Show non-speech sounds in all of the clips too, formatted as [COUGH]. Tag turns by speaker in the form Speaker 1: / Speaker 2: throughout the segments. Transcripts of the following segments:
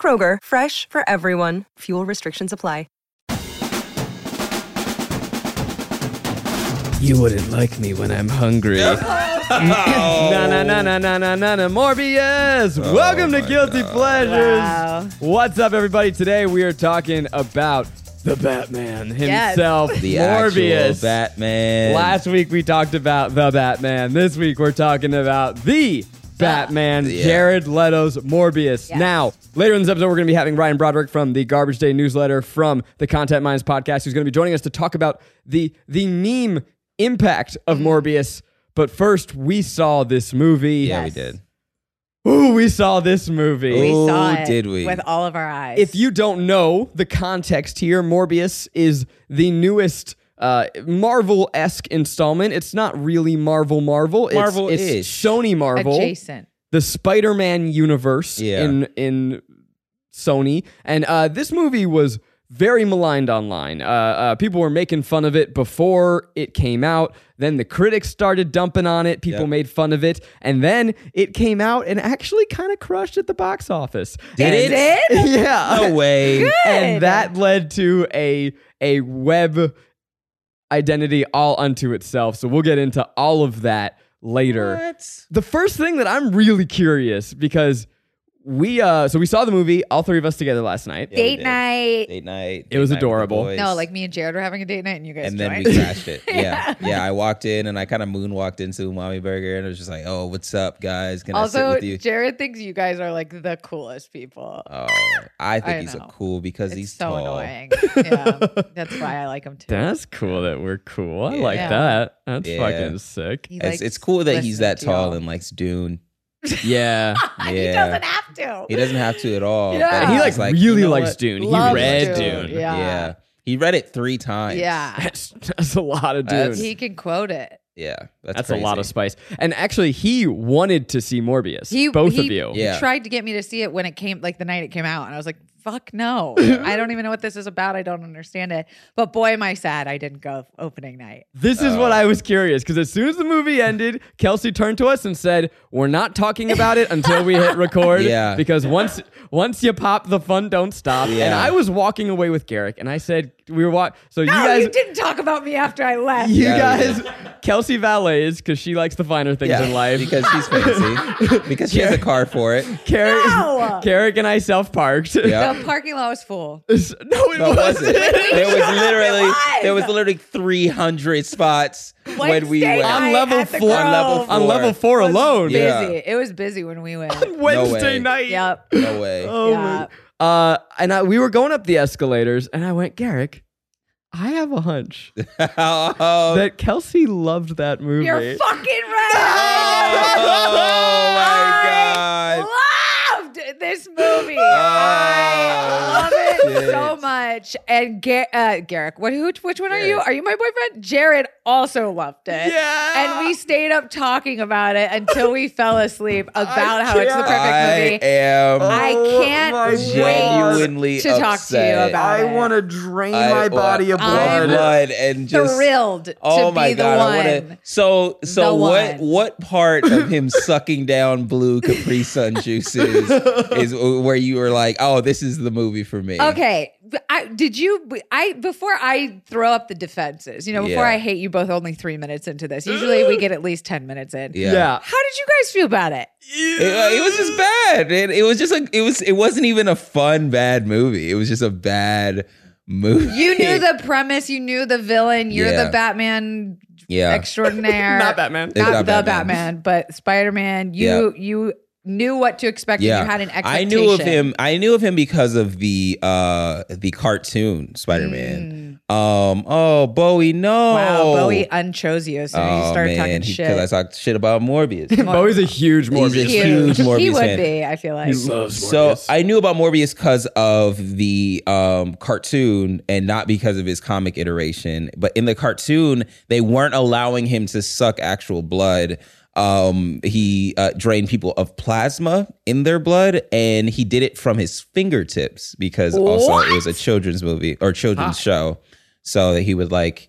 Speaker 1: Kroger, fresh for everyone. Fuel restrictions apply.
Speaker 2: You wouldn't like me when I'm hungry.
Speaker 3: Oh,
Speaker 2: Na na na na na na na na Morbius. Welcome to
Speaker 3: my
Speaker 2: Guilty
Speaker 3: God.
Speaker 2: Pleasures.
Speaker 4: Wow.
Speaker 2: What's up, everybody? Today we are talking about the Batman
Speaker 4: Yes.
Speaker 2: himself,
Speaker 3: The
Speaker 2: Morbius.
Speaker 3: actual Batman.
Speaker 2: Last week we talked about the Batman. This week we're talking about the Batman,
Speaker 3: Yeah.
Speaker 2: Jared Leto's Morbius.
Speaker 4: Yeah.
Speaker 2: Now, later in this episode, we're going to be having Ryan Broderick from the Garbage Day newsletter from the Content Minds podcast, who's going to be joining us to talk about the the meme impact of
Speaker 4: Mm-hmm.
Speaker 2: Morbius. But first, we saw this movie.
Speaker 3: yeah, we
Speaker 4: Yes.
Speaker 3: did.
Speaker 2: Ooh, we saw this movie.
Speaker 4: We
Speaker 3: Oh,
Speaker 4: saw it
Speaker 3: did we?
Speaker 4: with all of our eyes.
Speaker 2: If you don't know the context here, Morbius is the newest uh, Marvel esque installment. It's not really Marvel Marvel. It's, it's
Speaker 3: Marvel-ish.
Speaker 2: Sony Marvel,
Speaker 4: adjacent,
Speaker 2: the Spider Man universe
Speaker 3: Yeah.
Speaker 2: in in Sony. And uh, this movie was very maligned online. Uh, uh, people were making fun of it before it came out. Then the critics started dumping on it. People
Speaker 3: Yep.
Speaker 2: made fun of it, and then it came out and actually kind of crushed at the box office.
Speaker 3: Did
Speaker 2: And-
Speaker 3: it?
Speaker 2: yeah.
Speaker 3: No way.
Speaker 2: And
Speaker 4: [LAUGHS] Good.
Speaker 2: that led to a a web identity all unto itself. So we'll get into all of that later. The first thing that I'm really curious because we uh so we saw the movie all three of us together last night.
Speaker 3: Yeah, we
Speaker 4: date
Speaker 3: did.
Speaker 4: night.
Speaker 3: Date night.
Speaker 2: It was
Speaker 3: date night with the
Speaker 2: adorable.
Speaker 3: boys.
Speaker 4: No, like me and Jared were having a date night, and you guys
Speaker 3: And then
Speaker 4: joined.
Speaker 3: we crashed
Speaker 4: [LAUGHS]
Speaker 3: it. Yeah. yeah. I walked in and I kind of moonwalked into Mommy Burger and it was just like, oh, what's up, guys?
Speaker 4: [LAUGHS]
Speaker 3: Can I
Speaker 4: also,
Speaker 3: sit with you?
Speaker 4: Jared thinks you guys are like the coolest people.
Speaker 3: oh, I think
Speaker 4: I
Speaker 3: he's a
Speaker 4: know.
Speaker 3: cool because
Speaker 4: it's
Speaker 3: he's
Speaker 4: so
Speaker 3: tall. [LAUGHS]
Speaker 4: annoying. yeah, that's why I like him too.
Speaker 2: That's cool that we're cool. I like
Speaker 4: Yeah.
Speaker 2: that. That's
Speaker 3: Yeah.
Speaker 2: fucking sick.
Speaker 4: He
Speaker 3: It's,
Speaker 4: likes
Speaker 3: it's cool that he's
Speaker 4: listening
Speaker 3: that
Speaker 4: to y'all.
Speaker 3: tall and likes Dune.
Speaker 2: Yeah.
Speaker 4: [LAUGHS] he
Speaker 3: Yeah.
Speaker 4: doesn't have to.
Speaker 3: He doesn't have to at all.
Speaker 4: Yeah.
Speaker 3: but
Speaker 2: he
Speaker 3: he's
Speaker 2: like, really
Speaker 3: you know
Speaker 2: likes
Speaker 3: what?
Speaker 2: Dune.
Speaker 4: Loves
Speaker 2: he read Dune.
Speaker 4: Dune.
Speaker 3: Yeah.
Speaker 4: Yeah.
Speaker 3: He read it three times. [LAUGHS]
Speaker 4: yeah,
Speaker 2: [LAUGHS] That's, that's a lot of Dune.
Speaker 3: That's-
Speaker 4: he can quote it.
Speaker 3: Yeah. That's,
Speaker 2: That's,
Speaker 3: crazy.
Speaker 2: a lot of spice. And actually, he wanted to see Morbius.
Speaker 4: He-
Speaker 2: both
Speaker 4: he-
Speaker 2: of you.
Speaker 3: Yeah.
Speaker 4: Tried to get me to see it when it came, like the night it came out, and I was like, "Fuck no, I don't even know what this is about. I don't understand it." But boy, am I sad I didn't go opening night.
Speaker 2: This is
Speaker 3: Uh.
Speaker 2: what I was curious because as soon as the movie ended, Kelsey turned to us and said, "We're not talking about it until we hit record."
Speaker 3: [LAUGHS] Yeah.
Speaker 2: Because once once you pop, the fun don't stop. And
Speaker 3: Yeah.
Speaker 2: I was walking away with Garrick, and I said, "We were walking." So you
Speaker 4: No,
Speaker 2: guys,
Speaker 4: you didn't talk about me after I left.
Speaker 2: you
Speaker 3: Yeah, we
Speaker 2: guys, Kelsey valets because she likes the finer things [LAUGHS] in life.
Speaker 3: because she's
Speaker 2: [LAUGHS]
Speaker 3: fancy. because she has a car for it.
Speaker 2: Garrick,
Speaker 4: No!
Speaker 2: [LAUGHS] Garrick and I self parked.
Speaker 3: Yeah.
Speaker 4: the parking lot was full.
Speaker 2: [LAUGHS] no, it
Speaker 3: No, it wasn't.
Speaker 2: wasn't. [LAUGHS]
Speaker 3: There was literally
Speaker 4: was.
Speaker 3: there was literally 300 spots when we
Speaker 4: Wednesday
Speaker 3: went.
Speaker 4: night
Speaker 2: On level
Speaker 4: at the
Speaker 2: four-
Speaker 3: on level
Speaker 4: Grove
Speaker 2: On level four
Speaker 4: was
Speaker 2: alone,
Speaker 4: Busy.
Speaker 3: Yeah.
Speaker 4: It was busy when we went. [LAUGHS]
Speaker 2: Wednesday
Speaker 3: way.
Speaker 2: night.
Speaker 4: yep.
Speaker 3: [LAUGHS] [LAUGHS] No way.
Speaker 2: Oh,
Speaker 4: Yeah.
Speaker 2: my- uh, and I, we were going up the escalators, and I went, Garrick, I have a
Speaker 3: [LAUGHS]
Speaker 2: hunch
Speaker 3: Oh,
Speaker 2: that Kelsey loved that movie.
Speaker 3: [LAUGHS]
Speaker 4: You're fucking
Speaker 3: oh
Speaker 4: right.
Speaker 3: my god.
Speaker 4: Loved this movie. I love it
Speaker 3: Ah, shit.
Speaker 4: so much. And Ga- uh, Garrick, what? Who? Which one are you?
Speaker 3: Garrick.
Speaker 4: Are you my boyfriend? Jared also loved it.
Speaker 2: Yeah.
Speaker 4: And we stayed up talking about it until we fell asleep about how it's the
Speaker 2: can't.
Speaker 4: perfect
Speaker 3: I
Speaker 4: movie.
Speaker 3: am
Speaker 4: I can't
Speaker 2: my
Speaker 4: wait
Speaker 3: genuinely
Speaker 4: to talk to you
Speaker 3: upset.
Speaker 4: about it.
Speaker 2: to drain
Speaker 3: I want
Speaker 4: blood.
Speaker 3: blood and just
Speaker 4: thrilled to
Speaker 3: Oh
Speaker 4: be
Speaker 3: my
Speaker 4: the
Speaker 3: god!
Speaker 4: one.
Speaker 3: I want to. So, so
Speaker 4: The
Speaker 3: what?
Speaker 4: one.
Speaker 3: What part of
Speaker 4: [LAUGHS]
Speaker 3: him sucking down blue Capri Sun juices
Speaker 4: [LAUGHS]
Speaker 3: is where you were like, "Oh, this is the movie for me."
Speaker 4: Okay, I, did you? I before I throw up the defenses, you know, before
Speaker 3: Yeah.
Speaker 4: I hate you both. Only three minutes into this, usually
Speaker 3: [GASPS]
Speaker 4: we get at least ten minutes in.
Speaker 3: [LAUGHS] Yeah.
Speaker 2: Yeah.
Speaker 4: How did you guys feel about it?
Speaker 3: It, uh, it was just bad. It, it was just like it was. It wasn't even a fun bad movie. It was just a bad movie.
Speaker 4: You knew the premise. You knew the villain. You're
Speaker 3: Yeah.
Speaker 4: the Batman
Speaker 3: [LAUGHS] yeah.
Speaker 2: [LAUGHS]
Speaker 4: extraordinaire.
Speaker 2: Not Batman.
Speaker 3: It's
Speaker 4: Not,
Speaker 3: not
Speaker 4: the Batman,
Speaker 3: Batman.
Speaker 4: but Spider Man. You you knew what to expect.
Speaker 3: yeah,
Speaker 4: and you had an
Speaker 3: I
Speaker 4: expectation.
Speaker 3: knew of him. I knew of him because of the uh the cartoon Spider Man. Um, oh, Bowie, no.
Speaker 4: Mm. Wow, Bowie unchose you as soon as you
Speaker 3: Oh,
Speaker 4: started
Speaker 3: man,
Speaker 4: talking
Speaker 3: because I
Speaker 4: shit.
Speaker 3: talked shit about
Speaker 4: [LAUGHS]
Speaker 3: Morbius.
Speaker 2: Bowie's a huge
Speaker 3: He's a
Speaker 2: Morbius.
Speaker 3: huge Morbius
Speaker 4: he would
Speaker 3: fan.
Speaker 4: be, I feel like.
Speaker 2: loves
Speaker 3: so I knew about Morbius because of the um, cartoon and not because of his comic iteration. But in the cartoon, they weren't allowing him to suck actual blood. Um, he uh, drained people of plasma in their blood, and he did it from his fingertips because also it was a children's movie or children's show. So he would like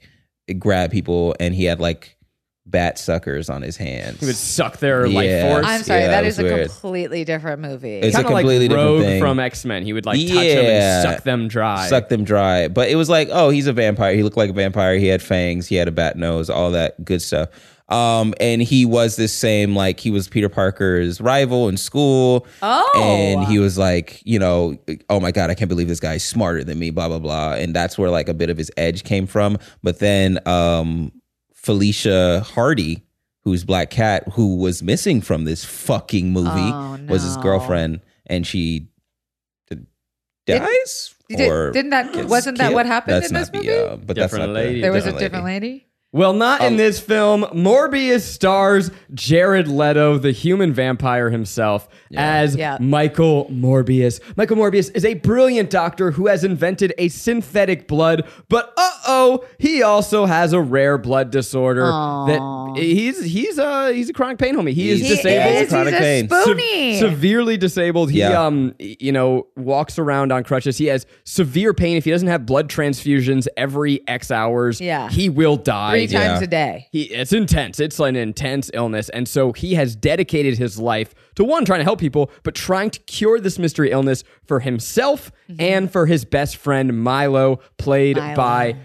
Speaker 3: grab people, and he had like bat suckers on his hands.
Speaker 2: he would suck their
Speaker 3: Yeah.
Speaker 2: like force.
Speaker 4: I'm sorry,
Speaker 3: Yeah,
Speaker 4: that
Speaker 3: it
Speaker 4: is
Speaker 3: was
Speaker 4: a
Speaker 3: weird.
Speaker 4: completely different movie.
Speaker 3: It's
Speaker 2: Kinda
Speaker 3: a completely
Speaker 2: like
Speaker 3: different
Speaker 2: Rogue
Speaker 3: thing.
Speaker 2: from X Men. He would like touch them
Speaker 3: Yeah.
Speaker 2: and suck them dry.
Speaker 3: Suck them dry. But it was like, oh, he's a vampire. He looked like a vampire. He had fangs. He had a bat nose. All that good stuff. Um, and he was this same like he was Peter Parker's rival in school.
Speaker 4: Oh.
Speaker 3: and he was like, you know, oh my god, I can't believe this guy's smarter than me. Blah blah blah. And that's where like a bit of his edge came from. But then um, Felicia Hardy, who's Black Cat, who was missing from this fucking movie,
Speaker 4: Oh,
Speaker 3: was his
Speaker 4: no.
Speaker 3: girlfriend, and she d-
Speaker 4: Did-
Speaker 3: dies.
Speaker 4: Did,
Speaker 3: or
Speaker 4: didn't that
Speaker 3: gets
Speaker 4: wasn't that
Speaker 3: killed?
Speaker 4: what happened
Speaker 3: That's
Speaker 4: in this
Speaker 3: not
Speaker 4: movie?
Speaker 3: The, uh, but that's
Speaker 2: Different
Speaker 3: not
Speaker 2: lady.
Speaker 3: The,
Speaker 4: there was a different lady.
Speaker 2: well, not in
Speaker 3: Oh.
Speaker 2: this film. Morbius stars Jared Leto, the human vampire himself, as
Speaker 4: Yeah.
Speaker 2: Michael Morbius. Michael Morbius is a brilliant doctor who has invented a synthetic blood, but uh oh, he also has a rare blood disorder
Speaker 4: Aw.
Speaker 2: that he's he's a he's a chronic pain homie. He is
Speaker 3: He's-
Speaker 4: He
Speaker 2: disabled.
Speaker 4: is,
Speaker 3: with chronic
Speaker 4: he's a
Speaker 3: pain.
Speaker 2: Se-
Speaker 4: spoonie.
Speaker 2: severely disabled. He
Speaker 3: Yeah.
Speaker 2: um you know walks around on crutches. He has severe pain. If he doesn't have blood transfusions every X hours,
Speaker 4: Yeah.
Speaker 2: he will die.
Speaker 4: Three times
Speaker 3: Yeah.
Speaker 4: a day.
Speaker 2: He, it's intense. It's an intense illness. And so he has dedicated his life to one, trying to help people, but trying to cure this mystery illness for himself and for his best friend, Milo, played
Speaker 4: Mm-hmm. Milo.
Speaker 2: by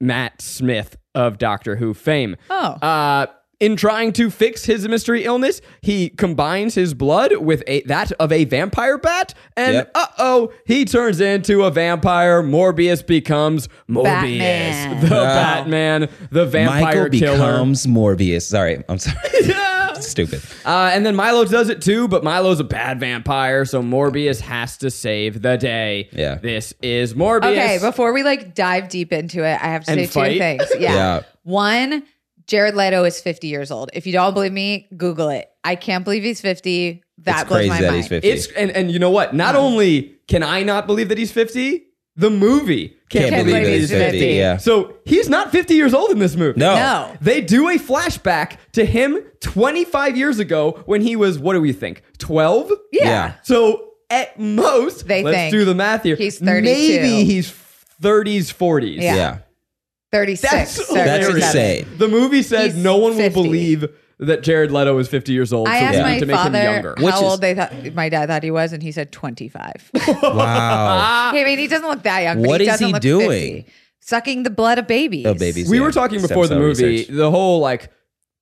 Speaker 2: Matt Smith of Doctor Who fame.
Speaker 4: Oh.
Speaker 2: Uh, in trying to fix his mystery illness, he combines his blood with a, that of a vampire bat, and
Speaker 3: Yep.
Speaker 2: uh oh, he turns into a vampire. Morbius becomes Morbius,
Speaker 4: Batman.
Speaker 2: the
Speaker 4: Wow.
Speaker 2: Batman, the vampire
Speaker 3: Michael
Speaker 2: killer.
Speaker 3: becomes Morbius. Sorry, I'm
Speaker 4: [LAUGHS]
Speaker 3: sorry. Stupid.
Speaker 2: Uh, and then Milo does it too, but Milo's a bad vampire, so Morbius has to save the day.
Speaker 3: Yeah.
Speaker 2: This is Morbius.
Speaker 4: Okay, before we like dive deep into it, I have to
Speaker 2: And
Speaker 4: say
Speaker 2: fight?
Speaker 4: two things.
Speaker 3: [LAUGHS]
Speaker 4: Yeah.
Speaker 3: Yeah.
Speaker 4: One, Jared Leto is 50 years old. If you don't believe me, Google it. I can't believe he's 50. That
Speaker 3: it's
Speaker 4: blows
Speaker 3: crazy
Speaker 4: my
Speaker 3: that
Speaker 4: mind.
Speaker 3: he's 50.
Speaker 2: it's and, and you know what? Not only can I not believe that he's 50, the movie can't,
Speaker 3: Can't believe that he's 50. Yeah.
Speaker 2: So he's not 50 years old in this movie.
Speaker 3: no.
Speaker 4: No.
Speaker 2: They do a flashback to him 25 years ago when he was, what do we think, 12?
Speaker 4: Yeah.
Speaker 3: Yeah.
Speaker 2: So at most,
Speaker 4: They
Speaker 2: let's
Speaker 4: think
Speaker 2: do the math here.
Speaker 4: he's 32.
Speaker 2: Maybe he's 30s, 40s.
Speaker 4: Yeah.
Speaker 3: Yeah.
Speaker 4: 36.
Speaker 2: That's,
Speaker 3: That's
Speaker 4: 37.
Speaker 3: insane.
Speaker 2: The movie says
Speaker 4: He's
Speaker 2: no one will
Speaker 4: 50.
Speaker 2: believe that Jared Leto is 50 years old. so
Speaker 4: I
Speaker 2: we
Speaker 4: asked
Speaker 2: need
Speaker 4: my
Speaker 2: to make him
Speaker 4: father
Speaker 2: younger.
Speaker 4: how
Speaker 3: Which is-
Speaker 4: old they thought my dad thought he was, and he said 25.
Speaker 3: Wow.
Speaker 4: I mean, he doesn't look that young.
Speaker 3: Uh,
Speaker 4: But
Speaker 3: What
Speaker 4: he
Speaker 3: is
Speaker 4: doesn't
Speaker 3: he
Speaker 4: look
Speaker 3: doing?
Speaker 4: 50. Sucking the blood of babies.
Speaker 3: Of babies.
Speaker 2: we
Speaker 3: Yeah.
Speaker 2: were talking
Speaker 3: Stem
Speaker 2: before the
Speaker 3: cell
Speaker 2: movie
Speaker 3: research.
Speaker 2: the whole like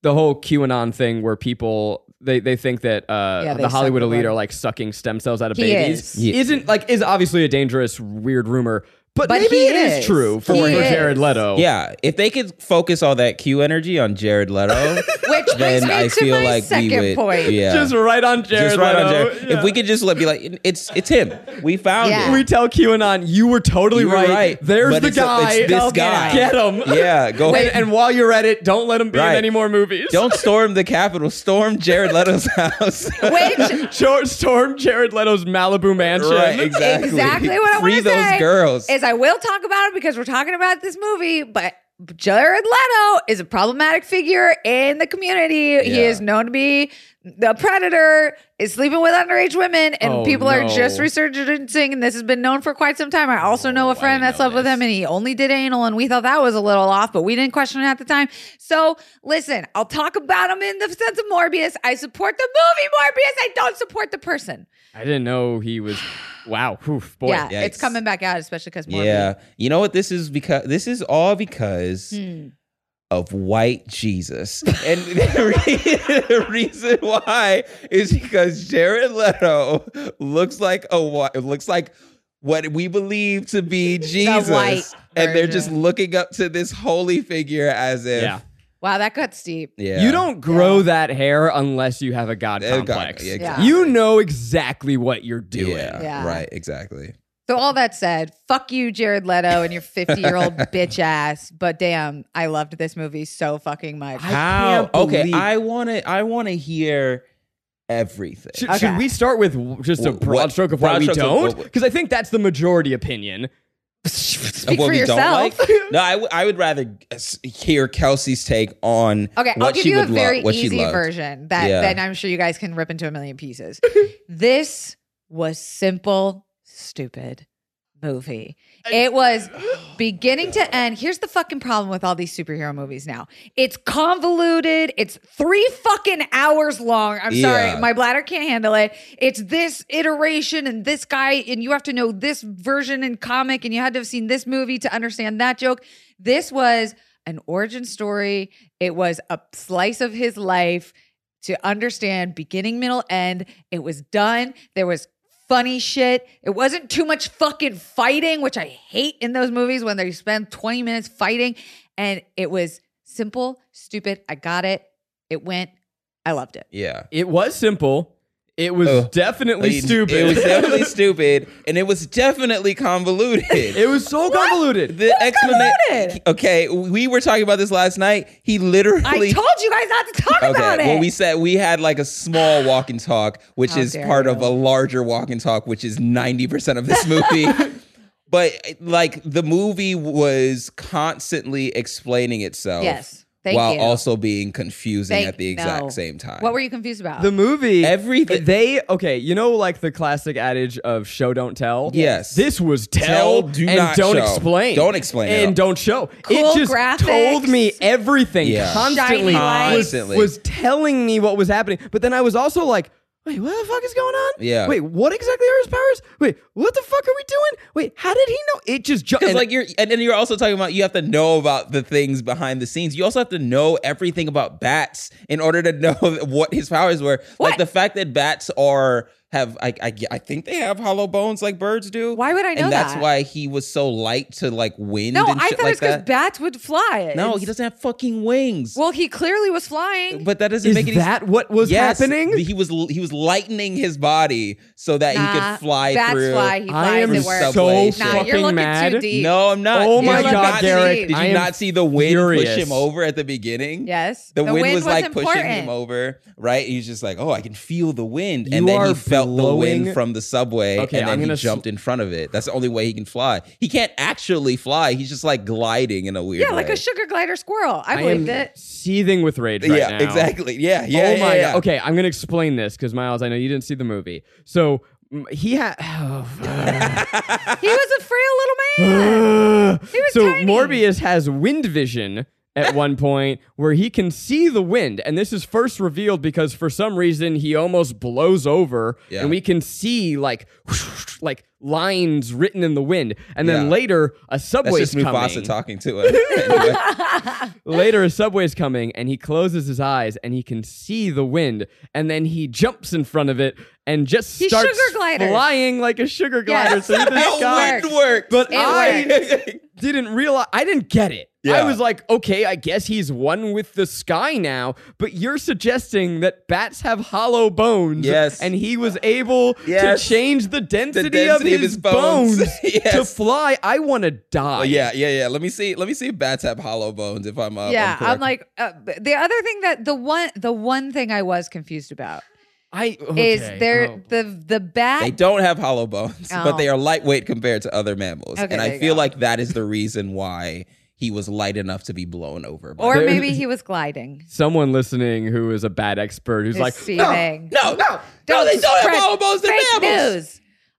Speaker 2: the whole qanon thing where people they, they think that uh,
Speaker 4: Yeah, they
Speaker 2: the hollywood
Speaker 4: suck the
Speaker 2: elite
Speaker 4: blood.
Speaker 2: are like sucking stem cells out of
Speaker 4: He
Speaker 2: babies
Speaker 4: is.
Speaker 3: Yeah.
Speaker 2: isn't like is obviously a dangerous weird rumor but,
Speaker 4: But
Speaker 2: maybe
Speaker 4: he
Speaker 2: it is
Speaker 4: is.
Speaker 2: true for,
Speaker 4: He
Speaker 2: for
Speaker 4: is.
Speaker 2: jared leto
Speaker 3: Yeah. If they could focus all that Q energy on Jared
Speaker 4: [LAUGHS]
Speaker 3: Leto,
Speaker 4: Which brings
Speaker 3: then
Speaker 4: me
Speaker 3: I
Speaker 4: to
Speaker 3: feel
Speaker 4: my
Speaker 3: like
Speaker 4: second
Speaker 3: we would.
Speaker 4: point.
Speaker 3: Yeah.
Speaker 2: just right on jared
Speaker 3: Just right
Speaker 2: leto
Speaker 3: on Jared. If we could just let be like, it's it's him. We found
Speaker 4: Yeah.
Speaker 3: it.
Speaker 2: we tell qanon you were totally
Speaker 3: You were
Speaker 2: right.
Speaker 3: right,
Speaker 2: there's
Speaker 3: but
Speaker 2: the
Speaker 3: it's a-
Speaker 2: guy
Speaker 3: it's this Go get guy. him.
Speaker 2: get him
Speaker 3: [LAUGHS] Yeah, go
Speaker 2: Oh, and,
Speaker 3: ahead.
Speaker 2: and while you're at it don't let him be in
Speaker 3: Right.
Speaker 2: any more movies [LAUGHS]
Speaker 3: Don't storm the Capitol. Storm Jared Leto's [LAUGHS] house.
Speaker 4: Which
Speaker 2: Short storm jared leto's malibu mansion [LAUGHS]
Speaker 3: Right, exactly.
Speaker 4: exactly what I want
Speaker 3: Free
Speaker 4: to
Speaker 3: those
Speaker 4: say.
Speaker 3: girls.
Speaker 4: Is I will talk about it because we're talking about this movie, but Jared Leto is a problematic figure in the community. He
Speaker 3: Yeah.
Speaker 4: is known to be a predator, is sleeping with underage women, and
Speaker 2: Oh,
Speaker 4: people are
Speaker 2: no.
Speaker 4: just resurgencing. And this has been known for quite some time. I also know a friend that slept with him, and he only did anal, and we thought that was a little off, but we didn't question it at the time. So listen, I'll talk about him in the sense of Morbius. I support the movie Morbius. I don't support the person.
Speaker 2: I didn't know he was. Wow, oof, boy.
Speaker 4: Yeah,
Speaker 3: Yikes.
Speaker 4: it's coming back out, especially because
Speaker 3: yeah. You know what? This is because this is all because
Speaker 4: Hmm.
Speaker 3: of white Jesus. And [LAUGHS] the, re- the reason why is because Jared Leto looks like a white looks like what we believe to be Jesus.
Speaker 4: white
Speaker 3: and they're just
Speaker 4: version.
Speaker 3: looking up to this holy figure as if
Speaker 2: Yeah.
Speaker 4: Wow, that got steep.
Speaker 3: Yeah.
Speaker 2: You don't grow that hair unless you have a god
Speaker 3: Uh, God,
Speaker 2: complex.
Speaker 3: yeah,
Speaker 4: Yeah.
Speaker 3: exactly.
Speaker 2: You know exactly what you're doing.
Speaker 3: Yeah,
Speaker 4: Yeah.
Speaker 3: Right, exactly.
Speaker 4: So all that said, fuck you, Jared Leto, and your 50
Speaker 3: [LAUGHS]
Speaker 4: year old bitch ass. But damn, I loved this movie so fucking
Speaker 3: [LAUGHS]
Speaker 4: much.
Speaker 2: I
Speaker 3: How?
Speaker 2: can't
Speaker 3: Okay,
Speaker 2: believe-
Speaker 3: I want to. I want to hear everything.
Speaker 2: Should,
Speaker 4: Okay.
Speaker 2: should we start with w- just a
Speaker 3: Wh-
Speaker 2: broad
Speaker 3: what-
Speaker 2: stroke of
Speaker 3: broad
Speaker 2: why we
Speaker 3: strokes of
Speaker 2: don't?
Speaker 3: what-
Speaker 2: Because I think that's the majority opinion.
Speaker 4: Speak
Speaker 3: What
Speaker 4: for
Speaker 3: we don't
Speaker 4: yourself.
Speaker 3: like? No, I, w- I would rather s- hear Kelsey's take on
Speaker 4: [LAUGHS] Okay,
Speaker 3: what
Speaker 4: I'll give
Speaker 3: she
Speaker 4: you a
Speaker 3: would
Speaker 4: very
Speaker 3: love, what she
Speaker 4: easy
Speaker 3: loved.
Speaker 4: version that
Speaker 3: Yeah.
Speaker 4: then I'm sure you guys can rip into a million pieces. [LAUGHS] this was simple, stupid movie. It was beginning to end. Here's the fucking problem with all these superhero movies now. It's convoluted. It's three fucking hours long. I'm
Speaker 3: Yeah.
Speaker 4: sorry, my bladder can't handle it. It's this iteration and this guy, and you have to know this version in comic, and you had to have seen this movie to understand that joke. This was an origin story. It was a slice of his life to understand beginning, middle, end. It was done. There was funny shit. It wasn't too much fucking fighting, which I hate in those movies when they spend 20 minutes fighting. And it was simple, stupid. I got it. It went. I loved it.
Speaker 3: Yeah.
Speaker 2: It was simple. It was
Speaker 3: Ugh.
Speaker 2: definitely
Speaker 3: Oh. It-
Speaker 2: stupid.
Speaker 3: It was
Speaker 4: [LAUGHS]
Speaker 3: definitely stupid, and it was definitely convoluted.
Speaker 2: [LAUGHS] It was so convoluted.
Speaker 3: [LAUGHS] the explanation.
Speaker 4: convoluted?
Speaker 3: Okay, we were talking about this last night. He literally.
Speaker 4: I told you guys not to talk
Speaker 3: Okay.
Speaker 4: about it.
Speaker 3: Well, we said we had like a small walk and talk, which
Speaker 4: How
Speaker 3: is
Speaker 4: dare
Speaker 3: part of
Speaker 4: you.
Speaker 3: a larger walk and talk, which is ninety percent of this
Speaker 4: [LAUGHS]
Speaker 3: movie. but like the movie was constantly explaining itself,
Speaker 4: Yes. Thank
Speaker 3: while
Speaker 4: you.
Speaker 3: also being confusing
Speaker 4: Thank-
Speaker 3: at the exact
Speaker 4: no.
Speaker 3: same time.
Speaker 4: What were you confused about?
Speaker 2: the movie
Speaker 3: Everything-
Speaker 2: they okay you know like the classic adage of show don't tell
Speaker 3: Yes.
Speaker 2: this was
Speaker 3: Tell,
Speaker 2: tell,
Speaker 3: do
Speaker 2: and
Speaker 3: not
Speaker 2: don't
Speaker 3: show.
Speaker 2: explain
Speaker 3: Don't explain at all.
Speaker 2: and don't show
Speaker 4: Cool
Speaker 2: it just
Speaker 4: graphics.
Speaker 2: told me everything
Speaker 3: Yeah.
Speaker 2: constantly,
Speaker 4: Shiny lights.
Speaker 2: was,
Speaker 3: Constantly.
Speaker 2: was telling me what was happening but then I was also like wait what the fuck is going on
Speaker 3: Yeah.
Speaker 2: wait what exactly are his powers wait what the fuck are we doing wait how did he know it just jumped
Speaker 3: Because like you're, and then you're also talking about you have to know about the things behind the scenes. You also have to know everything about bats in order to know [LAUGHS] what his powers were.
Speaker 4: What?
Speaker 3: Like the fact that bats are have, I, I, I think they have hollow bones like birds do.
Speaker 4: Why would I know
Speaker 3: And that's
Speaker 4: that?
Speaker 3: why he was so light to like wind.
Speaker 4: no,
Speaker 3: and
Speaker 4: I
Speaker 3: shit
Speaker 4: thought
Speaker 3: like
Speaker 4: it's because
Speaker 3: that.
Speaker 4: bats would fly.
Speaker 3: No,
Speaker 4: It's-
Speaker 3: he doesn't have fucking wings.
Speaker 4: Well, he clearly was flying.
Speaker 3: but that doesn't
Speaker 2: is
Speaker 3: make any
Speaker 2: that what was
Speaker 3: Yes,
Speaker 2: happening
Speaker 3: He was he was lightening his body so that he
Speaker 4: Nah,
Speaker 3: could fly
Speaker 4: bats
Speaker 3: through.
Speaker 4: fly. He
Speaker 2: I
Speaker 4: flies.
Speaker 2: am
Speaker 4: It
Speaker 3: so
Speaker 4: works.
Speaker 2: so
Speaker 3: Nah,
Speaker 4: nah,
Speaker 2: fucking
Speaker 4: you're looking
Speaker 2: mad
Speaker 4: too deep.
Speaker 3: No, I'm not.
Speaker 2: Oh
Speaker 3: Did
Speaker 4: my
Speaker 3: you
Speaker 4: God,
Speaker 3: not see-
Speaker 4: Garrick,
Speaker 3: Did you
Speaker 2: I am
Speaker 3: not see the wind
Speaker 2: furious.
Speaker 3: push him over at the beginning?
Speaker 4: Yes.
Speaker 3: The, wind, was, like pushing
Speaker 4: important.
Speaker 3: him over, right? He's just like, oh, I can feel the wind,
Speaker 2: You
Speaker 3: and then he
Speaker 2: are
Speaker 3: felt the wind
Speaker 2: blowing-
Speaker 3: from the subway,
Speaker 2: Okay,
Speaker 3: and then
Speaker 2: I'm
Speaker 3: he
Speaker 2: gonna s-
Speaker 3: jumped in front of it. That's the only way he can fly. He can't actually fly. He's just like gliding in a weird
Speaker 4: Yeah,
Speaker 3: way.
Speaker 4: like a sugar glider squirrel.
Speaker 2: I
Speaker 4: I,
Speaker 2: am
Speaker 4: believed it.
Speaker 2: seething with rage right
Speaker 3: yeah,
Speaker 2: now
Speaker 3: exactly. Yeah, yeah.
Speaker 2: oh my
Speaker 3: yeah, yeah.
Speaker 2: god. Okay, I'm gonna explain this because Miles, I know you didn't see the movie. So mm, he had. [SIGHS]
Speaker 3: [LAUGHS]
Speaker 4: He was a frail little man. was
Speaker 2: so
Speaker 4: tiny.
Speaker 2: Morbius has wind vision
Speaker 3: [LAUGHS]
Speaker 2: at one point where he can see the wind, and this is first revealed because for some reason he almost blows over,
Speaker 3: Yeah.
Speaker 2: and we can see like [LAUGHS] like lines written in the wind, and then
Speaker 3: Yeah.
Speaker 2: later a
Speaker 3: That's
Speaker 2: subway's
Speaker 3: just Mufasa
Speaker 2: coming. [LAUGHS]
Speaker 3: talking to him. [LAUGHS]
Speaker 4: Oh
Speaker 3: Anyway.
Speaker 2: Later, a subway's coming, and he closes his eyes, and he can see the wind, and then he jumps in front of it and just
Speaker 4: He
Speaker 2: starts
Speaker 4: sugar gliders.
Speaker 2: flying like a sugar glider
Speaker 4: Yes.
Speaker 2: through
Speaker 4: [LAUGHS]
Speaker 2: the
Speaker 4: It
Speaker 2: sky.
Speaker 3: How wind works.
Speaker 2: But
Speaker 4: It
Speaker 2: I
Speaker 3: [LAUGHS]
Speaker 2: didn't realize. I didn't get it. I
Speaker 3: Yeah.
Speaker 2: was like, okay, I guess he's one with the sky now. But you're suggesting that bats have hollow bones.
Speaker 3: Yes.
Speaker 2: And he was able
Speaker 3: Yes.
Speaker 2: to change the density,
Speaker 3: density
Speaker 2: of, his bones,
Speaker 3: [LAUGHS]
Speaker 2: to
Speaker 3: Yes.
Speaker 2: fly. I want to die.
Speaker 3: Oh, yeah, yeah, yeah. Let me see. Let me see if bats have hollow bones. If I'm uh,
Speaker 4: yeah,
Speaker 3: correct.
Speaker 4: I'm like uh, b- the other thing that the one the one thing I was confused about
Speaker 2: I
Speaker 4: is
Speaker 2: okay.
Speaker 4: there
Speaker 2: Oh.
Speaker 4: the the bat.
Speaker 3: They don't have hollow bones,
Speaker 4: Oh.
Speaker 3: but they are lightweight compared to other mammals.
Speaker 4: Okay,
Speaker 3: and
Speaker 4: there
Speaker 3: I
Speaker 4: you
Speaker 3: feel
Speaker 4: go.
Speaker 3: like that is the reason why he was light enough to be blown over. by
Speaker 4: or
Speaker 2: There-
Speaker 3: [LAUGHS]
Speaker 4: maybe he was gliding.
Speaker 2: someone listening who is a bat expert who's
Speaker 4: Is
Speaker 2: like,
Speaker 4: seething.
Speaker 3: no, no, no, they don't have
Speaker 4: spread
Speaker 3: hollow bones. They're
Speaker 4: fake
Speaker 3: mammals.
Speaker 4: news.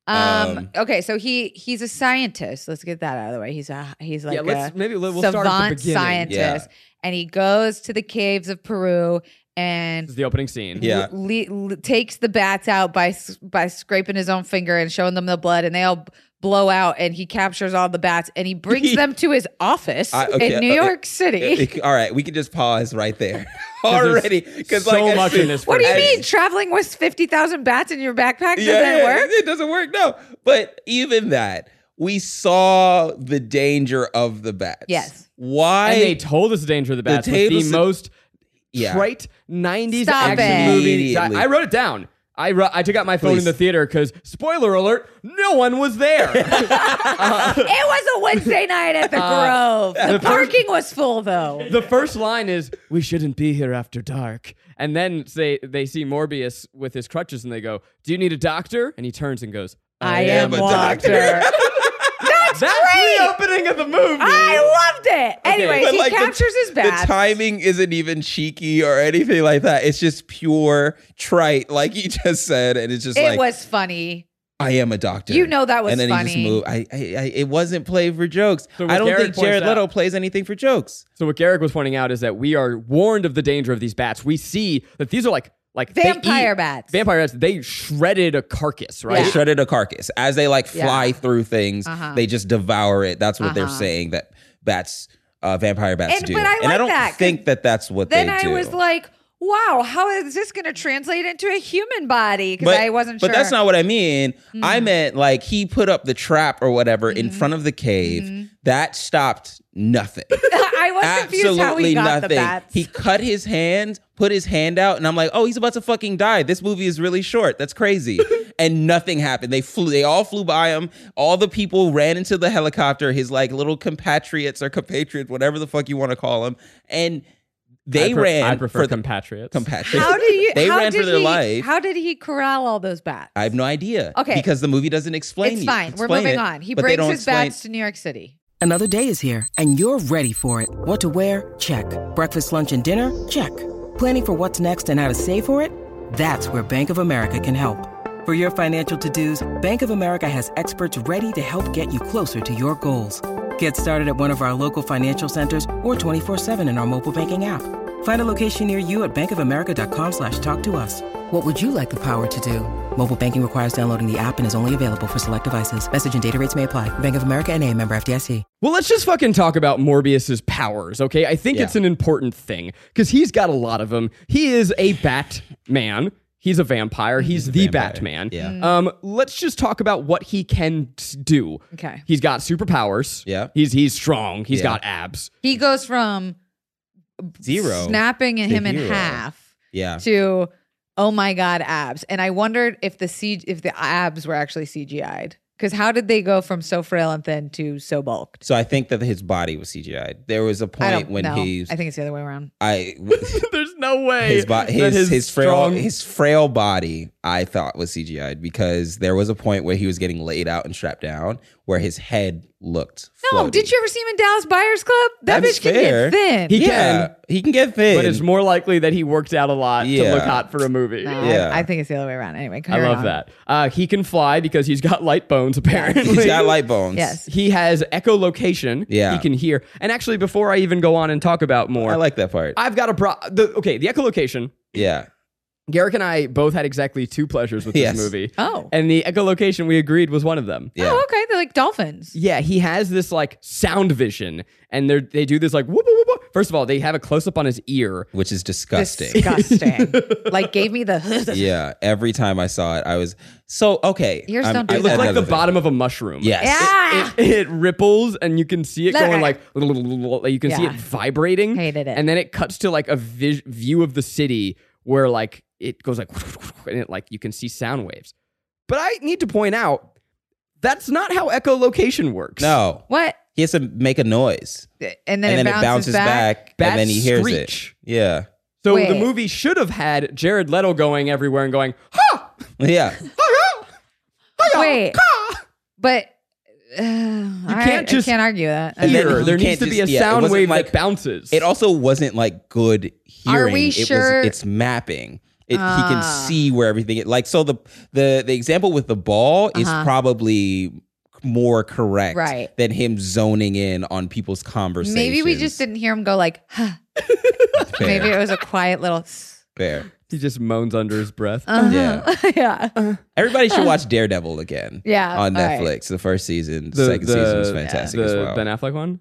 Speaker 4: Um,
Speaker 3: Um,
Speaker 4: okay, so he he's a scientist. Let's get that out of the way. He's a he's like
Speaker 2: yeah, let's
Speaker 3: uh,
Speaker 4: a
Speaker 2: maybe we'll start
Speaker 4: savant
Speaker 2: at the beginning.
Speaker 4: scientist, and he goes to the caves of Peru and
Speaker 2: This is the opening scene.
Speaker 3: Yeah.
Speaker 4: le- le- takes the bats out by s- by scraping his own finger and showing them the blood, and they all b- blow out. And he captures all the bats and he
Speaker 3: [LAUGHS]
Speaker 4: brings them to his office
Speaker 3: I- okay,
Speaker 4: in New
Speaker 3: uh,
Speaker 4: York City.
Speaker 3: It- it- all right, we can just pause right there [LAUGHS] already because
Speaker 2: so
Speaker 3: like,
Speaker 2: much in
Speaker 3: [LAUGHS]
Speaker 2: this
Speaker 4: what do you
Speaker 2: first-
Speaker 4: mean traveling with fifty thousand bats in your backpack doesn't work?
Speaker 3: It doesn't work. No, but even that, we saw the danger of the bats.
Speaker 4: Yes.
Speaker 3: Why?
Speaker 2: and they told us the danger of the bats was
Speaker 3: table
Speaker 2: the
Speaker 3: sit-
Speaker 2: most
Speaker 3: Yeah.
Speaker 2: trite 90s
Speaker 4: Stop
Speaker 2: action
Speaker 4: it.
Speaker 2: movie. di-
Speaker 3: Immediately.
Speaker 2: I wrote it down. I, ru- I took out my phone in
Speaker 3: Please.
Speaker 2: the theater because, spoiler alert, no one was there.
Speaker 3: [LAUGHS]
Speaker 4: it was a Wednesday night at the Grove.
Speaker 3: [LAUGHS]
Speaker 4: The, parking was full though.
Speaker 2: the first line is, We shouldn't be here after dark. And then say, they see Morbius with his crutches and they go, Do you need a doctor? And he turns and goes,
Speaker 4: I
Speaker 3: am
Speaker 4: am
Speaker 3: a
Speaker 4: doctor.
Speaker 2: That's the opening of the movie.
Speaker 4: [LAUGHS] I loved it. Anyways,
Speaker 3: But,
Speaker 4: he
Speaker 3: like, the-
Speaker 4: captures his bats.
Speaker 3: The timing isn't even cheeky or anything like that. It's just pure trite, like you [LAUGHS] just said, and it's just
Speaker 4: it
Speaker 3: like
Speaker 4: was funny.
Speaker 3: I am a doctor.
Speaker 4: You know that was
Speaker 3: and then he
Speaker 4: funny.
Speaker 3: just moved. I, I, I, it wasn't played for jokes.
Speaker 2: So what
Speaker 3: I don't
Speaker 2: Garrett
Speaker 3: think
Speaker 2: points
Speaker 3: Jared
Speaker 2: out-
Speaker 3: Leto plays anything for jokes.
Speaker 2: So what Garrick was pointing out is that we are warned of the danger of these bats. We see that these are like like they
Speaker 4: Vampire
Speaker 2: eat-
Speaker 4: bats.
Speaker 2: Vampire bats. They shredded a carcass, right?
Speaker 3: They shredded a carcass as they like fly through things.
Speaker 4: Uh-huh.
Speaker 3: They just devour it. That's what they're saying that bats, uh, vampire bats
Speaker 4: And-
Speaker 3: do.
Speaker 4: but I
Speaker 3: and I
Speaker 4: like
Speaker 3: don't
Speaker 4: that, 'cause
Speaker 3: think that that's what
Speaker 4: Then
Speaker 3: they
Speaker 4: I
Speaker 3: do.
Speaker 4: was like, wow, how is this going to translate into a human body? Because I wasn't sure. Mm.
Speaker 3: But that's not what I mean. I meant like he put up the trap or whatever in
Speaker 4: Mm-hmm.
Speaker 3: front of the cave. That stopped
Speaker 4: [LAUGHS]
Speaker 3: nothing.
Speaker 4: [LAUGHS] I was confused how
Speaker 3: Absolutely
Speaker 4: he got the
Speaker 3: nothing.
Speaker 4: bats.
Speaker 3: He cut his hand, put his hand out, and I'm like, oh, he's about to fucking die. This movie is really short. That's
Speaker 4: [LAUGHS]
Speaker 3: crazy. and nothing happened. They flew. They all flew by him. All the people ran into the helicopter. His like little compatriots or compatriots, whatever the fuck you want to call them, and they
Speaker 2: I pre-
Speaker 3: ran
Speaker 2: I prefer
Speaker 3: for the
Speaker 2: compatriots.
Speaker 3: compatriots.
Speaker 4: how did you?
Speaker 3: [LAUGHS] they
Speaker 4: how
Speaker 3: ran
Speaker 4: did
Speaker 3: for their
Speaker 4: he,
Speaker 3: life.
Speaker 4: How did he corral all those bats?
Speaker 3: I have no idea.
Speaker 4: Okay.
Speaker 3: Because the movie doesn't explain
Speaker 4: it's
Speaker 3: it-
Speaker 4: fine. We're
Speaker 3: explain
Speaker 4: moving
Speaker 3: it,
Speaker 4: on. He
Speaker 3: but they
Speaker 4: brings
Speaker 3: don't
Speaker 4: his
Speaker 3: explain-
Speaker 4: bats to New York City.
Speaker 5: Another day is here, and you're ready for it. What to wear? Check. Breakfast, lunch, and dinner? Check. Planning for what's next and how to save for it? That's where Bank of America can help. For your financial to dos, Bank of America has experts ready to help get you closer to your goals. Get started at one of our local financial centers or 24-7 in our mobile banking app. Find a location near you at bankofamerica.com slash talk to us. What would you like the power to do? Mobile banking requires downloading the app and is only available for select devices. Message and data rates may apply. Bank of America and a member FDIC.
Speaker 2: Well, let's just fucking talk about Morbius's powers, okay? I think
Speaker 3: Yeah.
Speaker 2: it's an important thing because he's got a lot of them. He is a Batman. He's a vampire.
Speaker 3: Mm-hmm.
Speaker 2: He's, the Batman.
Speaker 3: Yeah.
Speaker 4: Mm.
Speaker 2: Um. Let's just talk about what he can s- do.
Speaker 4: Okay.
Speaker 2: He's got superpowers.
Speaker 3: Yeah.
Speaker 2: He's he's strong. He's
Speaker 3: Yeah.
Speaker 2: got abs. [LAUGHS]
Speaker 4: He goes from
Speaker 3: Zero.
Speaker 4: snapping
Speaker 3: to
Speaker 4: him in
Speaker 3: hero.
Speaker 4: half
Speaker 3: Yeah.
Speaker 4: to oh my god abs, and I wondered if the C- if the abs were actually CGI'd because how did they go from so frail and thin to so bulked?
Speaker 3: So I think that his body was CGI. There was a
Speaker 4: I
Speaker 3: point
Speaker 4: don't
Speaker 3: when
Speaker 4: know.
Speaker 3: he's
Speaker 4: I think it's the other way around.
Speaker 3: I
Speaker 4: [LAUGHS]
Speaker 2: There's no way
Speaker 3: his bo-
Speaker 2: that
Speaker 3: his, his frail
Speaker 2: strong-
Speaker 3: his frail body I thought was CGI because there was a point where he was getting laid out and strapped down where his head looked.
Speaker 4: No,
Speaker 3: floaty.
Speaker 4: did you ever see him in Dallas Buyers Club? That
Speaker 3: That's
Speaker 4: bitch can
Speaker 3: fair.
Speaker 4: get thin.
Speaker 2: He
Speaker 3: yeah,
Speaker 2: can,
Speaker 3: he can get thin.
Speaker 2: but it's more likely that he worked out a lot to
Speaker 3: Yeah.
Speaker 2: look hot for a movie.
Speaker 4: No,
Speaker 3: Yeah.
Speaker 4: I, I think it's the other way around. Anyway,
Speaker 2: I
Speaker 4: carry
Speaker 2: love
Speaker 4: on.
Speaker 2: that. Uh, he can fly because he's got light bones, apparently.
Speaker 3: [LAUGHS] He's got light bones.
Speaker 4: Yes.
Speaker 2: [LAUGHS] He has echolocation.
Speaker 3: Yeah.
Speaker 2: He can hear. And actually, before I even go on and talk about more,
Speaker 3: I like that part.
Speaker 2: I've got a pro. The, okay, the echolocation.
Speaker 3: yeah.
Speaker 2: Garrick and I both had exactly two pleasures with this
Speaker 3: Yes.
Speaker 2: movie.
Speaker 4: Oh.
Speaker 2: And the echolocation we agreed was one of them.
Speaker 3: Yeah.
Speaker 4: Oh, okay. They're like dolphins.
Speaker 2: Yeah, he has this like sound vision, and they they do this like whoop whoop whoop. First of all, they have a close up on his ear.
Speaker 3: Which is disgusting.
Speaker 4: Disgusting. like gave me the [LAUGHS]
Speaker 3: yeah. Every time I saw it, I was so okay.
Speaker 4: Yours
Speaker 3: I'm-
Speaker 4: don't do
Speaker 3: I
Speaker 2: It looks
Speaker 4: that.
Speaker 2: like the
Speaker 3: another thing.
Speaker 2: bottom of a mushroom.
Speaker 3: Yes.
Speaker 4: yeah.
Speaker 2: it, it ripples and you can see it
Speaker 4: Ah. Look.
Speaker 2: going like you can see it
Speaker 4: Yeah.
Speaker 2: vibrating
Speaker 4: Hated it.
Speaker 2: and then it cuts to like a vis- view of the city where like it goes like [LAUGHS] and it like you can see sound waves but i need to point out that's not how echolocation works
Speaker 3: No.
Speaker 4: What?
Speaker 3: He has to make a noise.
Speaker 4: And then,
Speaker 3: and
Speaker 4: it,
Speaker 3: then
Speaker 4: bounces back.
Speaker 2: Bats
Speaker 3: and then he hears
Speaker 2: screech.
Speaker 3: it. Yeah. [LAUGHS]
Speaker 2: so the
Speaker 4: Wait.
Speaker 2: movie should have had jared leto going everywhere and going ha
Speaker 3: Yeah.
Speaker 4: Oh, Wait. But uh, all right,
Speaker 2: can't just
Speaker 4: I can't argue that.
Speaker 3: And then
Speaker 2: here
Speaker 3: you
Speaker 2: there needs
Speaker 3: can't
Speaker 2: to be a
Speaker 3: just- yeah, it
Speaker 2: sound
Speaker 3: wasn't
Speaker 2: wave
Speaker 3: like-
Speaker 2: that bounces
Speaker 3: It also wasn't like good
Speaker 4: Are
Speaker 3: hearing.
Speaker 4: we
Speaker 3: it
Speaker 4: sure-
Speaker 3: was it's mapping. It, he can
Speaker 4: Ah.
Speaker 3: see where everything is. like so the the the example with the ball is
Speaker 4: Uh-huh.
Speaker 3: probably more correct
Speaker 4: Right.
Speaker 3: than him zoning in on people's conversations.
Speaker 4: Maybe we just didn't hear him go like, [LAUGHS] huh.
Speaker 3: Fair,
Speaker 4: maybe it was a quiet little. [LAUGHS] s-
Speaker 3: fair.
Speaker 2: he just moans under his
Speaker 4: Uh-huh.
Speaker 2: breath
Speaker 3: Yeah.
Speaker 4: yeah.
Speaker 3: Everybody should
Speaker 4: [LAUGHS]
Speaker 3: watch Daredevil again.
Speaker 4: Yeah,
Speaker 3: On
Speaker 4: all right.
Speaker 3: Netflix. The first season, the second season was fantastic
Speaker 2: the
Speaker 3: as well.
Speaker 2: ben affleck one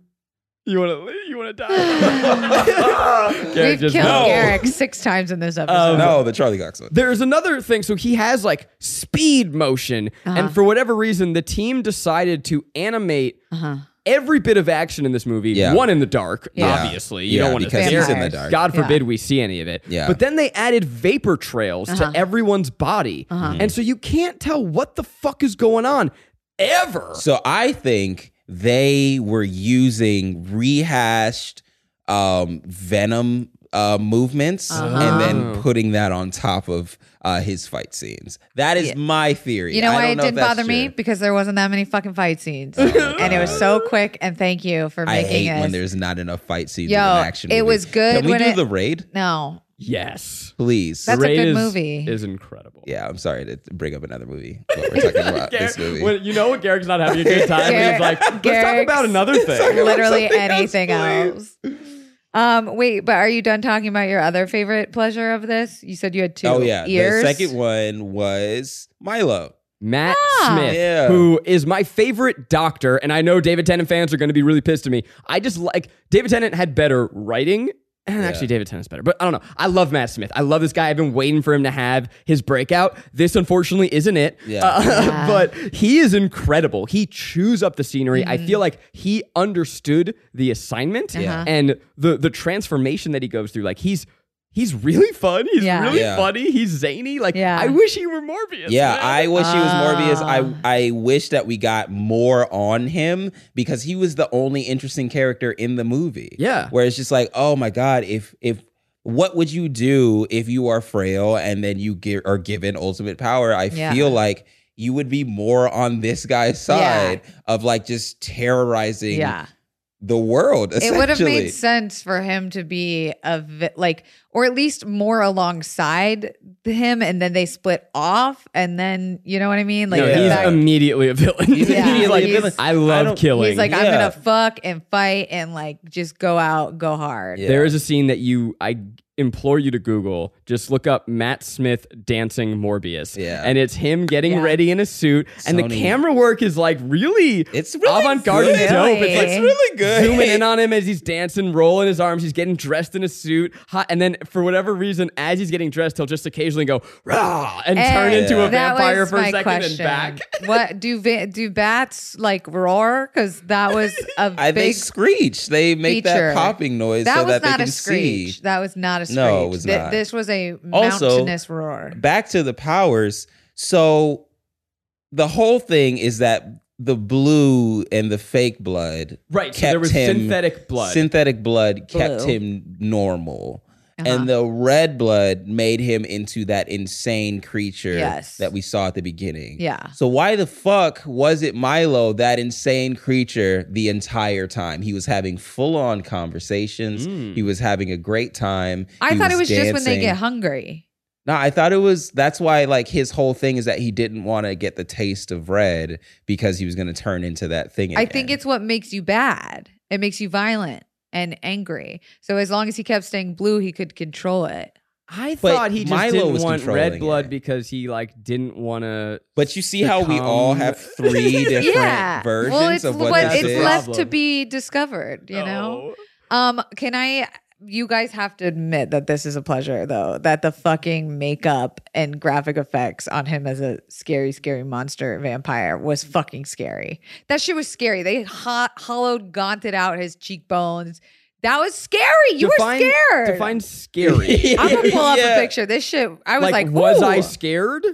Speaker 2: You want to you want to die? [LAUGHS] Garrett
Speaker 4: We've
Speaker 2: just-
Speaker 4: killed
Speaker 3: No.
Speaker 4: Garrick six times in this episode.
Speaker 3: no, the Charlie Cox one.
Speaker 2: There's another thing. So he has like speed motion,
Speaker 4: Uh-huh.
Speaker 2: and for whatever reason, the team decided to animate every bit of action in this movie.
Speaker 3: Yeah.
Speaker 2: One in the dark,
Speaker 4: Uh-huh. Yeah.
Speaker 2: obviously. You
Speaker 3: Yeah,
Speaker 2: don't want to
Speaker 3: because
Speaker 2: see
Speaker 4: he's
Speaker 2: it.
Speaker 4: in the dark.
Speaker 2: God
Speaker 4: Yeah.
Speaker 2: forbid we see any of it.
Speaker 3: Yeah.
Speaker 2: But then they added vapor trails
Speaker 4: Uh-huh.
Speaker 2: to everyone's body, and so you can't tell what the fuck is going on ever.
Speaker 3: So I think they were using rehashed um, Venom uh, movements
Speaker 4: Uh-huh.
Speaker 3: and then putting that on top of uh, his fight scenes. That is my theory.
Speaker 4: You know
Speaker 3: I
Speaker 4: why
Speaker 3: don't
Speaker 4: it
Speaker 3: know if
Speaker 4: didn't
Speaker 3: that's
Speaker 4: bother me?
Speaker 3: true.
Speaker 4: Because there wasn't that many fucking fight
Speaker 3: [LAUGHS]
Speaker 4: scenes. and it was so quick. And thank you for
Speaker 3: I
Speaker 4: making
Speaker 3: hate
Speaker 4: it.
Speaker 3: when there's not enough fight scenes
Speaker 4: Yo,
Speaker 3: in an action.
Speaker 4: it
Speaker 3: movie.
Speaker 4: was good
Speaker 3: Can we
Speaker 4: when
Speaker 3: do
Speaker 4: it-
Speaker 3: the raid, [LAUGHS]
Speaker 4: no.
Speaker 2: yes.
Speaker 3: please?
Speaker 4: That's a
Speaker 2: Raid
Speaker 4: good
Speaker 2: is-
Speaker 4: movie.
Speaker 2: Is incredible.
Speaker 3: yeah, I'm sorry to bring up another movie, but we're talking about this
Speaker 2: Garrett-
Speaker 3: movie.
Speaker 2: when- you know when Garrick's not having a good time, and he's
Speaker 4: Garrick-
Speaker 2: like, let's talk
Speaker 4: Garrick's-
Speaker 2: about another thing.
Speaker 4: Literally
Speaker 3: something else,
Speaker 4: anything else. Um, wait, but are you done talking about your other favorite pleasure of this? You said you had two.
Speaker 3: Oh yeah,
Speaker 4: ears.
Speaker 3: the second one was Milo.
Speaker 2: Matt Smith,
Speaker 3: Yeah.
Speaker 2: who is my favorite doctor, and I know David Tennant fans are going to be really pissed at me. I just like David Tennant had better writing. And actually, David Tennant's better, but I don't know. I love Matt Smith. I love this guy. I've been waiting for him to have his breakout. This, unfortunately, isn't it. Uh,
Speaker 3: Yeah.
Speaker 2: [LAUGHS]
Speaker 4: Yeah.
Speaker 2: but he is incredible. He chews up the scenery. I
Speaker 4: Mm.
Speaker 2: feel like he understood the assignment
Speaker 4: Yeah.
Speaker 2: and the the transformation that he goes through. Like he's he's really fun. He's
Speaker 4: Yeah.
Speaker 2: really
Speaker 3: Yeah.
Speaker 2: funny. He's zany. Like
Speaker 4: Yeah.
Speaker 2: I wish he were Morbius.
Speaker 3: Yeah,
Speaker 2: man.
Speaker 3: I wish he was Morbius.
Speaker 4: Ah.
Speaker 3: I I wish that we got more on him because he was the only interesting character in the movie.
Speaker 2: Yeah.
Speaker 3: Where it's just like, oh my God, if if what would you do if you are frail and then you get are given ultimate power? I
Speaker 4: Yeah.
Speaker 3: feel like you would be more on this guy's side of like just terrorizing
Speaker 4: Yeah.
Speaker 3: the world.
Speaker 4: It would have
Speaker 3: essentially.
Speaker 4: made sense for him to be a vi- like, or at least more alongside him, and then they split off, and then you know what I mean. Like
Speaker 2: no,
Speaker 4: the
Speaker 2: he's
Speaker 4: fact-
Speaker 2: immediately a villain.
Speaker 3: He's
Speaker 4: Yeah.
Speaker 2: [LAUGHS] he's like,
Speaker 4: He's-
Speaker 2: I
Speaker 3: I
Speaker 2: love
Speaker 3: don't-
Speaker 2: killing.
Speaker 4: he's like, I'm
Speaker 3: Yeah.
Speaker 4: gonna fuck and fight and like just go out, go hard.
Speaker 3: Yeah.
Speaker 2: there is a scene that you, I implore you to Google. Just look up Matt Smith dancing Morbius.
Speaker 3: Yeah.
Speaker 2: And it's him getting
Speaker 4: Yeah.
Speaker 2: ready in a suit, and the
Speaker 3: Sony.
Speaker 2: camera work is like really,
Speaker 3: It's really
Speaker 2: avant-garde and
Speaker 3: good.
Speaker 2: dope. It's like
Speaker 4: Really?
Speaker 3: It's really good.
Speaker 2: Zooming in on him as he's dancing, rolling his arms. He's getting dressed in a suit. Hot, and then, for whatever reason, as he's getting dressed, he'll just occasionally go, rah, and, turn
Speaker 4: And
Speaker 2: into a
Speaker 4: Eh, that
Speaker 2: vampire
Speaker 4: was
Speaker 2: for a
Speaker 4: my
Speaker 2: second and
Speaker 4: question.
Speaker 2: back. [LAUGHS]
Speaker 4: what do va- do bats like roar? Because that was a
Speaker 3: I, they
Speaker 4: big
Speaker 3: screech. They make
Speaker 4: feature.
Speaker 3: that popping noise
Speaker 4: That
Speaker 3: so
Speaker 4: was
Speaker 3: that they
Speaker 4: not
Speaker 3: can
Speaker 4: a screech.
Speaker 3: see.
Speaker 4: That was not a screech.
Speaker 3: No, it was
Speaker 4: Th-
Speaker 3: not.
Speaker 4: This was a
Speaker 3: Also-
Speaker 4: mountainous roar.
Speaker 3: Back to the powers. So the whole thing is that the blue and the fake blood,
Speaker 2: Right, so
Speaker 3: Kept
Speaker 2: there was
Speaker 3: him-
Speaker 2: synthetic blood.
Speaker 3: synthetic blood, kept
Speaker 4: Blue. Uh-huh.
Speaker 3: him normal. And the red blood made him into that insane creature
Speaker 4: Yes.
Speaker 3: that we saw at the beginning.
Speaker 4: Yeah.
Speaker 3: So why the fuck was it Milo, that insane creature, the entire time? He was having full on conversations. He was having a great time.
Speaker 4: I
Speaker 3: He
Speaker 4: thought it was just when they
Speaker 3: dancing.
Speaker 4: get hungry.
Speaker 3: No, I thought it was that's why like his whole thing is that he didn't want to get the taste of red because he was going to turn into that thing.
Speaker 4: I
Speaker 3: again.
Speaker 4: think it's what makes you bad. It makes you violent and angry. So as long as he kept staying blue, he could control it.
Speaker 2: I
Speaker 3: But
Speaker 2: thought he just
Speaker 3: Milo
Speaker 2: didn't
Speaker 3: was
Speaker 2: want
Speaker 3: controlling
Speaker 2: red blood
Speaker 3: it.
Speaker 2: because he like didn't want to.
Speaker 3: But you see how we all have
Speaker 4: [LAUGHS]
Speaker 3: three different
Speaker 4: yeah.
Speaker 3: versions
Speaker 4: well, it's
Speaker 3: of what,
Speaker 4: what-
Speaker 3: this
Speaker 4: it's
Speaker 3: is.
Speaker 4: left to
Speaker 2: Problem.
Speaker 4: be discovered,
Speaker 2: uh,
Speaker 4: you know? Um, can I? You guys have to admit that this is a pleasure, though. That the fucking makeup and graphic effects on him as a scary, scary monster vampire was fucking scary. That shit was scary. They ho- hollowed, gaunted out his cheekbones. That was scary. You were scared.
Speaker 2: Define scary.
Speaker 4: I'm gonna pull
Speaker 3: [LAUGHS]
Speaker 4: up [LAUGHS]
Speaker 3: Yeah.
Speaker 4: a picture. This shit. I was like,
Speaker 2: was I
Speaker 4: ooh.
Speaker 2: scared?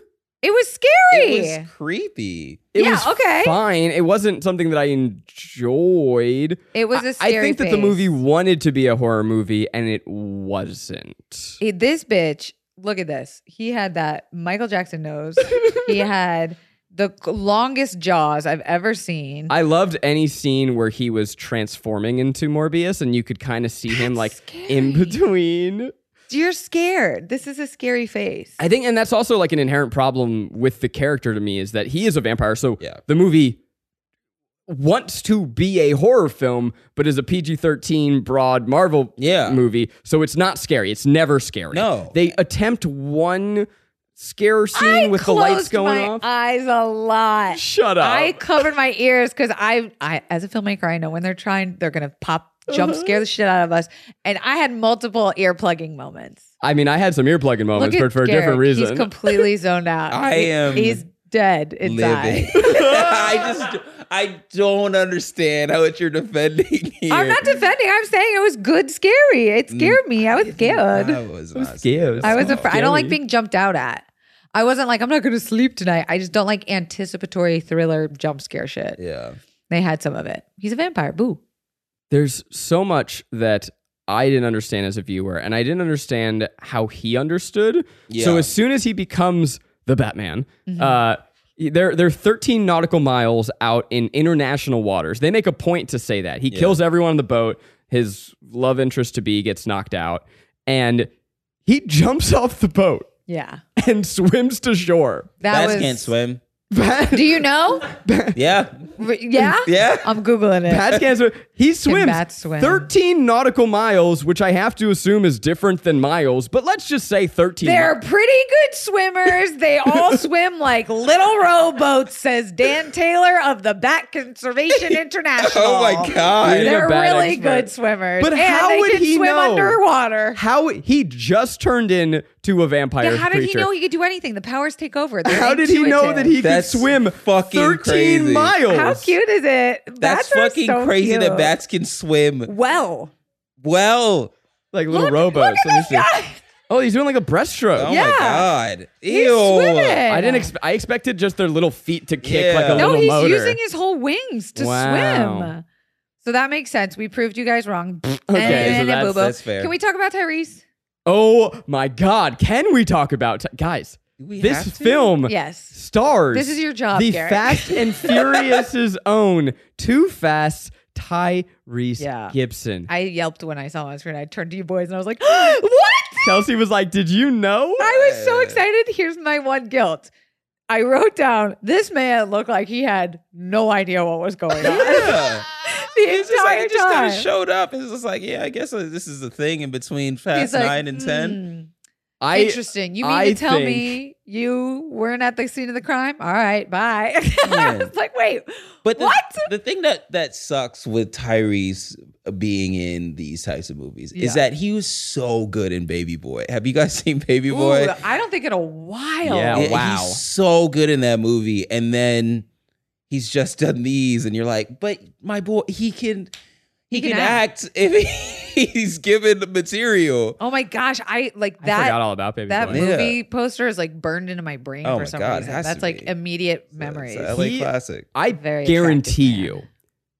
Speaker 4: It was scary.
Speaker 3: It was creepy.
Speaker 2: It
Speaker 4: Yeah,
Speaker 2: was
Speaker 4: okay.
Speaker 2: Fine. It wasn't something that I enjoyed.
Speaker 4: It was a
Speaker 2: I I
Speaker 4: scary
Speaker 2: think that the
Speaker 4: face.
Speaker 2: movie wanted to be a horror movie and it wasn't.
Speaker 4: Hey, this bitch, look at this. He had that Michael Jackson nose.
Speaker 2: [LAUGHS]
Speaker 4: he had the c- longest jaws I've ever seen.
Speaker 2: I loved any scene where he was transforming into Morbius and you could kind of see him like in between.
Speaker 4: You're scared. This is a scary face.
Speaker 2: I think, and that's also like an inherent problem with the character to me is that he is a vampire. So
Speaker 3: Yeah.
Speaker 2: the movie wants to be a horror film, but is a PG 13 broad Marvel
Speaker 3: Yeah.
Speaker 2: movie. So it's not scary. It's never scary.
Speaker 3: No.
Speaker 2: They attempt one scare scene
Speaker 4: I
Speaker 2: with the lights
Speaker 4: closed
Speaker 2: going
Speaker 4: my
Speaker 2: off.
Speaker 4: Eyes a lot.
Speaker 2: Shut up.
Speaker 4: I covered my ears because I, I, as a filmmaker, I know when they're trying, they're gonna pop jump
Speaker 2: Uh-huh.
Speaker 4: scare the shit out of us. And I had multiple ear plugging moments.
Speaker 2: I mean, I had some ear plugging
Speaker 4: Look
Speaker 2: moments,
Speaker 4: at
Speaker 2: but for a
Speaker 4: Garrick.
Speaker 2: different
Speaker 4: He's
Speaker 2: reason.
Speaker 4: completely
Speaker 2: [LAUGHS]
Speaker 4: zoned out.
Speaker 3: I
Speaker 4: He-
Speaker 3: am
Speaker 4: He's dead inside.
Speaker 3: Livid.
Speaker 4: [LAUGHS]
Speaker 3: [LAUGHS] I just I don't understand how what you're
Speaker 4: [LAUGHS]
Speaker 3: defending here.
Speaker 4: I'm not defending. I'm saying it was good, scary. It scared me. I was scared.
Speaker 3: I was not
Speaker 2: scared.
Speaker 4: I was
Speaker 2: so
Speaker 4: afraid. I don't like
Speaker 2: scary.
Speaker 4: being jumped out at. I wasn't like I'm not going to sleep tonight. I just don't like anticipatory thriller jump scare shit.
Speaker 3: [LAUGHS] Yeah.
Speaker 4: They had some of it. He's a vampire. Boo.
Speaker 2: There's so much that I didn't understand as a viewer, and I didn't understand how he understood. So
Speaker 3: Yeah.
Speaker 2: as soon as he becomes the Batman, uh, they're they're 13 nautical miles out in international waters. They make a point to say that he kills everyone on the boat. His love interest to be gets knocked out, and he [LAUGHS] jumps off the boat
Speaker 4: Yeah.
Speaker 2: and swims to shore.
Speaker 4: That
Speaker 3: Bats
Speaker 4: was.
Speaker 3: can't swim.
Speaker 4: [LAUGHS] Do you know?
Speaker 3: [LAUGHS] Yeah.
Speaker 4: R- yeah.
Speaker 3: Yeah.
Speaker 4: I'm googling it.
Speaker 2: Bats can't swim. He swims
Speaker 4: bats swim?
Speaker 2: 13 nautical miles, which I have to assume is different than miles, but let's just say 13.
Speaker 4: They're pretty good swimmers. They
Speaker 2: [LAUGHS]
Speaker 4: all swim like little rowboats, says Dan Taylor of the
Speaker 2: [LAUGHS]
Speaker 4: Bat Conservation International.
Speaker 3: Oh my
Speaker 2: You're
Speaker 3: god.
Speaker 2: a
Speaker 4: They're
Speaker 2: bat
Speaker 4: really
Speaker 2: expert.
Speaker 4: good swimmers.
Speaker 2: But
Speaker 4: and
Speaker 2: how
Speaker 4: they
Speaker 2: would
Speaker 4: can
Speaker 2: he
Speaker 4: swim
Speaker 2: know?
Speaker 4: underwater.
Speaker 2: How he just turned into a vampire
Speaker 4: Yeah, how did
Speaker 2: creature.
Speaker 4: he know he could do anything? The powers take over. They're
Speaker 2: how did he know
Speaker 4: intuitive.
Speaker 2: that he
Speaker 3: That's
Speaker 2: could swim
Speaker 3: fucking
Speaker 2: 13
Speaker 3: crazy.
Speaker 2: miles?
Speaker 4: How cute is it?
Speaker 3: That's
Speaker 4: Bats are
Speaker 3: fucking
Speaker 4: so
Speaker 3: crazy
Speaker 4: cute.
Speaker 3: that bats can swim.
Speaker 4: Well,
Speaker 3: Well.
Speaker 2: Like little
Speaker 4: Look-
Speaker 2: robots.
Speaker 4: look at
Speaker 2: Let me
Speaker 4: this
Speaker 2: see. Oh, he's doing like a breaststroke.
Speaker 3: Oh
Speaker 4: Yeah.
Speaker 3: my god.
Speaker 4: He's
Speaker 3: Ew.
Speaker 4: swimming.
Speaker 2: I didn't. Expe- I expected just their little feet to kick
Speaker 3: Yeah.
Speaker 2: like a
Speaker 4: No,
Speaker 2: little
Speaker 4: he's
Speaker 2: motor.
Speaker 4: using his whole wings to
Speaker 2: Wow.
Speaker 4: swim. So that makes sense. We proved you
Speaker 3: [LAUGHS]
Speaker 4: guys wrong. okay,
Speaker 2: so that's-
Speaker 3: that's fair.
Speaker 4: Can we talk
Speaker 3: [LAUGHS]
Speaker 4: about Tyrese?
Speaker 2: oh my God! Can we talk about guys?
Speaker 3: Do we
Speaker 2: This
Speaker 3: have to?
Speaker 2: film
Speaker 4: Yes.
Speaker 2: stars.
Speaker 4: This is your job,
Speaker 2: The
Speaker 4: Garrett.
Speaker 2: Fast and
Speaker 4: [LAUGHS]
Speaker 2: Furious's own Too Fast Tyrese
Speaker 4: Yeah.
Speaker 2: Gibson.
Speaker 4: I yelped when I saw him on screen. I turned to you boys and I was like, [GASPS] what?
Speaker 2: Kelsey was like, "Did you know?"
Speaker 4: I was so excited. Here's my one guilt. I wrote down this man looked like he had no idea what was going on.
Speaker 3: [LAUGHS] Yeah.
Speaker 4: [LAUGHS] the
Speaker 3: It's just like
Speaker 4: entire
Speaker 3: it just kind
Speaker 4: time.
Speaker 3: of showed up. It's just like, yeah, I guess uh, this is the thing in between
Speaker 4: He's
Speaker 3: Fast
Speaker 4: like,
Speaker 3: Nine and Ten.
Speaker 4: "Mm,
Speaker 2: I
Speaker 4: Interesting. You mean
Speaker 2: I
Speaker 4: to tell
Speaker 2: think-
Speaker 4: me you weren't at the scene of the crime? All right, bye. [LAUGHS] I
Speaker 3: Man.
Speaker 4: was like, wait,
Speaker 3: But the,
Speaker 4: what?
Speaker 3: the thing that that sucks with Tyrese being in these types of movies
Speaker 4: Yeah.
Speaker 3: is that he was so good in Baby Boy. Have you guys [LAUGHS] seen Baby
Speaker 4: Ooh,
Speaker 3: Boy?
Speaker 4: I don't think in a while.
Speaker 2: Yeah.
Speaker 3: Yeah,
Speaker 2: wow.
Speaker 3: He's so good in that movie. And then he's just done these, and you're like, but my boy, he can he,
Speaker 4: can
Speaker 3: can, act, [LAUGHS] if he's given the material.
Speaker 4: Oh my gosh, I like
Speaker 2: I forgot
Speaker 4: that.
Speaker 2: all about Baby
Speaker 3: Yeah.
Speaker 4: that
Speaker 2: Boy.
Speaker 4: movie poster is like burned into my brain
Speaker 3: Oh
Speaker 4: for
Speaker 3: my
Speaker 4: some
Speaker 3: God, it
Speaker 4: reason.
Speaker 3: has to
Speaker 4: That's like
Speaker 3: be.
Speaker 4: immediate
Speaker 3: It's a- it's
Speaker 4: memories.
Speaker 3: a LA
Speaker 2: He-
Speaker 3: classic.
Speaker 2: I
Speaker 4: Very attractive
Speaker 2: guarantee
Speaker 4: man.
Speaker 2: you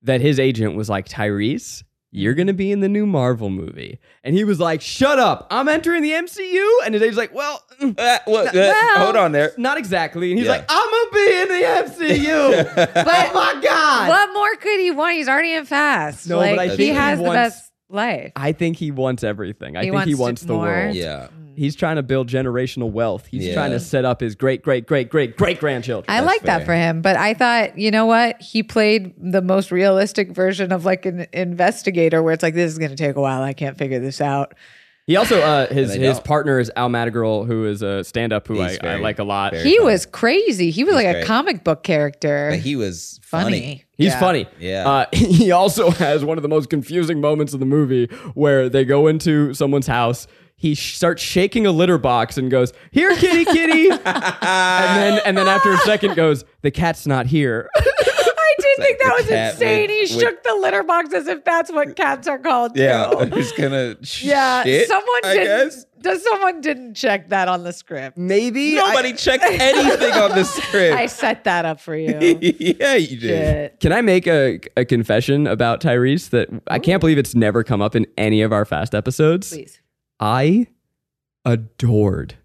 Speaker 2: that his agent was like, Tyrese, you're going to be in the new Marvel movie. And he was like, shut up. I'm entering the MCU. And his agent's like, well, mm,
Speaker 3: Uh, well, uh,
Speaker 4: well-
Speaker 3: hold on
Speaker 4: [LAUGHS]
Speaker 3: there.
Speaker 2: not exactly. And he's
Speaker 3: Yeah.
Speaker 2: like, I'm going to be in the MCU.
Speaker 4: [LAUGHS] But
Speaker 2: oh my God.
Speaker 4: what more could he want? He's already in fast.
Speaker 2: No,
Speaker 4: like,
Speaker 2: but I
Speaker 4: he
Speaker 2: think he
Speaker 4: has the
Speaker 2: wants-
Speaker 4: best life.
Speaker 2: I think he wants everything. I
Speaker 4: He
Speaker 2: think he
Speaker 4: wants
Speaker 2: wants
Speaker 4: to
Speaker 2: the
Speaker 4: more.
Speaker 2: world.
Speaker 3: Yeah.
Speaker 2: He's trying to build generational wealth. He's
Speaker 3: Yeah.
Speaker 2: trying to set up his great, great, great, great, great grandchildren.
Speaker 4: I like that
Speaker 3: fair.
Speaker 4: for him, but I thought, you know what? He played the most realistic version of like an investigator where it's like, this is going to take a while. I can't figure this out.
Speaker 2: He also, uh, his,
Speaker 3: And I
Speaker 2: his
Speaker 3: don't.
Speaker 2: partner is Al Madrigal, who is a stand up who
Speaker 3: He's
Speaker 2: I, I
Speaker 3: very-
Speaker 2: like a lot.
Speaker 3: very-
Speaker 4: He
Speaker 3: funny.
Speaker 4: was crazy. He was like a
Speaker 3: great.
Speaker 4: comic book character.
Speaker 3: But he was
Speaker 4: funny.
Speaker 3: funny.
Speaker 2: He's
Speaker 4: Yeah.
Speaker 2: funny.
Speaker 3: Yeah.
Speaker 2: Uh, [LAUGHS] he also has one of the most confusing moments of the movie where they go into someone's house. He sh- starts shaking a litter box and goes, "Here, kitty,
Speaker 3: [LAUGHS]
Speaker 2: kitty," and
Speaker 4: [LAUGHS]
Speaker 2: then and then after a second goes, "The cat's not here."
Speaker 4: I did think
Speaker 3: the
Speaker 4: that was
Speaker 3: cat
Speaker 4: insane.
Speaker 3: with-
Speaker 4: he
Speaker 3: with-
Speaker 4: shook the litter box as if that's what cats are called.
Speaker 3: Yeah, [LAUGHS]
Speaker 4: too.
Speaker 3: he's gonna. Sh-
Speaker 4: Yeah.
Speaker 3: shit,
Speaker 4: someone
Speaker 3: I
Speaker 4: didn't.
Speaker 3: guess
Speaker 4: Does someone didn't check that on the script?
Speaker 2: Maybe [LAUGHS]
Speaker 3: nobody
Speaker 4: [LAUGHS]
Speaker 3: checked anything on the script. [LAUGHS]
Speaker 4: I set that up for you.
Speaker 3: yeah, you did.
Speaker 4: Shit.
Speaker 2: Can I make a, a confession about Tyrese that I can't believe it's never come up in any of our fast episodes?
Speaker 4: Please.
Speaker 2: I adored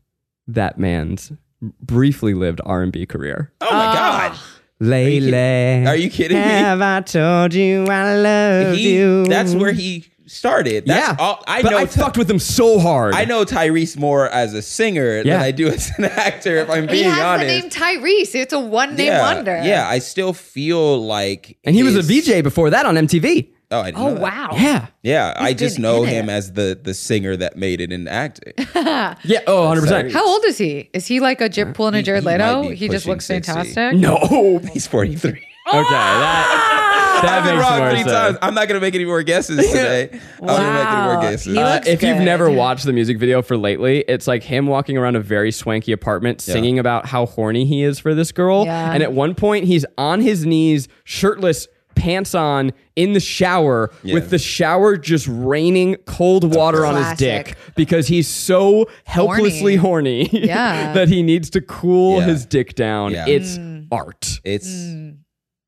Speaker 2: that man's briefly lived R and B career.
Speaker 3: Oh my
Speaker 4: Ah.
Speaker 3: god,
Speaker 2: Layla,
Speaker 3: are you kidding me?
Speaker 2: Have I told you I love
Speaker 3: he,
Speaker 2: you?
Speaker 3: that's where he started. That's
Speaker 2: yeah,
Speaker 3: all I
Speaker 2: but
Speaker 3: know.
Speaker 2: I
Speaker 3: Ty-
Speaker 2: fucked with him so hard.
Speaker 3: I know Tyrese more as a singer
Speaker 2: Yeah.
Speaker 3: than I do as an [LAUGHS] actor. If I'm
Speaker 4: He
Speaker 3: being
Speaker 4: has
Speaker 3: honest,
Speaker 4: the name Tyrese. It's a one name
Speaker 3: yeah,
Speaker 4: wonder.
Speaker 3: yeah, I still feel like,
Speaker 2: and he was a
Speaker 3: his-
Speaker 2: VJ before that on MTV.
Speaker 3: Oh, I didn't
Speaker 4: Oh
Speaker 3: know that.
Speaker 4: wow.
Speaker 2: Yeah,
Speaker 3: Yeah, I just
Speaker 4: been
Speaker 3: know
Speaker 4: in
Speaker 3: him
Speaker 4: it.
Speaker 3: as the the singer that made it in
Speaker 4: [LAUGHS]
Speaker 3: acting.
Speaker 2: yeah. Oh, 100 percent.
Speaker 4: How old is he? Is he like a Jip pulling a
Speaker 3: He-
Speaker 4: Jared
Speaker 3: he might
Speaker 4: Leto?
Speaker 3: be
Speaker 4: He just
Speaker 3: pushing [LAUGHS]
Speaker 4: looks
Speaker 3: 60.
Speaker 4: fantastic.
Speaker 2: No,
Speaker 3: He's 43.
Speaker 2: Okay, that, that
Speaker 3: [LAUGHS] I've been
Speaker 2: makes
Speaker 3: wrong
Speaker 2: more
Speaker 3: three
Speaker 2: sense.
Speaker 3: times. I'm not gonna make any more guesses today. I'm not making any
Speaker 4: Wow.
Speaker 3: more guesses.
Speaker 4: You
Speaker 2: Uh,
Speaker 4: Looks
Speaker 2: if you've
Speaker 4: good.
Speaker 2: never watched the music video for lately, it's like him walking around a very swanky apartment singing about how horny he is for this girl.
Speaker 4: Yeah.
Speaker 2: And at one point, he's on his knees, shirtless, pants on, in the shower, with the shower just raining cold water on his
Speaker 4: Classic.
Speaker 2: dick because he's so helplessly horny, [LAUGHS]
Speaker 4: Yeah. Hmm.
Speaker 2: that he needs to cool
Speaker 3: Yeah.
Speaker 2: his dick down.
Speaker 3: Yeah.
Speaker 2: It's art.
Speaker 3: it's
Speaker 4: Mm.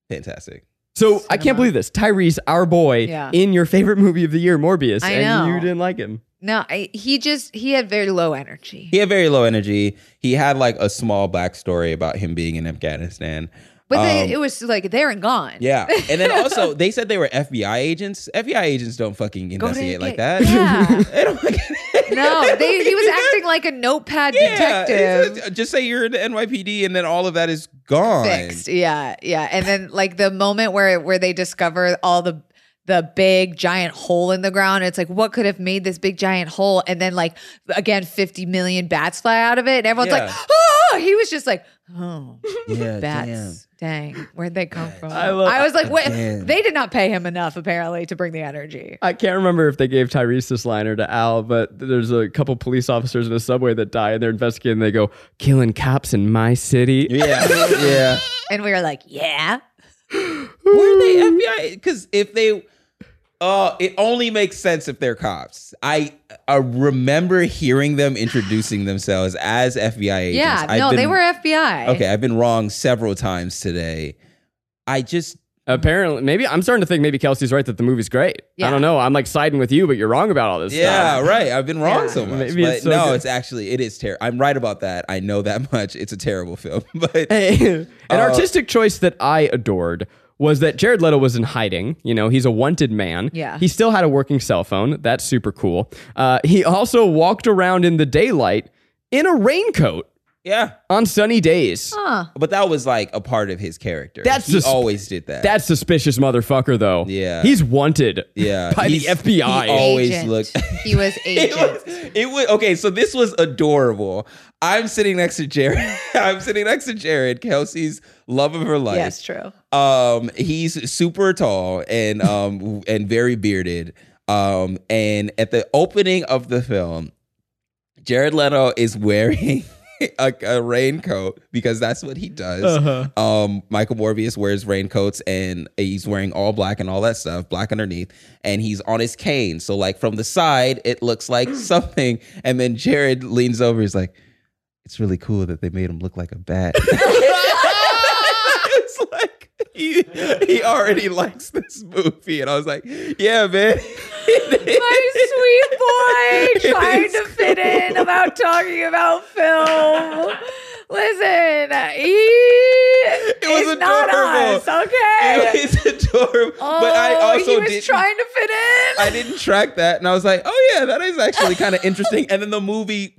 Speaker 3: fantastic.
Speaker 2: So I can't believe this. Tyrese, our boy,
Speaker 4: Yeah.
Speaker 2: in your favorite movie of the year, Morbius,
Speaker 4: I
Speaker 2: and
Speaker 4: know.
Speaker 2: you didn't like him.
Speaker 4: No, I, he just he had very low energy.
Speaker 3: He had very low energy. He had like a small backstory about him being in Afghanistan.
Speaker 4: But they,
Speaker 3: Um,
Speaker 4: it was like there and gone.
Speaker 3: Yeah, and then
Speaker 4: [LAUGHS]
Speaker 3: also they said they were FBI agents. FBI agents don't fucking
Speaker 4: Go to
Speaker 3: investigate like
Speaker 4: get-
Speaker 3: that. [LAUGHS]
Speaker 4: Yeah.
Speaker 3: They don't
Speaker 4: [LAUGHS]
Speaker 3: fucking-
Speaker 4: no,
Speaker 3: [LAUGHS]
Speaker 4: they, he was acting like a notepad
Speaker 3: Yeah,
Speaker 4: detective.
Speaker 3: it's just- just say you're in the NYPD, and then all of that is gone.
Speaker 4: fixed. Yeah, yeah. And then like the moment where where they discover all the the big giant hole in the ground, it's like what could have made this big giant hole? And then like again, fifty million bats fly out of it, and everyone's like,
Speaker 3: Yeah.
Speaker 4: oh! He was just like, oh,
Speaker 3: Yeah, damn.
Speaker 4: bats. Dang, where'd they come from?
Speaker 2: I love-
Speaker 4: was like, what?
Speaker 3: Damn.
Speaker 4: They did not pay him enough apparently to bring the energy.
Speaker 2: I can't remember if they gave Tyrese this line or to Al, but there's a couple police officers in the subway that die and they're investigating. They go, killing cops in my city.
Speaker 4: [LAUGHS]
Speaker 3: Yeah, yeah.
Speaker 4: And we were like, yeah.
Speaker 3: Were they
Speaker 4: Mm-hmm.
Speaker 3: FBI? Because if they, uh, it only makes sense if they're cops. I uh, remember hearing them introducing themselves as FBI agents.
Speaker 4: Yeah,
Speaker 3: I've
Speaker 4: no, they
Speaker 3: been-
Speaker 4: were FBI.
Speaker 3: Okay, I've been wrong several times today. I just
Speaker 2: Apparently, maybe I'm starting to think maybe Kelsey's right that the movie's great. I
Speaker 4: Yeah.
Speaker 2: don't know. I'm like siding with you, but you're wrong about all this
Speaker 3: yeah,
Speaker 2: stuff. [LAUGHS]
Speaker 3: right. I've been wrong
Speaker 4: Yeah.
Speaker 3: so much.
Speaker 2: Maybe
Speaker 3: but
Speaker 2: it's so
Speaker 3: no,
Speaker 2: good.
Speaker 3: it's actually it is terrible. I'm right about that. I know that [LAUGHS] much. It's a terrible film, [LAUGHS] but
Speaker 4: Uh,
Speaker 2: An
Speaker 3: Uh,
Speaker 2: artistic choice that I adored was that Jared Leto was in hiding. You know, he's a wanted man.
Speaker 4: Yeah.
Speaker 2: He still had a working cell phone. That's super cool. Uh, he also walked around in the daylight in a raincoat
Speaker 3: yeah.
Speaker 2: on sunny days.
Speaker 4: Huh.
Speaker 3: But that was like a part of his character.
Speaker 2: That's
Speaker 3: he
Speaker 2: just-
Speaker 3: always did that.
Speaker 2: That suspicious motherfucker, though.
Speaker 3: Yeah.
Speaker 2: He's wanted.
Speaker 3: yeah.
Speaker 2: By the
Speaker 3: he's-
Speaker 2: FBI.
Speaker 3: He always
Speaker 4: Agent.
Speaker 3: looked. [LAUGHS]
Speaker 4: He was
Speaker 3: It
Speaker 4: agent.
Speaker 3: was, it was okay. So this was adorable. I'm sitting next to Jared. [LAUGHS] I'm sitting next to Jared, Kelsey's love of her life.
Speaker 4: yes, true.
Speaker 3: Um, he's super tall and um and very bearded. Um, and at the opening of the film, Jared Leto is wearing [LAUGHS] a, a raincoat because that's what he does. Um, Michael Morbius wears raincoats and he's wearing all black and all that stuff, black underneath, and he's on his cane. So like from the side, it looks like something, and then Jared leans over. He's like, "It's really cool that they made him look like a bat." [LAUGHS] it's like he, he already likes this movie, and I was like, "Yeah, man." [LAUGHS]
Speaker 4: my sweet boy
Speaker 3: It
Speaker 4: trying
Speaker 3: is
Speaker 4: to fit in about talking about film. Listen, he it
Speaker 3: was
Speaker 4: not
Speaker 3: adorable.
Speaker 4: us, okay?
Speaker 3: It's adorable,
Speaker 4: oh,
Speaker 3: but I also
Speaker 4: he was
Speaker 3: didn't.
Speaker 4: trying to fit in.
Speaker 3: I didn't track that, and I was like, "Oh yeah, that is actually kind of interesting." And then the movie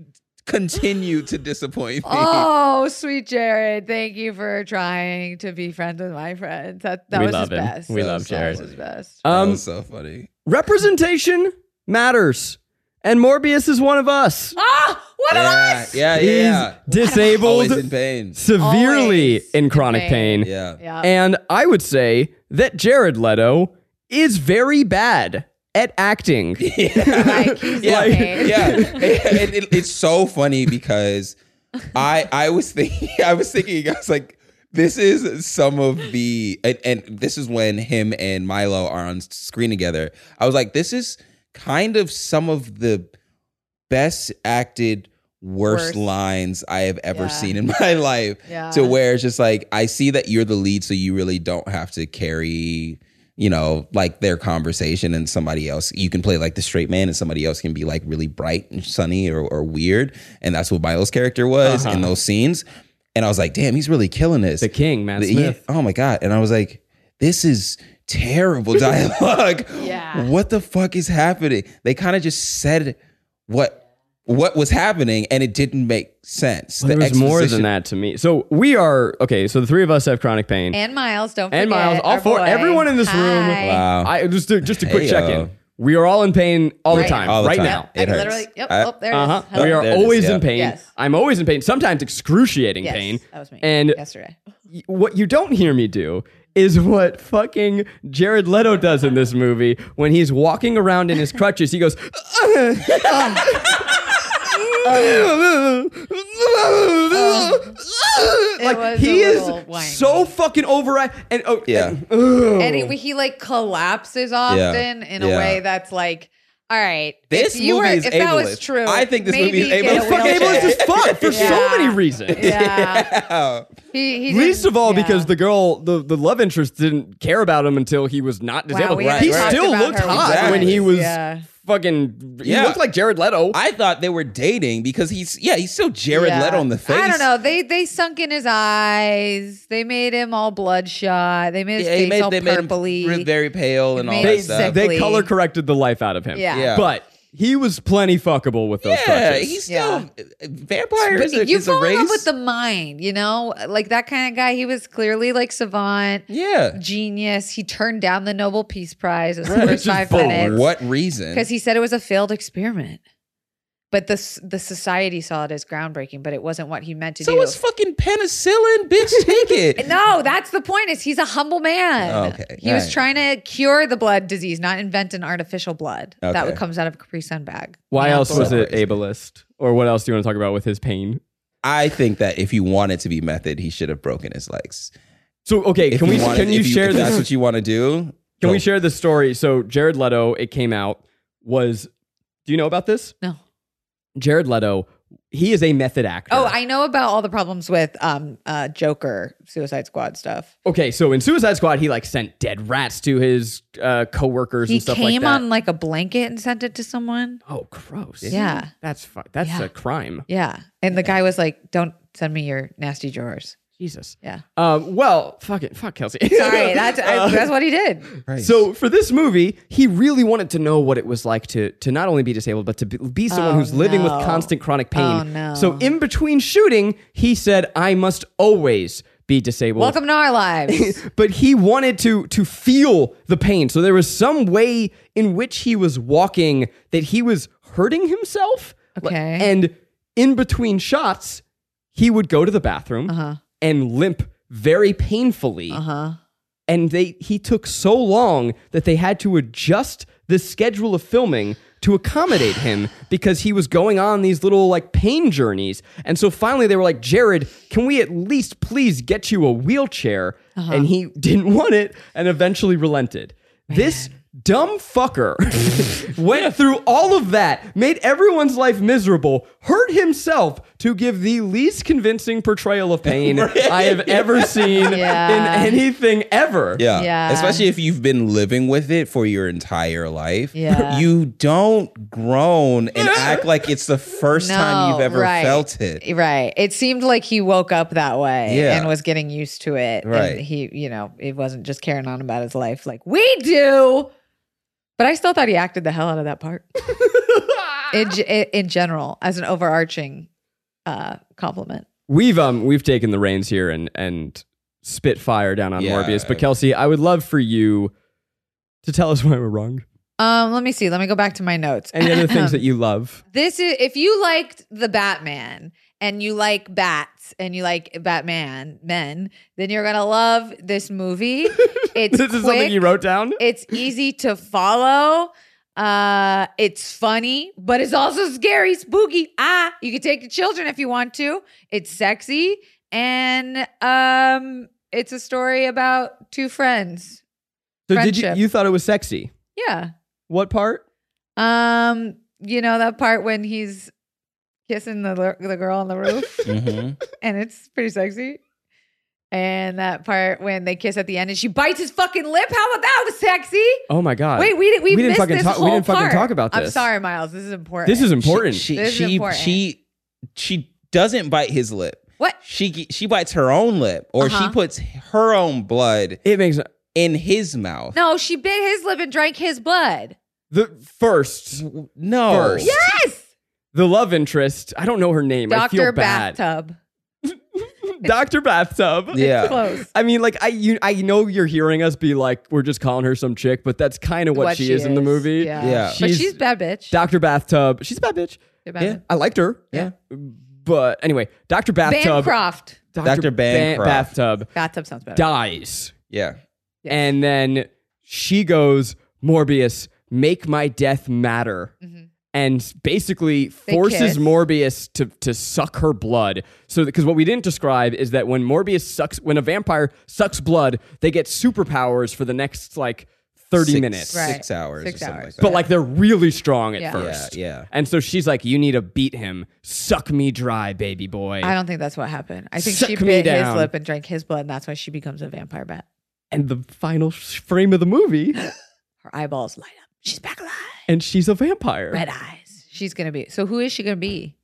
Speaker 3: continued to disappoint me.
Speaker 4: Oh, sweet Jared! Thank you for trying to be friends with my friends. That that
Speaker 2: We
Speaker 4: was
Speaker 2: love
Speaker 4: his
Speaker 2: him.
Speaker 4: best.
Speaker 2: We
Speaker 4: That
Speaker 2: love
Speaker 4: was-
Speaker 2: Jared.
Speaker 4: That was his best.
Speaker 3: that
Speaker 2: Um,
Speaker 3: was so funny.
Speaker 2: representation matters. And Morbius is one of us.
Speaker 4: Ah, what an
Speaker 3: Yeah, yeah, yeah.
Speaker 2: He's
Speaker 3: yeah.
Speaker 2: disabled
Speaker 3: Always in pain.
Speaker 2: severely
Speaker 4: Always
Speaker 2: in
Speaker 4: in
Speaker 2: chronic pain.
Speaker 4: pain.
Speaker 3: Yeah.
Speaker 4: Yeah.
Speaker 2: And I would say that Jared Leto is very bad at
Speaker 3: [LAUGHS]
Speaker 2: acting.
Speaker 4: like
Speaker 2: [LAUGHS]
Speaker 4: he's
Speaker 3: yeah,
Speaker 4: in
Speaker 3: [LAUGHS]
Speaker 4: pain.
Speaker 3: yeah. And it- it's so funny because I I was thinking [LAUGHS] I was thinking I was like this is some of the and, and this is when him and Milo are on screen together. I was like this is kind of some of the best acted worst,
Speaker 4: Worst.
Speaker 3: lines I have ever
Speaker 4: Yeah.
Speaker 3: seen in [LAUGHS] my life
Speaker 4: Yeah.
Speaker 3: to where it's just like I see that you're the lead, so you really don't have to carry, you know, like their conversation and somebody else. You can play like the straight man, and somebody else can be like really bright and sunny or, or weird, and that's what Milo's character was in those scenes. And I was like, damn, he's really killing this.
Speaker 2: Uh-huh. the king, Matt
Speaker 3: The- yeah,
Speaker 2: Smith.
Speaker 3: oh my god! And I was like, this is terrible [LAUGHS] dialogue.
Speaker 4: Yeah.
Speaker 3: What the fuck is happening? They kind of just said what. What was happening, and it didn't make sense.
Speaker 2: Well, there was more than
Speaker 3: exposition-
Speaker 2: that to me. So we are okay. So the three of us have chronic pain,
Speaker 4: And Miles, don't forget.
Speaker 2: And Miles, all
Speaker 4: our
Speaker 2: four,
Speaker 4: boy.
Speaker 2: everyone in this room.
Speaker 4: Hi.
Speaker 3: Wow.
Speaker 2: I just a- just a quick
Speaker 3: Hey,
Speaker 2: check
Speaker 3: yo.
Speaker 2: in. We are all in pain all the
Speaker 4: Right.
Speaker 2: time,
Speaker 3: All the
Speaker 2: right
Speaker 3: time.
Speaker 2: now.
Speaker 4: I
Speaker 3: It
Speaker 4: can
Speaker 3: hurts.
Speaker 4: literally. Yep.
Speaker 3: I-
Speaker 4: oh, there it is.
Speaker 2: Uh huh.
Speaker 4: Hello.
Speaker 2: We are
Speaker 3: There it is,
Speaker 2: always
Speaker 3: yeah.
Speaker 2: in pain.
Speaker 4: Yes.
Speaker 2: I'm always in pain. Sometimes excruciating
Speaker 4: Yes,
Speaker 2: pain.
Speaker 4: That was me.
Speaker 2: And
Speaker 4: yesterday.
Speaker 2: y- what you don't hear me do is what fucking Jared Leto does in this movie when he's walking around
Speaker 4: [LAUGHS]
Speaker 2: in his crutches. He goes,
Speaker 4: Um,
Speaker 2: like
Speaker 4: was
Speaker 2: he
Speaker 4: a
Speaker 2: is
Speaker 4: little whiny.
Speaker 2: so fucking over and oh
Speaker 3: Yeah.
Speaker 4: and he, he like collapses often in a
Speaker 3: Oh. Yeah.
Speaker 4: way that's like, all right,
Speaker 3: This
Speaker 4: if you were,
Speaker 3: movie is
Speaker 4: if that was
Speaker 3: ableist.
Speaker 4: true,
Speaker 3: I think this movie is
Speaker 4: maybe
Speaker 3: ableist.
Speaker 4: get a
Speaker 2: it's fucking
Speaker 4: wheelchair.
Speaker 2: ableist
Speaker 3: [LAUGHS]
Speaker 2: as fuck
Speaker 4: [LAUGHS]
Speaker 2: for so
Speaker 4: Yeah.
Speaker 2: many reasons.
Speaker 4: Yeah, he, he
Speaker 2: Least
Speaker 4: didn't-
Speaker 2: of all
Speaker 4: yeah.
Speaker 2: because the girl, the, the love interest, didn't care about him until he was not disabled.
Speaker 4: we haven't
Speaker 2: he
Speaker 3: talked
Speaker 2: still
Speaker 4: about
Speaker 2: looked
Speaker 4: her
Speaker 2: hot
Speaker 3: Exactly.
Speaker 2: when he was
Speaker 4: Yeah.
Speaker 2: fucking. He
Speaker 3: Yeah.
Speaker 2: looked like Jared Leto.
Speaker 3: I thought they were dating because he's yeah he's still Jared
Speaker 4: Yeah.
Speaker 3: Leto in the face.
Speaker 4: I don't know. They they sunk in his eyes. They made him all bloodshot. They made his
Speaker 3: Yeah, he
Speaker 4: face
Speaker 3: made,
Speaker 4: all
Speaker 3: they made him
Speaker 4: purpley.
Speaker 3: re- very pale and all
Speaker 4: made
Speaker 2: they
Speaker 3: that
Speaker 4: him
Speaker 3: stuff.
Speaker 4: sick.
Speaker 2: they color corrected the life out of him.
Speaker 4: Yeah.
Speaker 3: Yeah.
Speaker 2: but he was plenty fuckable with those
Speaker 3: yeah,
Speaker 2: crutches.
Speaker 3: he's
Speaker 4: Yeah.
Speaker 3: still uh, vampire.
Speaker 4: But
Speaker 3: Is a,
Speaker 4: you
Speaker 3: is a
Speaker 4: fall
Speaker 3: race.
Speaker 4: in love with the mind, you know, like that kind of guy. He was clearly like savant,
Speaker 3: yeah.
Speaker 4: genius. He turned down the Nobel Peace Prize in the
Speaker 2: Right.
Speaker 4: first
Speaker 2: Just
Speaker 4: five
Speaker 2: for
Speaker 3: For
Speaker 4: minutes
Speaker 3: what reason?
Speaker 4: because he said it was a failed experiment. But the s- the society saw it as groundbreaking, but it wasn't what he meant to
Speaker 3: so
Speaker 4: do.
Speaker 3: it's fucking penicillin, bitch.
Speaker 4: [LAUGHS]
Speaker 3: Take it.
Speaker 4: no, that's the point. Is he's a humble man.
Speaker 3: Oh, Okay,
Speaker 4: he was
Speaker 3: alright.
Speaker 4: trying to cure the blood disease, not invent an artificial blood that
Speaker 3: Okay.
Speaker 4: would comes out of a Capri Sun bag.
Speaker 2: Why else was it
Speaker 3: Separation.
Speaker 2: ableist? Or what else do you want to talk about with his pain?
Speaker 3: I think that if you wanted to be method, he should have broken his legs.
Speaker 2: So okay,
Speaker 3: If
Speaker 2: can we
Speaker 3: wanted-
Speaker 2: can you
Speaker 3: if
Speaker 2: share
Speaker 3: if That's
Speaker 2: this?
Speaker 3: what you want to do.
Speaker 2: Can we
Speaker 3: Go.
Speaker 2: share this story? So Jared Leto, it came out was. Do you know about this?
Speaker 4: No.
Speaker 2: Jared Leto, he is a method actor.
Speaker 4: Oh, I know about all the problems with um uh Joker Suicide Squad stuff.
Speaker 2: Okay, so in Suicide Squad, he like sent dead rats to his uh, coworkers
Speaker 4: He
Speaker 2: and stuff
Speaker 4: came
Speaker 2: like that.
Speaker 4: on like a blanket and sent it to someone.
Speaker 2: oh, gross!
Speaker 4: Yeah.
Speaker 2: that's fu- that's
Speaker 4: Yeah.
Speaker 2: a crime.
Speaker 4: Yeah. And the guy was like, Don't send me your nasty drawers.
Speaker 2: Jesus.
Speaker 3: [LAUGHS]
Speaker 4: Yeah.
Speaker 2: Um, well, fuck it, fuck Kelsey. Uh, [LAUGHS]
Speaker 4: Sorry. That's
Speaker 3: Uh,
Speaker 4: I, that's what he did.
Speaker 3: Christ.
Speaker 2: So for this movie, he really wanted to know what it was like to to not only be disabled but to be, be someone
Speaker 4: Oh,
Speaker 2: who's living
Speaker 4: no.
Speaker 2: with constant chronic pain.
Speaker 4: Oh, no.
Speaker 2: So in between shooting, he said, "I must always be disabled."
Speaker 4: Welcome to
Speaker 3: [LAUGHS]
Speaker 4: our lives.
Speaker 2: but he wanted to to feel the pain. So there was some way in which he was walking that he was hurting himself. Like-
Speaker 4: Okay.
Speaker 2: And in between shots, he would go to the bathroom and limp very painfully. Uh-huh. And they he took so long that they had to adjust the schedule of filming to accommodate him because he was going on these little like pain journeys. And so finally they were like, Jared, can we at least please get you a wheelchair? And he didn't [LAUGHS] want it and eventually relented. This dumb fucker [LAUGHS] went through all of that, made everyone's life miserable, hurt himself to give the least convincing portrayal of pain I have ever seen
Speaker 4: Yeah.
Speaker 2: in anything ever.
Speaker 3: Yeah.
Speaker 4: Yeah.
Speaker 3: Especially if you've been living with it for your entire life.
Speaker 4: Yeah.
Speaker 3: You don't groan
Speaker 4: [LAUGHS]
Speaker 3: and act like it's the first time you've
Speaker 4: No,
Speaker 3: ever
Speaker 4: right.
Speaker 3: felt it.
Speaker 4: right. It seemed like he woke up that way
Speaker 3: Yeah.
Speaker 4: and was getting used to it.
Speaker 3: Right.
Speaker 4: And he, you know, it wasn't just carrying on about his life like we do. But I still thought he acted the hell out of that
Speaker 3: [LAUGHS]
Speaker 4: part. in, ge- in general, as an overarching uh, compliment.
Speaker 2: We've um we've taken the reins here and and spit fire down on
Speaker 3: Yeah.
Speaker 2: Morbius. But Kelsey, I would love for you to tell us [LAUGHS] why we're wrong.
Speaker 4: Um, let me see. Let me go back to my notes.
Speaker 2: Any other things that
Speaker 4: [LAUGHS]
Speaker 2: you love?
Speaker 4: This is if you liked the Batman and you like bats and you like Batman men, then you're gonna love
Speaker 2: [LAUGHS]
Speaker 4: this movie. It's
Speaker 2: this is something
Speaker 4: quick.
Speaker 2: you wrote down?
Speaker 4: It's easy to follow. Uh, it's funny, but it's also scary, spooky. Ah, you can take the children if you want to. It's sexy, and um, it's a story about two friends.
Speaker 2: so did you
Speaker 4: friendship.
Speaker 2: you thought it was sexy?
Speaker 4: Yeah.
Speaker 2: What part?
Speaker 4: Um, you know that part when he's kissing the the girl on the roof,
Speaker 2: Mm-hmm.
Speaker 3: Mhm.
Speaker 4: and it's pretty sexy. And that part when they kiss at the end, and she bites his fucking lip. How about that was sexy?
Speaker 2: Oh my god.
Speaker 4: Wait, we,
Speaker 2: We
Speaker 4: we,
Speaker 2: didn't
Speaker 4: missed
Speaker 2: fucking
Speaker 4: this
Speaker 2: talk- we
Speaker 4: whole
Speaker 2: didn't fucking
Speaker 4: part.
Speaker 2: talk about
Speaker 4: I'm
Speaker 2: this.
Speaker 4: sorry, Miles. This is important.
Speaker 2: This is important.
Speaker 3: She
Speaker 4: This is
Speaker 3: she, she
Speaker 4: important.
Speaker 3: she she doesn't bite his lip.
Speaker 4: what?
Speaker 3: She she bites her own lip or she
Speaker 4: Uh-huh.
Speaker 3: puts her own blood
Speaker 2: it makes
Speaker 3: in his mouth.
Speaker 4: No, she bit his lip and drank his blood.
Speaker 2: the first
Speaker 3: No.
Speaker 2: First.
Speaker 4: Yes,
Speaker 2: the love interest. I don't know her name. I feel
Speaker 4: Doctor
Speaker 2: bad.
Speaker 4: Bathtub.
Speaker 2: [LAUGHS] Doctor Bathtub.
Speaker 3: Yeah.
Speaker 4: Close.
Speaker 2: I mean, like I you I know you're hearing us be like we're just calling her some chick, but that's kind of [LAUGHS] what, she, is, in the movie.
Speaker 4: Yeah,
Speaker 3: Yeah.
Speaker 4: but
Speaker 2: She's-
Speaker 4: she's a bad bitch.
Speaker 2: Doctor Bathtub. She's a bad bitch.
Speaker 4: She's a bad bitch.
Speaker 2: I liked her.
Speaker 3: Yeah.
Speaker 2: But anyway, Doctor Bathtub.
Speaker 4: Bancroft.
Speaker 2: Doctor
Speaker 3: Dr. Bancroft.
Speaker 2: Bathtub
Speaker 4: Bathtub sounds better.
Speaker 2: dies.
Speaker 3: Yeah.
Speaker 2: And then she goes, Morbius, make my death matter. And basically forces
Speaker 4: Mm-hmm. kiss.
Speaker 2: Morbius to, to suck her blood. So, because what we didn't describe is that when Morbius sucks, when a vampire sucks blood, they get superpowers for the next like 30
Speaker 3: Six-
Speaker 2: minutes.
Speaker 4: Right.
Speaker 3: Six hours
Speaker 4: Six
Speaker 3: or something
Speaker 4: hours.
Speaker 3: like that.
Speaker 2: But like they're really strong at
Speaker 4: Yeah.
Speaker 2: first.
Speaker 3: Yeah, yeah.
Speaker 2: And so she's like, you need to beat him. Suck me dry, baby boy.
Speaker 4: I don't think that's what happened. I think
Speaker 2: Suck
Speaker 4: she
Speaker 2: me
Speaker 4: bit his
Speaker 2: down.
Speaker 4: lip and drank his blood, and that's why she becomes a vampire bat.
Speaker 2: and the final sh- frame of the
Speaker 4: [GASPS]
Speaker 2: movie,
Speaker 4: Her eyeballs light up. She's back alive.
Speaker 2: and she's a vampire.
Speaker 4: Red eyes. She's gonna be. So who is she gonna be?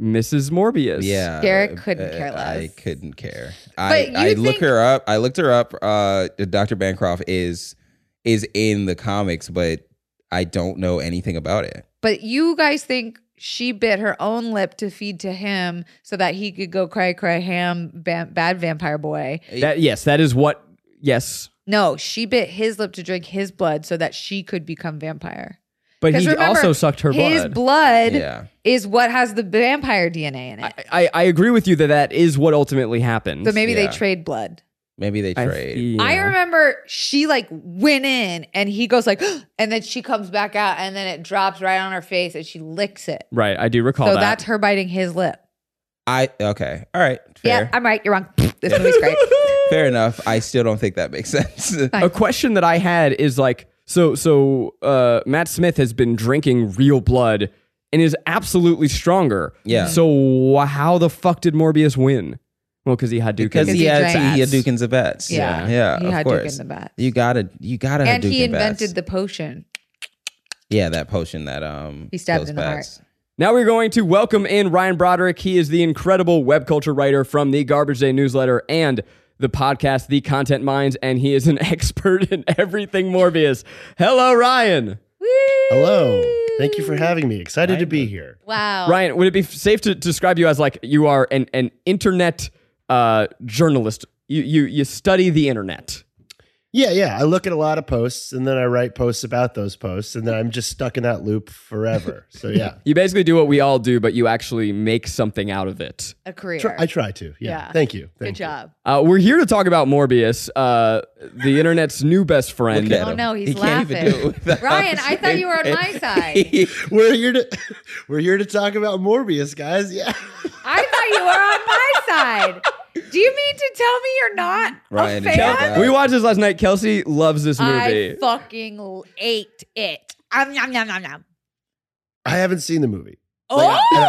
Speaker 2: Mrs. Morbius.
Speaker 3: Yeah, uh,
Speaker 4: Garrett couldn't care
Speaker 3: I
Speaker 4: less.
Speaker 3: couldn't care.
Speaker 4: But
Speaker 3: I, I
Speaker 4: you
Speaker 3: look
Speaker 4: think-
Speaker 3: her up. I looked her up. Uh, Dr. Bancroft is is in the comics, but I don't know anything about it.
Speaker 4: But you guys think she bit her own lip to feed to him so that he could go cry cry ham bam, bad vampire boy.
Speaker 2: That yes, that is what yes.
Speaker 4: No, she bit his lip to drink his blood so that she could become vampire.
Speaker 2: But
Speaker 4: 'Cause
Speaker 2: he
Speaker 4: remember,
Speaker 2: also sucked her
Speaker 4: His
Speaker 2: blood.
Speaker 4: blood
Speaker 3: Yeah.
Speaker 4: is what has the vampire DNA in it.
Speaker 2: I, I, I agree with you that that is what ultimately happens.
Speaker 4: so maybe
Speaker 3: yeah.
Speaker 4: they trade blood.
Speaker 3: Maybe they
Speaker 2: I
Speaker 3: trade.
Speaker 2: feel-
Speaker 4: I remember she like went in and he goes like, [GASPS] and then she comes back out and then it drops right on her face and she licks it.
Speaker 2: Right, I do recall
Speaker 4: So
Speaker 2: that.
Speaker 4: that's her biting his lip.
Speaker 3: I okay. All right.
Speaker 4: Yeah,
Speaker 3: Fair.
Speaker 4: I'm right. You're wrong. [LAUGHS] This movie's great.
Speaker 2: [LAUGHS]
Speaker 3: fair enough. I still don't think that makes [LAUGHS] sense.
Speaker 2: a question that I had is like so so uh, Matt Smith has been drinking real blood and is absolutely stronger.
Speaker 3: Yeah.
Speaker 2: So wh- how the fuck did Morbius win? Well, because he had Duke.
Speaker 3: because
Speaker 4: Because
Speaker 3: he
Speaker 4: he
Speaker 3: had
Speaker 4: drank.
Speaker 3: he had Dukins of Bats.
Speaker 4: Yeah.
Speaker 3: yeah,
Speaker 4: He
Speaker 3: of
Speaker 4: had Duke
Speaker 3: course.
Speaker 4: in the Bats.
Speaker 3: You gotta, you gotta. have
Speaker 4: and
Speaker 3: Duke
Speaker 4: he
Speaker 3: in Bats.
Speaker 4: invented the potion.
Speaker 3: yeah that potion that um
Speaker 4: He stabbed
Speaker 3: kills
Speaker 4: in the heart.
Speaker 3: bats.
Speaker 2: Now we're going to welcome in Ryan Broderick. He is the incredible web culture writer from the Garbage Day newsletter and the podcast, The Content Minds, and he is an [LAUGHS] expert in everything Morbius. Hello, Ryan.
Speaker 6: Hello. Thank you for having me. Excited to be here.
Speaker 4: Wow.
Speaker 2: Ryan, would it be f- safe to describe you as like you are an, an internet uh, journalist? You, you you study the internet.
Speaker 6: Yeah, yeah. I look at a lot of posts and then I write posts about those posts and then I'm just stuck in that loop
Speaker 3: [LAUGHS]
Speaker 6: forever. So yeah.
Speaker 2: You basically do what we all do, but you actually make something out of it.
Speaker 4: A career.
Speaker 6: Try, I try to. Yeah.
Speaker 4: Yeah.
Speaker 6: Thank you.
Speaker 4: Good
Speaker 6: Thank you.
Speaker 4: job.
Speaker 2: Uh, we're here to talk about Morbius, uh,
Speaker 4: [LAUGHS]
Speaker 2: the internet's new best friend.
Speaker 3: Look at
Speaker 4: Oh
Speaker 3: him.
Speaker 4: no, he's
Speaker 3: He can't
Speaker 4: laughing.
Speaker 3: even do it without
Speaker 4: Ryan, I thought you were on my side.
Speaker 3: [LAUGHS]
Speaker 6: [LAUGHS] We're here to [LAUGHS] we're here to talk about Morbius, guys. [LAUGHS] Yeah.
Speaker 4: I thought you were on my side. Do you mean to tell me you're not
Speaker 3: Ryan,
Speaker 4: a
Speaker 3: did you
Speaker 4: fan?
Speaker 3: have
Speaker 2: We watched this last night. Kelsey loves this movie.
Speaker 4: I fucking l- ate it. Um, yum yum yum yum.
Speaker 6: I haven't seen the movie.
Speaker 4: Oh,
Speaker 6: Like, I- and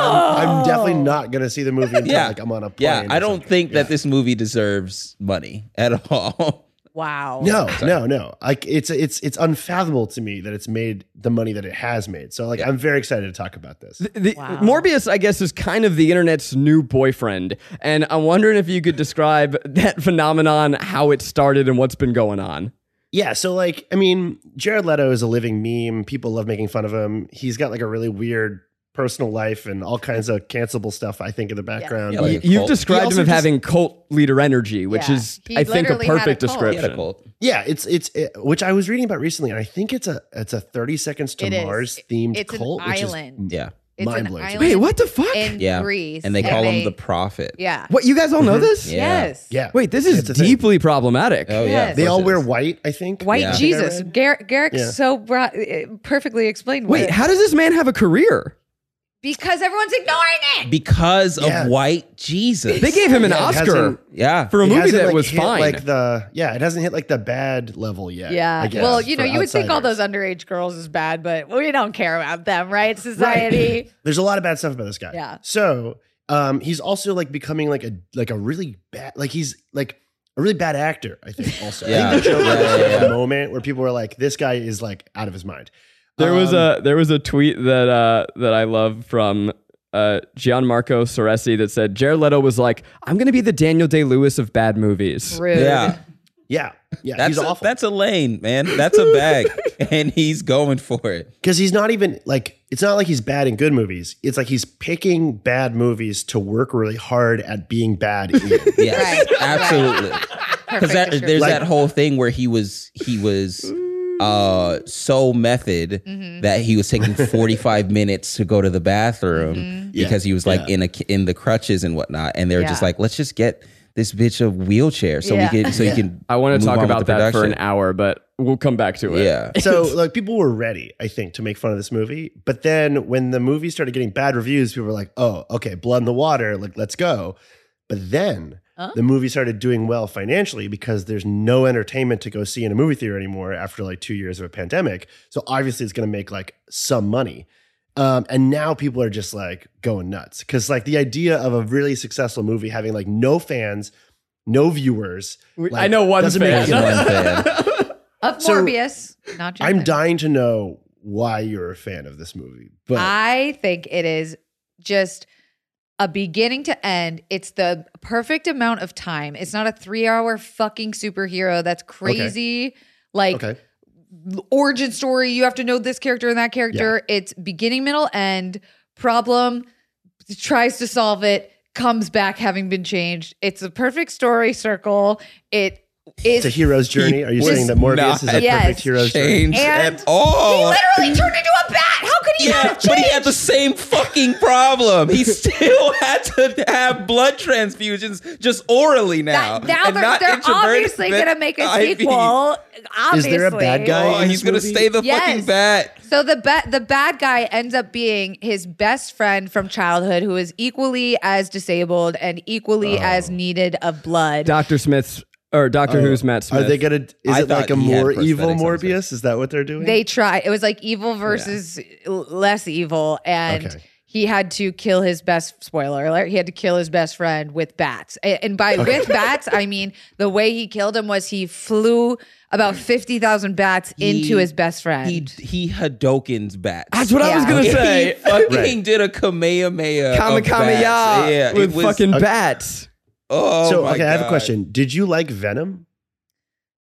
Speaker 6: I'm, I'm definitely not gonna see the movie until
Speaker 3: Oh! Yeah.
Speaker 6: like I'm on a plane.
Speaker 3: Yeah,
Speaker 6: or
Speaker 3: I don't
Speaker 6: something.
Speaker 3: think that
Speaker 6: Yeah.
Speaker 3: this movie deserves money [LAUGHS] at all.
Speaker 4: Wow.
Speaker 3: [LAUGHS]
Speaker 6: No, no, no. Like it's it's it's unfathomable to me that it's made the money that it has made. So like I'm very excited to talk about this.
Speaker 2: The,
Speaker 4: Wow.
Speaker 2: Morbius, I guess, is kind of the internet's new boyfriend, and I'm wondering if you could describe [LAUGHS] that phenomenon, how it started, and what's been going on.
Speaker 6: Yeah, so like, I mean, Jared Leto is a living meme. People love making fun of him. He's got like a really weird personal life and all kinds of cancelable stuff. I think in the background.
Speaker 3: Yeah,
Speaker 6: But-
Speaker 3: like-
Speaker 2: Y- You've
Speaker 3: cult.
Speaker 6: He
Speaker 2: described him
Speaker 6: also
Speaker 2: as
Speaker 6: just-
Speaker 2: having cult leader energy, which
Speaker 4: Yeah.
Speaker 2: is,
Speaker 4: He
Speaker 2: I think, a
Speaker 4: literally had a
Speaker 2: perfect
Speaker 4: cult.
Speaker 3: He had a
Speaker 2: description.
Speaker 3: cult.
Speaker 6: yeah, it's it's it, which I was reading about recently, and I think it's a it's a thirty seconds to
Speaker 4: It is.
Speaker 6: Mars themed
Speaker 4: It's an
Speaker 6: cult. which is
Speaker 4: island.
Speaker 3: Yeah,
Speaker 4: It's an
Speaker 6: mind-blowing to me.
Speaker 4: island
Speaker 2: Wait, what the fuck?
Speaker 4: In
Speaker 3: yeah.
Speaker 4: Greece,
Speaker 3: and they call him the prophet.
Speaker 4: yeah.
Speaker 2: what you guys all know this?
Speaker 3: Mm-hmm. Yeah.
Speaker 4: Yes.
Speaker 6: yeah,
Speaker 2: Wait, this is
Speaker 6: It's a thing.
Speaker 2: deeply problematic.
Speaker 3: Oh yeah,
Speaker 4: Yes.
Speaker 3: of
Speaker 6: They
Speaker 3: course
Speaker 6: all
Speaker 3: it
Speaker 6: wear
Speaker 3: is.
Speaker 6: white, I think.
Speaker 4: White
Speaker 3: Yeah.
Speaker 6: I think I
Speaker 4: Jesus.
Speaker 6: read.
Speaker 4: Gar- Garrick's
Speaker 6: Yeah.
Speaker 4: so bro- uh, perfectly explained.
Speaker 2: Wait,
Speaker 4: what-
Speaker 2: how does this man have a career?
Speaker 4: because everyone's ignoring it.
Speaker 3: because
Speaker 6: Yeah.
Speaker 3: of white Jesus.
Speaker 2: They gave him
Speaker 3: [LAUGHS]
Speaker 2: an
Speaker 6: Yeah, it
Speaker 2: Oscar
Speaker 6: hasn't- [LAUGHS]
Speaker 3: yeah.
Speaker 2: for a
Speaker 6: It
Speaker 2: movie
Speaker 6: hasn't,
Speaker 2: that
Speaker 6: like,
Speaker 2: was
Speaker 6: hit,
Speaker 2: fine.
Speaker 6: Like the yeah, it hasn't hit like the bad level yet.
Speaker 4: Yeah.
Speaker 6: I guess,
Speaker 4: well, you know,
Speaker 6: for
Speaker 4: you would think all
Speaker 6: outsiders.
Speaker 4: those underage girls is bad, but we don't care about them,
Speaker 6: [LAUGHS]
Speaker 4: right? Society.
Speaker 6: There's a lot of bad stuff about this guy.
Speaker 4: Yeah.
Speaker 6: So um, he's also like becoming like a like a really bad like he's like a really bad actor. I think also.
Speaker 3: Yeah.
Speaker 6: I think the joke
Speaker 3: Yeah,
Speaker 6: was
Speaker 3: yeah,
Speaker 6: like
Speaker 3: yeah.
Speaker 6: a moment where people were like, "This guy is like out of his mind."
Speaker 2: There was
Speaker 6: Um,
Speaker 2: a there was a tweet that uh, that I love from uh, Gianmarco Soresi that said Jared Leto was like, "I'm gonna be the Daniel Day Lewis of bad movies."
Speaker 4: Rude.
Speaker 3: Yeah,
Speaker 6: yeah, yeah.
Speaker 3: that's
Speaker 6: he's
Speaker 3: a,
Speaker 6: awful.
Speaker 3: that's a lane, man. That's a
Speaker 6: [LAUGHS]
Speaker 3: bag, and he's going for it.
Speaker 6: because he's not even like it's not like he's bad in good movies. It's like he's picking bad movies to work really hard at being bad. In.
Speaker 3: Yes,
Speaker 4: Right.
Speaker 3: absolutely. Because
Speaker 4: Perfect description.
Speaker 3: there's
Speaker 6: Like-
Speaker 3: that whole thing where he was he was uh so method
Speaker 4: Mm-hmm.
Speaker 3: that he was taking
Speaker 4: [LAUGHS]
Speaker 3: 45 minutes to go to the bathroom because he was like
Speaker 6: Yeah.
Speaker 3: in a in the crutches and whatnot, and they were just
Speaker 4: Mm-hmm. Yeah.
Speaker 3: like, let's just get this bitch a wheelchair so
Speaker 4: Yeah.
Speaker 3: we can so you can.
Speaker 2: I want
Speaker 3: move
Speaker 2: to
Speaker 3: on
Speaker 2: talk
Speaker 3: with
Speaker 2: about
Speaker 3: the
Speaker 2: that for an
Speaker 3: production.
Speaker 2: hour, but we'll come back to it.
Speaker 3: Yeah.
Speaker 6: so like people were ready i think to make fun of this movie but then when the movie started getting bad reviews people were like oh okay blood in the water like let's go but then
Speaker 4: Huh?
Speaker 6: the movie started doing well financially because there's no entertainment to go see in a movie theater anymore after like two years of a pandemic so obviously it's going to make like some money um, and now people are just like going nuts because like the idea of a really successful movie having like no fans no viewers
Speaker 2: We-
Speaker 6: like,
Speaker 2: I know one
Speaker 6: doesn't make
Speaker 2: fan.
Speaker 6: any
Speaker 3: One fan.
Speaker 2: [LAUGHS]
Speaker 6: [LAUGHS]
Speaker 4: Of
Speaker 6: So-
Speaker 4: Morbius, not Jonathan.
Speaker 6: I'm dying to know why you're a fan of this movie, but
Speaker 4: I think it is just a beginning to end. It's the perfect amount of time. It's not a three hour fucking superhero that's crazy. Like
Speaker 6: okay,
Speaker 4: origin story. You have to know this character and that character. It's beginning, middle, end. Problem tries to solve it, comes back having been changed. It's a perfect story circle. It
Speaker 6: it's a
Speaker 4: is.
Speaker 6: hero's journey. Are you
Speaker 3: was
Speaker 6: saying that Morbius is a
Speaker 3: not
Speaker 4: Yes.
Speaker 6: perfect hero's journey?
Speaker 3: Change
Speaker 4: And
Speaker 3: at all.
Speaker 4: Literally turned into a bat. How could he not
Speaker 3: Oh. Yeah,
Speaker 4: have
Speaker 3: but he
Speaker 4: changed?
Speaker 3: had the same fucking problem.
Speaker 4: [LAUGHS]
Speaker 3: He still had to have blood transfusions just orally now.
Speaker 4: That- now
Speaker 3: and
Speaker 4: they're,
Speaker 3: not
Speaker 4: they're
Speaker 3: introverted
Speaker 4: obviously
Speaker 3: with
Speaker 4: going to make a
Speaker 3: IV.
Speaker 4: sequel.
Speaker 6: Is
Speaker 4: Obviously.
Speaker 6: there a bad guy?
Speaker 3: Oh,
Speaker 6: in
Speaker 3: he's
Speaker 6: this
Speaker 3: gonna
Speaker 6: movie?
Speaker 3: stay the
Speaker 4: Yes.
Speaker 3: fucking bat.
Speaker 4: So the ba- the bad guy ends up being his best friend from childhood, who is equally as disabled and
Speaker 6: Oh.
Speaker 4: equally as needed of blood.
Speaker 2: Dr. Smith's or
Speaker 3: Oh.
Speaker 2: Doctor Who's Matt
Speaker 6: Are
Speaker 2: Smith.
Speaker 6: they gonna? Is
Speaker 3: I
Speaker 6: it like
Speaker 3: thought
Speaker 6: a
Speaker 3: he had
Speaker 6: more evil
Speaker 3: prosthetics, I was
Speaker 6: Morbius? Is that what they're doing?
Speaker 4: They tried. It was like evil versus l- less evil, and
Speaker 6: Okay.
Speaker 4: he had to kill his best. Spoiler alert: He had to kill his best friend with bats, A- and by with bats, I mean the way he killed him was he flew
Speaker 6: [CLEARS THROAT]
Speaker 4: about fifty thousand bats into
Speaker 3: He-
Speaker 4: his best friend.
Speaker 3: He he Hadokens bats.
Speaker 2: That's what I was
Speaker 4: Yeah.
Speaker 2: gonna
Speaker 3: he
Speaker 2: say.
Speaker 3: [LAUGHS] fucking
Speaker 6: Right.
Speaker 3: did a Kamehameha. of
Speaker 2: Kami Kami
Speaker 3: Oh, bats.
Speaker 2: Ya
Speaker 3: Yeah, it
Speaker 2: with
Speaker 3: was-
Speaker 2: fucking bats.
Speaker 3: Oh,
Speaker 6: so
Speaker 3: my
Speaker 6: okay, I have a
Speaker 3: God.
Speaker 6: question. Did you like Venom?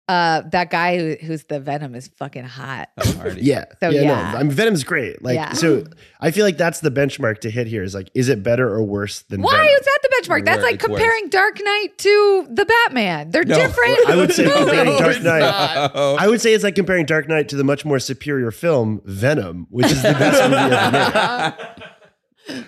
Speaker 4: uh, that guy who, who's the venom is fucking hot.
Speaker 3: I'm already-
Speaker 6: Yeah.
Speaker 4: So,
Speaker 6: yeah.
Speaker 4: yeah.
Speaker 6: No, I mean, Venom's great. Like
Speaker 4: Yeah.
Speaker 6: so, I feel like that's the benchmark to hit here. Is like, is it better or worse than?
Speaker 4: Why
Speaker 6: Venom?
Speaker 4: is that the benchmark? That's
Speaker 3: Word,
Speaker 4: like
Speaker 3: it's worse.
Speaker 4: comparing Dark Knight to the Batman. They're
Speaker 3: No,
Speaker 4: different.
Speaker 6: I
Speaker 4: [LAUGHS]
Speaker 6: would say comparing
Speaker 4: movies.
Speaker 3: [LAUGHS]
Speaker 6: Dark Knight.
Speaker 3: No.
Speaker 6: I would say it's like comparing Dark Knight to the much more superior film Venom, which is the best movie ever made.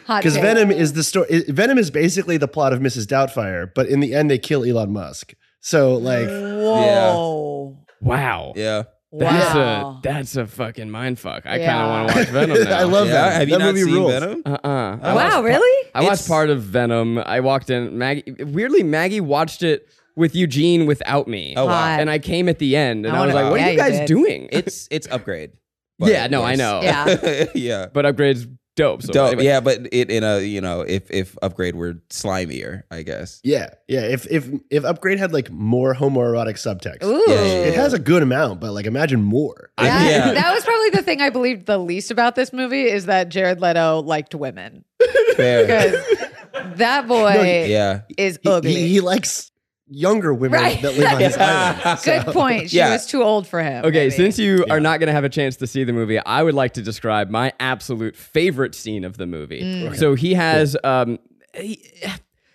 Speaker 4: Hot
Speaker 6: Because
Speaker 4: take.
Speaker 6: Venom is the story. i- Venom is basically the plot of Mrs. Doubtfire, but in the end, they kill Elon Musk. So like,
Speaker 4: Whoa.
Speaker 2: Wow.
Speaker 3: Yeah.
Speaker 2: That's
Speaker 4: Wow.
Speaker 2: a that's a fucking mind fuck. I
Speaker 4: Yeah.
Speaker 2: kind of want to watch
Speaker 3: [LAUGHS]
Speaker 2: Venom now.
Speaker 6: I love
Speaker 3: yeah.
Speaker 6: that.
Speaker 3: Have you
Speaker 6: That
Speaker 3: not
Speaker 6: movie
Speaker 3: seen
Speaker 6: rules.
Speaker 3: Venom?
Speaker 2: Uh uh
Speaker 4: wow, really?
Speaker 2: I watched
Speaker 3: It's-
Speaker 2: part of Venom. I walked in. Maggie, weirdly, Maggie watched it with Eugene without me.
Speaker 3: Oh, wow.
Speaker 4: Hot.
Speaker 2: and I came at the end, and
Speaker 4: I
Speaker 2: I, was
Speaker 4: wanna-
Speaker 2: like, "What
Speaker 4: yeah,
Speaker 2: are you
Speaker 4: you
Speaker 2: guys
Speaker 4: did.
Speaker 2: doing?"
Speaker 3: It's it's upgrade. but
Speaker 2: yeah, no, I
Speaker 3: worse.
Speaker 2: know.
Speaker 4: Yeah.
Speaker 3: [LAUGHS] yeah.
Speaker 2: [LAUGHS] but upgrades dope. So
Speaker 3: Dope.
Speaker 2: anyway.
Speaker 3: Yeah, but it in a you know if if upgrade were slimier, I
Speaker 4: [LAUGHS]
Speaker 3: guess.
Speaker 6: Yeah, yeah. If if if Upgrade had like more homoerotic subtext,
Speaker 4: Ooh.
Speaker 3: Yeah, yeah,
Speaker 6: it has a good amount, but like imagine more.
Speaker 3: I-
Speaker 4: That,
Speaker 3: yeah.
Speaker 4: that was probably the thing I believed the least about this movie is that Jared Leto liked
Speaker 3: [LAUGHS]
Speaker 4: women.
Speaker 3: Fair.
Speaker 4: Because that boy
Speaker 3: Yeah.
Speaker 4: is
Speaker 6: He-
Speaker 4: ugly.
Speaker 6: he, he likes younger women
Speaker 4: Right.
Speaker 6: that live on his
Speaker 3: Yeah.
Speaker 4: [LAUGHS]
Speaker 6: island.
Speaker 4: Good point. She
Speaker 3: Yeah.
Speaker 4: was too old for him.
Speaker 2: Okay,
Speaker 4: maybe.
Speaker 2: since you are not going to have a chance to see the movie, I would like to describe my absolute favorite scene of the movie.
Speaker 4: Mm.
Speaker 2: So he has um he,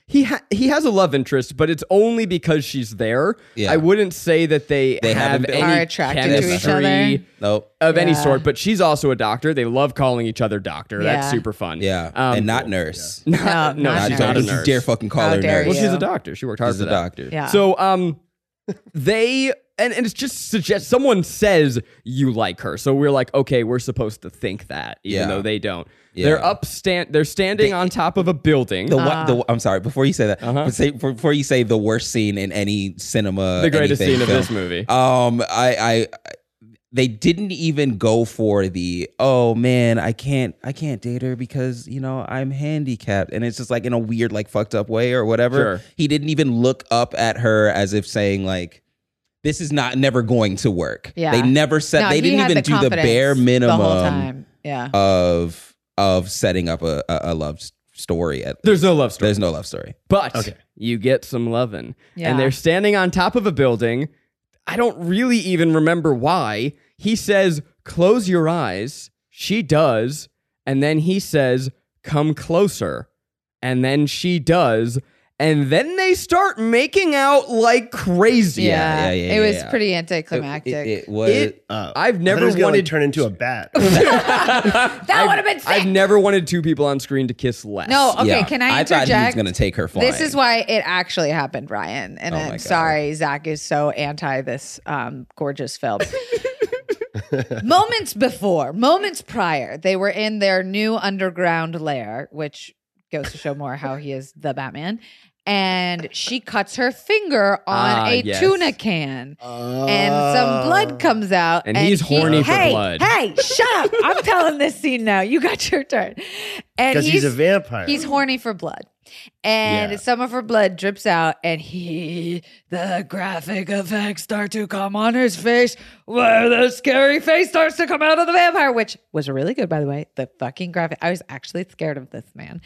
Speaker 2: he, ha- he has a love interest, but it's only because she's there.
Speaker 3: Yeah.
Speaker 2: I wouldn't say that they,
Speaker 3: They
Speaker 2: have
Speaker 3: haven't
Speaker 2: any
Speaker 3: been-
Speaker 4: Are attracted
Speaker 3: to
Speaker 2: chemistry
Speaker 3: each
Speaker 4: other.
Speaker 3: Nope.
Speaker 2: of any
Speaker 4: Yeah.
Speaker 2: sort. But she's also a doctor. They love calling each other doctor. That's
Speaker 4: Yeah.
Speaker 2: super fun.
Speaker 3: Yeah.
Speaker 2: Um,
Speaker 3: and not nurse.
Speaker 2: no,
Speaker 4: No,
Speaker 2: no,
Speaker 4: not
Speaker 2: she's [LAUGHS]
Speaker 4: nurse.
Speaker 2: not a
Speaker 3: Don't you
Speaker 2: nurse.
Speaker 3: dare fucking call
Speaker 4: How
Speaker 3: her
Speaker 4: dare
Speaker 3: nurse.
Speaker 2: Well, she's
Speaker 4: you.
Speaker 2: a doctor. She worked hard
Speaker 3: She's
Speaker 2: for
Speaker 3: a
Speaker 2: that.
Speaker 3: doctor.
Speaker 4: Yeah.
Speaker 2: So um they and, and it's just suggest someone says you like her. So we're like, okay, we're supposed to think that, even
Speaker 3: Yeah.
Speaker 2: though they don't.
Speaker 3: Yeah.
Speaker 2: They're up stand they're standing on top of a building.
Speaker 3: The, one
Speaker 4: Uh-huh.
Speaker 3: the I'm sorry. Before you say that,
Speaker 2: Uh-huh.
Speaker 3: but say, before you say the worst scene in any cinema,
Speaker 2: The greatest
Speaker 3: anything
Speaker 2: scene of
Speaker 3: film,
Speaker 2: this movie.
Speaker 3: Um, I, I, they didn't even go for the oh man, I can't, I can't date her because you know I'm handicapped, and it's just like in a weird, like fucked up way or whatever.
Speaker 2: Sure.
Speaker 3: He didn't even look up at her as if saying like. This is not never going to work.
Speaker 4: Yeah.
Speaker 3: They never said
Speaker 4: No,
Speaker 3: they
Speaker 4: he
Speaker 3: didn't
Speaker 4: had
Speaker 3: even do the
Speaker 4: confidence
Speaker 3: bare minimum
Speaker 4: The whole time. Yeah.
Speaker 3: of of setting up a, a, a love s- story. At
Speaker 2: There's no love story.
Speaker 3: there's no love story.
Speaker 2: But
Speaker 6: Okay.
Speaker 2: you get some lovin'.
Speaker 4: Yeah.
Speaker 2: And they're standing on top of a building. I don't really even remember why. He says, close your eyes. She does. And then he says, come closer. And then she does. and then they start making out like crazy.
Speaker 4: Yeah,
Speaker 3: yeah, yeah,
Speaker 4: it was
Speaker 3: yeah.
Speaker 4: pretty
Speaker 3: It-
Speaker 4: anticlimactic.
Speaker 3: It, it was.
Speaker 2: It,
Speaker 6: Uh,
Speaker 2: I've never wanted
Speaker 6: Hunter's gonna, like, turn into a bat.
Speaker 4: that would have been sick.
Speaker 2: I've never wanted two people on screen to kiss less.
Speaker 4: no, okay.
Speaker 3: Yeah.
Speaker 4: Can I
Speaker 3: I thought
Speaker 4: interject?
Speaker 3: he was gonna take her flying.
Speaker 4: This is why it actually happened, Ryan. And
Speaker 3: Oh my
Speaker 4: I'm
Speaker 3: God.
Speaker 4: sorry, Zach is so anti this um, gorgeous film. [LAUGHS] moments before, moments prior, they were in their new underground lair, which goes to show more how he is the Batman. And she cuts her finger on
Speaker 2: Ah,
Speaker 4: a
Speaker 2: yes. Oh.
Speaker 4: tuna can
Speaker 6: Uh,
Speaker 4: and some blood comes out.
Speaker 2: And he's horny for
Speaker 4: hey,
Speaker 2: blood.
Speaker 4: Hey, shut up. I'm telling this scene now. You got your turn.
Speaker 2: [LAUGHS]
Speaker 4: And
Speaker 6: because he's, a vampire.
Speaker 4: he's horny for blood. And
Speaker 6: Yeah.
Speaker 4: some of her blood drips out, and he, the graphic effects start to come on his face, where the scary face starts to come out of the vampire, which was really good, by the way. The fucking graphic. I was actually scared of this man.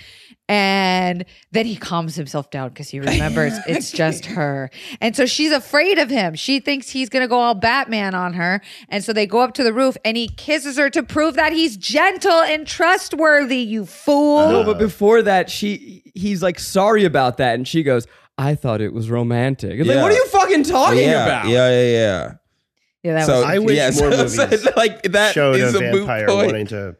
Speaker 4: And then he calms himself down because he remembers it's just her. And so she's afraid of him. She thinks he's going to go all Batman on her. And so they go up to the roof, and he kisses her to prove that he's gentle and trustworthy, you fool.
Speaker 2: No, but before that, she he's like sorry about that, and she goes, "I thought it was romantic." It's
Speaker 3: Yeah.
Speaker 2: Like, what are you fucking talking
Speaker 3: Oh, yeah,
Speaker 2: about?
Speaker 3: yeah, yeah, yeah.
Speaker 4: Yeah, that
Speaker 3: so
Speaker 4: was
Speaker 6: I wish
Speaker 3: yeah, [LAUGHS]
Speaker 6: more
Speaker 3: so- so,
Speaker 6: movies
Speaker 3: like that
Speaker 6: showed
Speaker 3: is
Speaker 6: a
Speaker 3: a moot
Speaker 6: vampire
Speaker 3: point.
Speaker 6: wanting to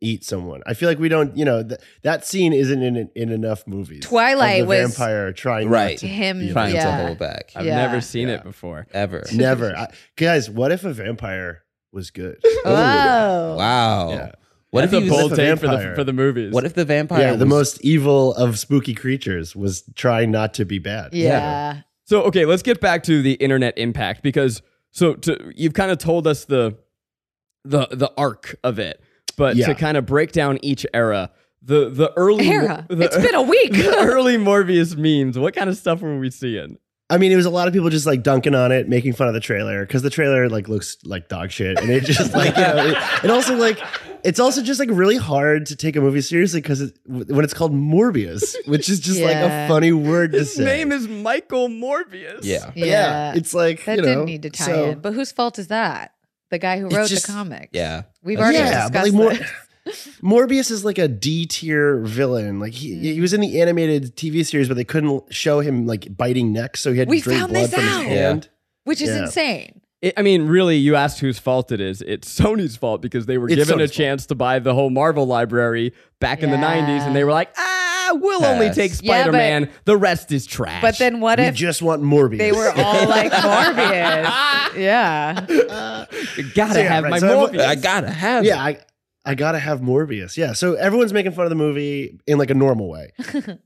Speaker 6: eat someone. I feel like we don't, you know, th- that scene isn't in in enough movies. of
Speaker 4: Twilight
Speaker 6: the
Speaker 4: was-
Speaker 6: vampire trying not
Speaker 3: right,
Speaker 4: [LAUGHS]
Speaker 6: to
Speaker 4: him
Speaker 6: be a
Speaker 3: trying
Speaker 4: yeah.
Speaker 3: to hold back
Speaker 2: I've
Speaker 4: Yeah.
Speaker 2: never seen it before.
Speaker 3: ever.
Speaker 6: Never, I, guys. What if a vampire
Speaker 3: [LAUGHS]
Speaker 6: was good? Oh.
Speaker 4: Whoa.
Speaker 3: Wow.
Speaker 6: Yeah.
Speaker 3: What
Speaker 2: That's
Speaker 3: if he
Speaker 2: a
Speaker 3: was,
Speaker 2: bold
Speaker 6: a
Speaker 2: take for the
Speaker 6: vampire?
Speaker 2: for the movies?
Speaker 3: What if the vampire?
Speaker 6: yeah, the
Speaker 3: was-
Speaker 6: most evil of spooky creatures was trying not to be bad.
Speaker 4: Yeah.
Speaker 2: So okay, let's get back to the internet impact because so to, you've kind of told us the the the arc of it, but
Speaker 6: Yeah.
Speaker 2: to kind of break down each era, the the early
Speaker 4: Hera,
Speaker 2: the, [LAUGHS]
Speaker 4: [LAUGHS] it's been a
Speaker 6: [LAUGHS]
Speaker 4: week.
Speaker 2: the early Morbius memes. What kind of stuff were we seeing?
Speaker 6: I mean, it was a lot of people just like dunking on it, making fun of the trailer because the trailer like looks like dog shit, and it just like you know, it, and also like it's also just like really hard to take a movie seriously because it, when it's called Morbius, which is just like
Speaker 4: Yeah.
Speaker 6: a funny word to
Speaker 2: His
Speaker 6: say.
Speaker 2: name is Michael Morbius.
Speaker 3: Yeah.
Speaker 4: yeah.
Speaker 6: it's like
Speaker 4: that
Speaker 6: you know,
Speaker 4: didn't need to tie
Speaker 6: so-
Speaker 4: in. But whose fault is that? The guy who
Speaker 6: It's
Speaker 4: wrote
Speaker 6: just-
Speaker 4: the comic.
Speaker 3: Yeah.
Speaker 4: We've
Speaker 3: That's
Speaker 4: already
Speaker 3: true.
Speaker 6: Yeah,
Speaker 4: discussed
Speaker 6: but like more,
Speaker 4: this.
Speaker 6: [LAUGHS] Morbius is like a D tier villain. Like he, he was in the animated TV series, but they couldn't show him like biting necks, so he had
Speaker 4: We
Speaker 6: to drink
Speaker 4: found
Speaker 6: blood
Speaker 4: this
Speaker 6: from his
Speaker 4: out.
Speaker 6: hand.
Speaker 4: Which is
Speaker 6: Yeah.
Speaker 4: insane.
Speaker 2: It- I mean, really, you asked whose fault it is. It's Sony's fault because they were
Speaker 6: It's
Speaker 2: given a
Speaker 6: Sony's fault.
Speaker 2: chance to buy the whole Marvel library back in the
Speaker 4: Yeah.
Speaker 2: 90s, and they were like, ah, we'll only
Speaker 3: Pass.
Speaker 2: take
Speaker 4: Yeah,
Speaker 2: Spider
Speaker 4: but-
Speaker 2: Man. the rest is trash.
Speaker 4: But then what
Speaker 6: We
Speaker 4: if
Speaker 6: just want Morbius.
Speaker 4: they were
Speaker 6: [LAUGHS]
Speaker 4: all [LAUGHS] like Morbius? yeah.
Speaker 2: You gotta
Speaker 6: So, yeah,
Speaker 2: have
Speaker 6: right,
Speaker 2: my
Speaker 6: so
Speaker 2: Morbius.
Speaker 6: everyone-
Speaker 3: I gotta
Speaker 2: [LAUGHS]
Speaker 3: have.
Speaker 6: yeah, I, I gotta have Morbius. Yeah, so everyone's making fun of the movie in like a normal way,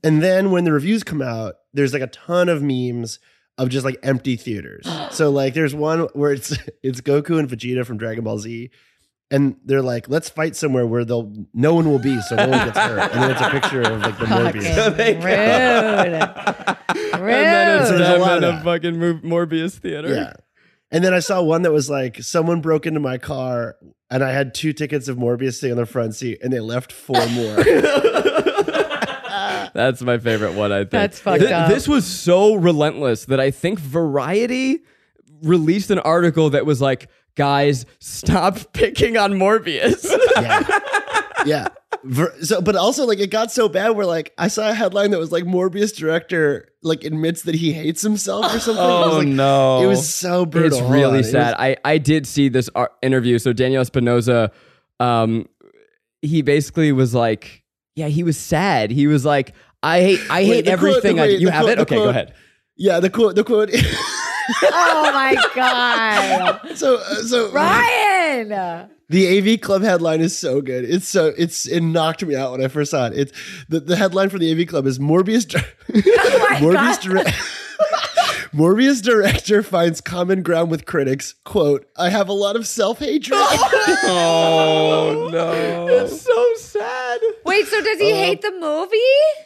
Speaker 6: and then when the reviews come out, there's like a ton of memes of just like empty theaters. so like, there's one where it's [LAUGHS] it's Goku and Vegeta from Dragon Ball Z. And they're like, let's fight somewhere where they'll no one will be, so no one gets hurt. And then it's a picture of like the
Speaker 4: Fucking
Speaker 6: Morbius. [LAUGHS]
Speaker 3: they go-
Speaker 4: rude.
Speaker 2: [LAUGHS] and then it's
Speaker 6: So
Speaker 4: Rude.
Speaker 6: there's a
Speaker 2: them
Speaker 6: lot
Speaker 2: in
Speaker 6: of
Speaker 2: a
Speaker 6: that.
Speaker 2: fucking Mo- Morbius theater.
Speaker 6: Yeah. And then I saw one that was like someone broke into my car and I had two tickets of Morbius sitting on the front seat and they left four more.
Speaker 2: That's my favorite one, I think.
Speaker 4: That's fucked
Speaker 2: Thi-
Speaker 4: up.
Speaker 2: This was so relentless that I think Variety released an article that was like, guys, stop [LAUGHS] picking on Morbius. [LAUGHS]
Speaker 6: yeah. Yeah. Ver- so but also like it got so bad where like I saw a headline that was like Morbius director like admits that he hates himself or [LAUGHS] something. I was
Speaker 3: Oh
Speaker 6: like,
Speaker 3: no.
Speaker 6: It was so brutal.
Speaker 2: It's
Speaker 6: Hold on.
Speaker 2: really
Speaker 6: It was-
Speaker 2: sad. I, I did see this ar- interview. So Daniel Espinoza, um, he basically was like, yeah, he was sad. He was like, I hate, I
Speaker 6: Wait,
Speaker 2: hate
Speaker 6: the quote-
Speaker 2: everything.
Speaker 6: the
Speaker 2: I,
Speaker 6: wait,
Speaker 2: you
Speaker 6: the
Speaker 2: have
Speaker 6: quote-
Speaker 2: it?
Speaker 6: the
Speaker 2: Okay, go
Speaker 6: quote.
Speaker 2: ahead.
Speaker 6: yeah, the quote the
Speaker 4: [LAUGHS]
Speaker 6: quote [LAUGHS]
Speaker 4: Oh my God.
Speaker 6: so uh, so
Speaker 4: Ryan.
Speaker 6: The AV Club headline is so good. It's so it's it knocked me out when I first saw it. It's the, the headline for the AV Club is Morbius dir-
Speaker 4: Oh
Speaker 6: Morbius direct [LAUGHS] Morbius director finds common ground with critics. "Quote: I have a lot of self hatred."
Speaker 3: Oh no.
Speaker 2: It's so sad.
Speaker 4: Wait, so does
Speaker 6: Oh.
Speaker 4: he hate the
Speaker 6: [LAUGHS]
Speaker 4: movie?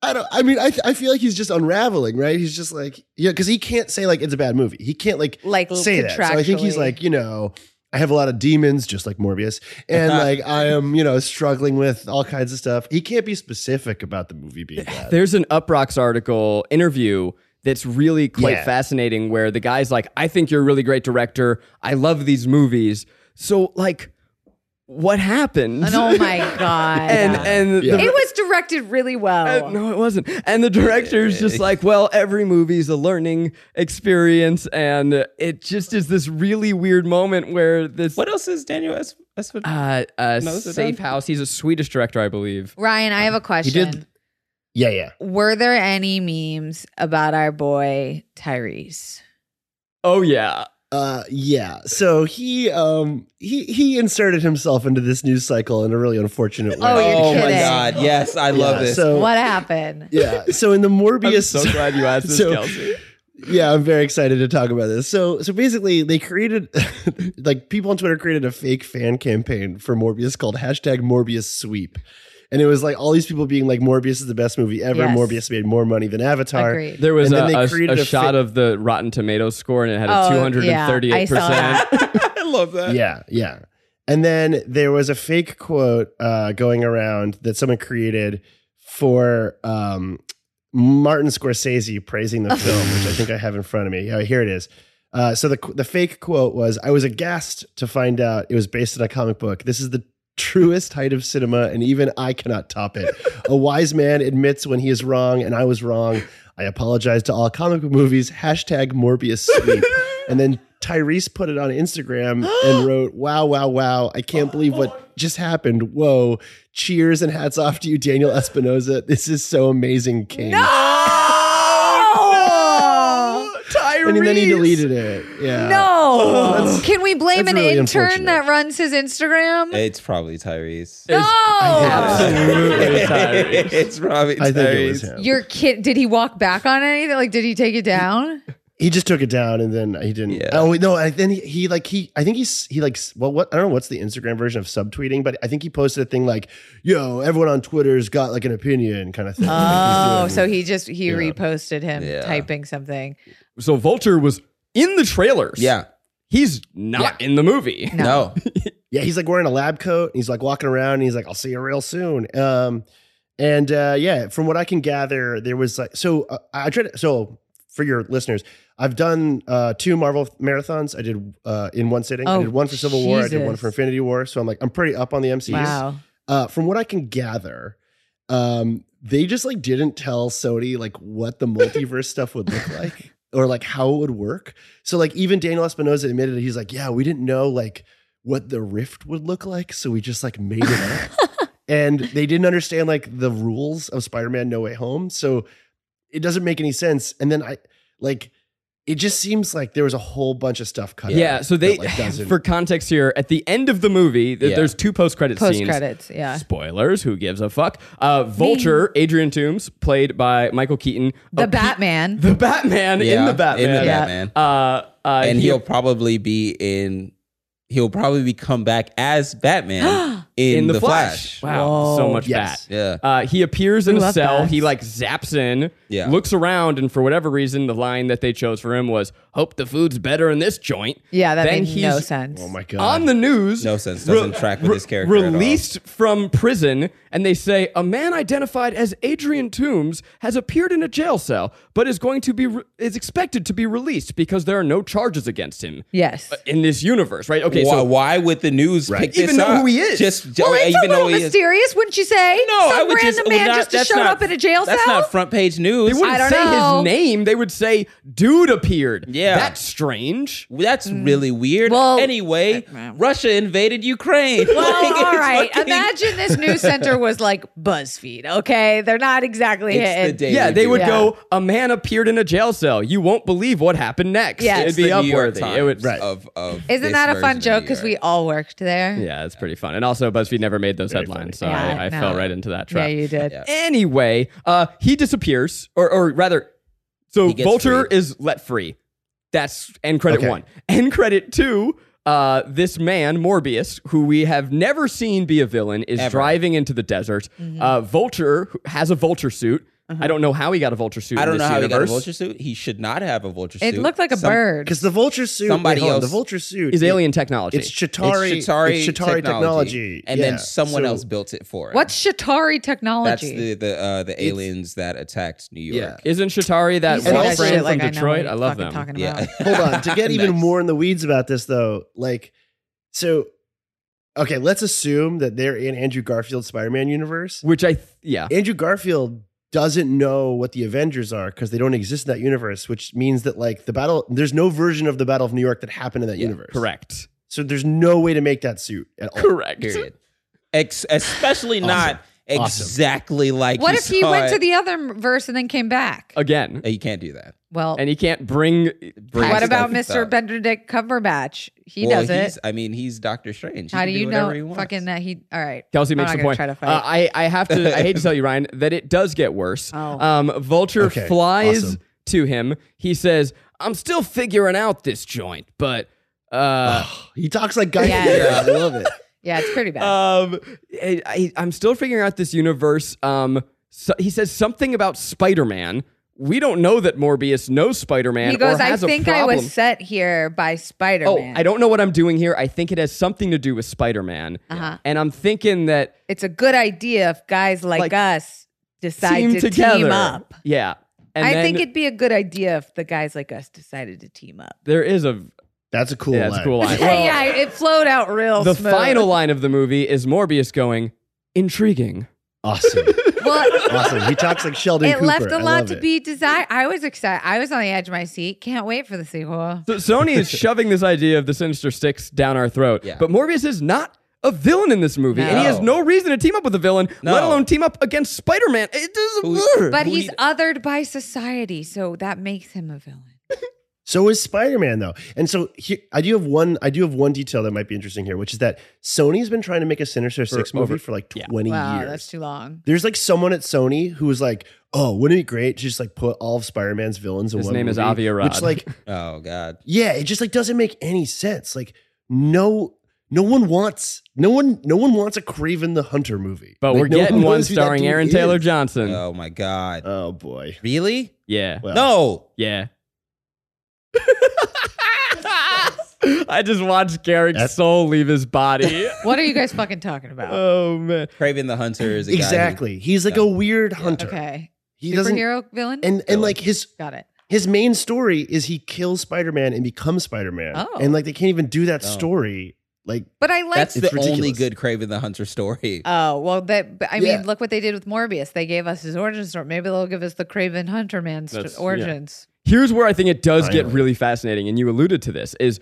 Speaker 6: I don't. I mean, I th- I feel like he's just unraveling, right? He's just like yeah, because he can't say like it's a bad movie. He can't like
Speaker 4: Like,
Speaker 6: say that. So I think he's
Speaker 4: contractually.
Speaker 6: like you know. I have a lot of demons, just like Morbius,
Speaker 4: [LAUGHS]
Speaker 6: and like I am, you know, struggling with all kinds of stuff. He can't be specific about the
Speaker 4: [LAUGHS]
Speaker 6: movie being bad.
Speaker 2: There's an Uprocks article interview that's really quite
Speaker 6: Yeah.
Speaker 2: fascinating where the guy's like, I think you're a really great director. I love these movies. So, like, what happened?
Speaker 4: And oh my
Speaker 2: [LAUGHS]
Speaker 4: god.
Speaker 2: and and
Speaker 6: Yeah.
Speaker 2: the,
Speaker 4: it was directed really well.
Speaker 2: Uh, no, it wasn't. And the director's just like, well, every movie's a learning experience, and it just is this really weird moment where this
Speaker 3: What else is Daniel S. S-
Speaker 2: uh, uh,
Speaker 3: No, is it
Speaker 2: safe
Speaker 3: done?
Speaker 2: house. He's a Swedish director, I believe.
Speaker 4: Ryan, I have a
Speaker 6: He
Speaker 4: question.
Speaker 6: did. Yeah, yeah.
Speaker 4: Were there any memes about our boy Tyrese?
Speaker 2: Oh yeah,
Speaker 6: Uh, yeah. So he um he he inserted himself into this news cycle in a really unfortunate way.
Speaker 4: Oh, you're
Speaker 3: oh my
Speaker 4: kidding.
Speaker 3: God. Yes, I love
Speaker 6: Yeah,
Speaker 3: this.
Speaker 6: So
Speaker 4: What happened?
Speaker 6: yeah. So in the
Speaker 2: I'm
Speaker 6: [LAUGHS]
Speaker 2: [LAUGHS]
Speaker 6: Morbius,
Speaker 2: so glad you asked this,
Speaker 6: So-
Speaker 2: Kelsey.
Speaker 6: yeah, I'm very excited to talk about this. So so basically, they created [LAUGHS] like people on Twitter created a fake fan campaign for Morbius called hashtag Morbius Sweep. And it was like all these people being like, Morbius is the best movie ever.
Speaker 4: Yes.
Speaker 6: Morbius made more money than Avatar.
Speaker 4: Agreed.
Speaker 2: There was
Speaker 6: And
Speaker 2: a,
Speaker 6: then they
Speaker 2: a- a,
Speaker 6: created a
Speaker 2: shot
Speaker 6: fa-
Speaker 2: of the Rotten Tomatoes score, and it had a
Speaker 4: Oh,
Speaker 2: two hundred and
Speaker 4: yeah, I
Speaker 2: thirty-eight
Speaker 4: saw that.
Speaker 2: percent.
Speaker 3: I love that.
Speaker 6: Yeah, yeah. And then there was a fake quote uh, going around that someone created for um, Martin Scorsese praising the film, which I think I have in front of me. Uh, here it is. Uh, so the qu- the fake quote was, "I was aghast to find out it was based on a comic book. This is the." Truest height of cinema, and even I cannot top it. A wise man admits when he is wrong, and I was wrong. I apologize to all comic book movies. Hashtag Morbius sweep. and then Tyrese put it on Instagram
Speaker 4: [GASPS]
Speaker 6: and wrote, "Wow, wow, wow! I can't believe what just happened. Whoa! Cheers and hats off to you, Daniel Espinosa. This is so amazing, King."
Speaker 4: [LAUGHS] Oh,
Speaker 2: Tyrese.
Speaker 6: And then he deleted it. Yeah.
Speaker 4: No. Can we blame
Speaker 6: that's
Speaker 4: an
Speaker 6: really
Speaker 4: intern
Speaker 6: unfortunate.
Speaker 4: that runs his Instagram?
Speaker 3: It's probably Tyrese.
Speaker 4: no.
Speaker 3: [LAUGHS]
Speaker 2: Absolutely, Tyrese.
Speaker 3: it's probably Tyrese.
Speaker 6: I think it was him.
Speaker 4: Your kid did he walk back on anything? Like did he take it down?
Speaker 6: He just took it down, and then he didn't.
Speaker 3: Yeah.
Speaker 6: Oh wait, no! I, then he, he like he I think he's he like s- well what I don't know what's the Instagram version of subtweeting, but I think he posted a thing like, "Yo, everyone on Twitter's got like an opinion," kind of thing.
Speaker 4: Oh,
Speaker 6: He's doing-
Speaker 4: so he just he reposted him
Speaker 3: Yeah.
Speaker 4: typing something.
Speaker 2: So Vulture was in the trailers.
Speaker 3: Yeah.
Speaker 2: he's not in the movie.
Speaker 3: No.
Speaker 4: No.
Speaker 6: Yeah, he's like wearing a lab coat and he's like walking around and he's like, I'll see you real soon. Um, and uh, yeah, from what I can gather, there was like, so uh, I tried, to- so for your listeners, I've done uh, two Marvel marathons. I did uh, in one sitting. I
Speaker 4: Oh,
Speaker 6: did one for Civil War. I did one
Speaker 4: Jesus.
Speaker 6: for Infinity War. So I'm like, I'm pretty up on the MCU.
Speaker 4: Wow.
Speaker 6: Uh, from what I can gather, um, they just like didn't tell Sony like what the multiverse stuff would look like or like how it would work. So like even Daniel Espinosa admitted it. he's like, yeah, we didn't know like what the rift would look like, so we just like made it up. and they didn't understand like the rules of Spider-Man No Way Home, so it doesn't make any sense. And then I like it just seems like there was a whole bunch of stuff cut. out
Speaker 2: Yeah, so they [LAUGHS]
Speaker 6: that, like, doesn't- oh
Speaker 2: for context here, at the end of the movie, th-
Speaker 3: Yeah.
Speaker 2: there's two post credit
Speaker 4: Post
Speaker 2: scenes.
Speaker 4: credits, yeah.
Speaker 2: Spoilers, who gives a fuck? Uh, Vulture, Adrian Toomes, played by Michael Keaton.
Speaker 4: The
Speaker 2: appe- [LAUGHS]
Speaker 4: Batman.
Speaker 2: the Batman in
Speaker 3: Yeah,
Speaker 2: the Batman.
Speaker 3: In the
Speaker 4: Yeah.
Speaker 3: Batman.
Speaker 2: Uh, uh,
Speaker 3: and
Speaker 2: he-
Speaker 3: he'll probably be in. He'll probably be come back as
Speaker 6: [GASPS]
Speaker 3: Batman in, the, Flash.
Speaker 2: Wow, so much
Speaker 6: Yes.
Speaker 2: Bat.
Speaker 3: Yeah.
Speaker 2: Uh, he appears in
Speaker 4: We
Speaker 2: a
Speaker 4: love
Speaker 2: cell. He
Speaker 4: bats.
Speaker 2: like zaps in,
Speaker 3: Yeah.
Speaker 2: looks around, and for whatever reason, the line that they chose for him was "Hope the food's better in this joint."
Speaker 4: yeah, that
Speaker 2: Then
Speaker 4: made no
Speaker 2: he's-
Speaker 4: sense.
Speaker 6: Oh my god.
Speaker 2: on the news.
Speaker 3: No sense. Doesn't track with his character at all.
Speaker 2: Released from prison, and they say a man identified as Adrian Toombs has appeared in a jail cell, but is going to be re- is expected to be released because there are no charges against him Uh,
Speaker 4: Yes.
Speaker 2: in this universe, right? Okay,
Speaker 3: why,
Speaker 2: so
Speaker 3: why would the news pick this
Speaker 2: Even know
Speaker 3: up?
Speaker 2: who he is.
Speaker 3: Just
Speaker 4: Well,
Speaker 3: oh,
Speaker 4: it's
Speaker 3: even
Speaker 4: a
Speaker 3: though
Speaker 4: little
Speaker 3: he is.
Speaker 4: mysterious, wouldn't you say?
Speaker 3: No,
Speaker 4: Some
Speaker 3: I would
Speaker 4: random
Speaker 3: just would
Speaker 4: man
Speaker 3: not-
Speaker 4: just
Speaker 3: that's
Speaker 4: showed
Speaker 3: not-
Speaker 4: up in a jail
Speaker 3: That's
Speaker 4: cell.
Speaker 3: not front page news.
Speaker 2: they
Speaker 4: I
Speaker 2: wouldn't
Speaker 4: don't
Speaker 2: say
Speaker 4: know.
Speaker 2: his name; they would say dude appeared.
Speaker 3: Yeah.
Speaker 2: that's strange.
Speaker 3: That's really weird.
Speaker 4: Well-
Speaker 3: anyway, Russia invaded Ukraine. Like,
Speaker 4: well,
Speaker 3: it's
Speaker 4: [LAUGHS] all right.
Speaker 3: fucking-
Speaker 4: Imagine this news center was like BuzzFeed. Okay, they're not exactly
Speaker 3: It's the
Speaker 4: hitting.
Speaker 3: day.
Speaker 2: yeah, they would
Speaker 4: Yeah.
Speaker 2: go. A man appeared in a jail cell. You won't believe what happened next.
Speaker 4: Yes.
Speaker 2: It'd
Speaker 4: It's
Speaker 2: be
Speaker 3: the New York
Speaker 2: upworthy.
Speaker 3: Times Oh,
Speaker 2: It would.
Speaker 6: Right.
Speaker 3: Of, of
Speaker 4: Isn't
Speaker 3: this
Speaker 4: that a
Speaker 3: version
Speaker 4: fun
Speaker 3: of
Speaker 4: joke?
Speaker 3: New
Speaker 4: Because we
Speaker 3: York.
Speaker 4: all worked there.
Speaker 2: Yeah, it's pretty fun. And also, BuzzFeed never made those headlines, so
Speaker 4: Yeah,
Speaker 2: I, I
Speaker 4: no.
Speaker 2: fell right into that trap.
Speaker 4: Yeah, you did.
Speaker 3: Yeah.
Speaker 2: Anyway, uh, he disappears, or or rather, so
Speaker 3: He gets
Speaker 2: Vulture
Speaker 3: free.
Speaker 2: is let free. That's end credit
Speaker 6: Okay.
Speaker 2: one. End credit two. Uh, this man Morbius, who we have never seen be a villain, is
Speaker 3: Ever.
Speaker 2: driving into the desert.
Speaker 4: Mm-hmm.
Speaker 2: Uh, Vulture who- has a Vulture suit.
Speaker 4: Uh-huh.
Speaker 2: I don't know how he got a Vulture suit.
Speaker 3: I
Speaker 2: in
Speaker 3: don't
Speaker 2: this
Speaker 3: know how he got a
Speaker 2: universe.
Speaker 3: vulture suit. He should not have a vulture suit.
Speaker 4: It looked like a
Speaker 3: Some-
Speaker 4: bird.
Speaker 6: because the vulture suit,
Speaker 3: Somebody
Speaker 6: wait, hold on,
Speaker 3: else
Speaker 6: the vulture suit
Speaker 2: Is
Speaker 6: it-
Speaker 2: alien technology?
Speaker 6: It's Chitari.
Speaker 3: It's Chitari,
Speaker 6: it's Chitari technology.
Speaker 3: and
Speaker 6: Yeah.
Speaker 3: then someone
Speaker 6: So-
Speaker 3: else [LAUGHS] built it for him.
Speaker 4: What's Shatari
Speaker 3: that's
Speaker 4: technology?
Speaker 3: the the uh, the aliens that attacked New York?
Speaker 2: Isn't Shatari that
Speaker 4: You say
Speaker 2: wall
Speaker 6: that
Speaker 2: frame
Speaker 6: shit
Speaker 2: from
Speaker 4: like know what
Speaker 2: Detroit?
Speaker 4: you're
Speaker 2: I love
Speaker 4: fucking
Speaker 2: them.
Speaker 3: [LAUGHS]
Speaker 4: Talking
Speaker 3: Yeah.
Speaker 4: about.
Speaker 6: Hold on. To get even
Speaker 3: Nice.
Speaker 6: more in the weeds about this, though, like, so Okay, let's assume that they're in Andrew Garfield's Spider-Man universe.
Speaker 2: Which I th- yeah.
Speaker 6: Andrew Garfield doesn't know what the Avengers are because they don't exist in that universe, which means that like the battle, there's no version of the Battle of New York that happened in that
Speaker 2: Yeah,
Speaker 6: universe.
Speaker 2: Correct.
Speaker 6: So there's no way to make that suit at all.
Speaker 2: Correct.
Speaker 3: Period. Ex- especially not
Speaker 6: Awesome.
Speaker 3: exactly like.
Speaker 4: what
Speaker 3: you
Speaker 4: if he
Speaker 3: saw
Speaker 4: went
Speaker 3: it.
Speaker 4: to the other verse and then came back?
Speaker 2: Again.
Speaker 3: Uh, You can't do that.
Speaker 4: well,
Speaker 2: And he can't bring uh,
Speaker 3: Bring
Speaker 4: what
Speaker 3: stuff
Speaker 4: about
Speaker 3: up.
Speaker 4: Mr. Benedict Cumberbatch? He
Speaker 3: Well,
Speaker 4: does it.
Speaker 3: he's- I mean, he's Doctor Strange. He
Speaker 4: How
Speaker 3: can
Speaker 4: do you
Speaker 3: whatever he
Speaker 4: know?
Speaker 3: wants.
Speaker 4: Fucking that he. All right.
Speaker 2: Kelsey
Speaker 4: I'm
Speaker 2: makes
Speaker 4: not
Speaker 2: a
Speaker 4: gonna
Speaker 2: point.
Speaker 4: Try to fight.
Speaker 2: Uh, I I have to. I
Speaker 6: [LAUGHS]
Speaker 2: hate to tell you, Ryan, that it does get worse.
Speaker 4: Oh.
Speaker 2: Um, Vulture
Speaker 6: Okay,
Speaker 2: flies
Speaker 6: awesome.
Speaker 2: to him. He says, "I'm still figuring out this joint, but." Uh,
Speaker 6: [GASPS] He talks like Guy
Speaker 4: Yeah.
Speaker 6: Fieri. I love it.
Speaker 4: yeah, it's pretty bad.
Speaker 2: um, I, I, I'm still figuring out this universe. Um, so, he says something about Spider-Man. We don't know that Morbius knows Spider-Man.
Speaker 4: he goes,
Speaker 2: or
Speaker 4: I
Speaker 2: has a
Speaker 4: think I
Speaker 2: problem."
Speaker 4: was set here by Spider
Speaker 2: Oh,
Speaker 4: Man.
Speaker 2: I don't know what I'm doing here. I think it has something to do with Spider-Man,
Speaker 4: Uh-huh.
Speaker 2: and I'm thinking that
Speaker 4: It's a good idea if guys like,
Speaker 2: Like,
Speaker 4: us decide
Speaker 2: team
Speaker 4: to
Speaker 2: together.
Speaker 4: team up.
Speaker 2: Yeah, and
Speaker 4: I
Speaker 2: then
Speaker 4: think it'd be a good idea if the guys like us decided to team up.
Speaker 2: there is a
Speaker 6: That's a cool
Speaker 2: yeah, it's
Speaker 6: line.
Speaker 2: a cool
Speaker 4: [LAUGHS]
Speaker 2: line. Well,
Speaker 4: yeah, it flowed out real
Speaker 2: the
Speaker 4: smooth.
Speaker 2: final line of the movie is Morbius going, intriguing.
Speaker 6: Awesome.
Speaker 4: [LAUGHS] Well,
Speaker 6: awesome. He
Speaker 4: [LAUGHS]
Speaker 6: talks like Sheldon
Speaker 4: it
Speaker 6: Cooper.
Speaker 4: left a
Speaker 6: I
Speaker 4: lot
Speaker 6: love
Speaker 4: to
Speaker 6: it.
Speaker 4: be desired. I was excited. I was on the edge of my seat. Can't wait for the sequel.
Speaker 2: So Sony [LAUGHS] is shoving this idea of the Sinister Six down our throat.
Speaker 3: Yeah.
Speaker 2: But Morbius is not a villain in this movie, and he has
Speaker 3: No.
Speaker 2: no reason to team up with a villain,
Speaker 3: No.
Speaker 2: let alone team up against Spider Man. It
Speaker 3: Who's-
Speaker 2: doesn't work.
Speaker 4: But
Speaker 3: Who
Speaker 4: he's
Speaker 3: you-
Speaker 4: othered by society, so that makes him a villain.
Speaker 6: So is Spider Man though, and so here, I do have one. I do have one detail that might be interesting here, which is that Sony's been trying to make a Sinister Six movie
Speaker 2: over-
Speaker 6: for like
Speaker 2: yeah.
Speaker 6: twenty
Speaker 4: Wow,
Speaker 6: years.
Speaker 4: that's too long.
Speaker 6: There's like someone at Sony who was like, "Oh, wouldn't it be great to just like put all of Spider Man's villains in
Speaker 2: His
Speaker 6: one
Speaker 2: name is
Speaker 6: movie?"
Speaker 2: Avi Arad.
Speaker 6: Which like,
Speaker 3: Oh God.
Speaker 6: yeah, it just like doesn't make any sense. Like, no, no one wants no one no one wants a Craven the Hunter movie.
Speaker 2: But
Speaker 6: Like,
Speaker 2: we're
Speaker 6: no
Speaker 2: getting
Speaker 6: knows
Speaker 2: one
Speaker 6: who that
Speaker 2: starring
Speaker 6: dude
Speaker 2: Aaron Taylor
Speaker 6: is.
Speaker 2: Johnson.
Speaker 3: Oh my God.
Speaker 6: Oh boy,
Speaker 3: Really?
Speaker 2: Yeah.
Speaker 6: Um, Well,
Speaker 3: No.
Speaker 2: [LAUGHS] Yeah. I just watched Garrick's
Speaker 6: That's-
Speaker 2: soul leave his [LAUGHS] body.
Speaker 4: What are you guys fucking talking
Speaker 3: Uh,
Speaker 4: about?
Speaker 2: oh man.
Speaker 3: Craven the Hunter is a guy who-
Speaker 6: exactly. He's like
Speaker 3: No.
Speaker 6: a weird hunter.
Speaker 4: Okay,
Speaker 6: He doesn't.
Speaker 4: superhero villain.
Speaker 6: And and like his
Speaker 4: Got it.
Speaker 6: his main story is he kills Spider-Man and becomes Spider-Man.
Speaker 4: Oh.
Speaker 6: And like they can't even do that
Speaker 3: Oh.
Speaker 6: story. Like
Speaker 4: But I like.
Speaker 3: That's
Speaker 6: It's
Speaker 3: the only
Speaker 6: ridiculous.
Speaker 3: good Craven the Hunter story.
Speaker 4: Oh well, that but I mean,
Speaker 6: Yeah.
Speaker 4: look what they did with Morbius. They gave us his origin story. Maybe they'll give us the Craven Hunter Man's st-
Speaker 2: That's- yeah.
Speaker 4: origins.
Speaker 2: Here's where I think it does get
Speaker 6: Finally.
Speaker 2: really fascinating, and you alluded to this, is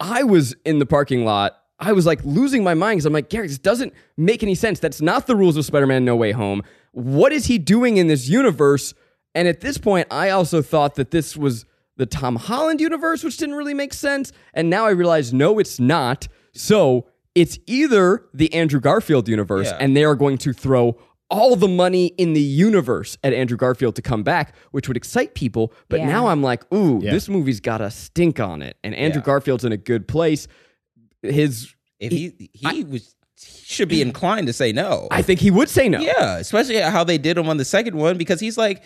Speaker 2: I was in the parking lot. I was like losing my mind because I'm like, Gary, this doesn't make any sense. That's not the rules of Spider Man No Way Home. What is he doing in this universe? And at this point, I also thought that this was the Tom Holland universe, which didn't really make sense. And now I realize, no, it's not. So it's either the Andrew Garfield universe,
Speaker 3: Yeah.
Speaker 2: and and they are going to throw all the money in the universe at Andrew Garfield to come back, which would excite people. But
Speaker 4: Yeah.
Speaker 2: now I'm like, ooh,
Speaker 6: Yeah.
Speaker 2: this movie's got a stink on it. And Andrew
Speaker 3: Yeah.
Speaker 2: Garfield's in a good place. His,
Speaker 3: If he he was he should be inclined to say no.
Speaker 2: I think he would say no.
Speaker 3: Yeah, especially how they did him on the second one because he's like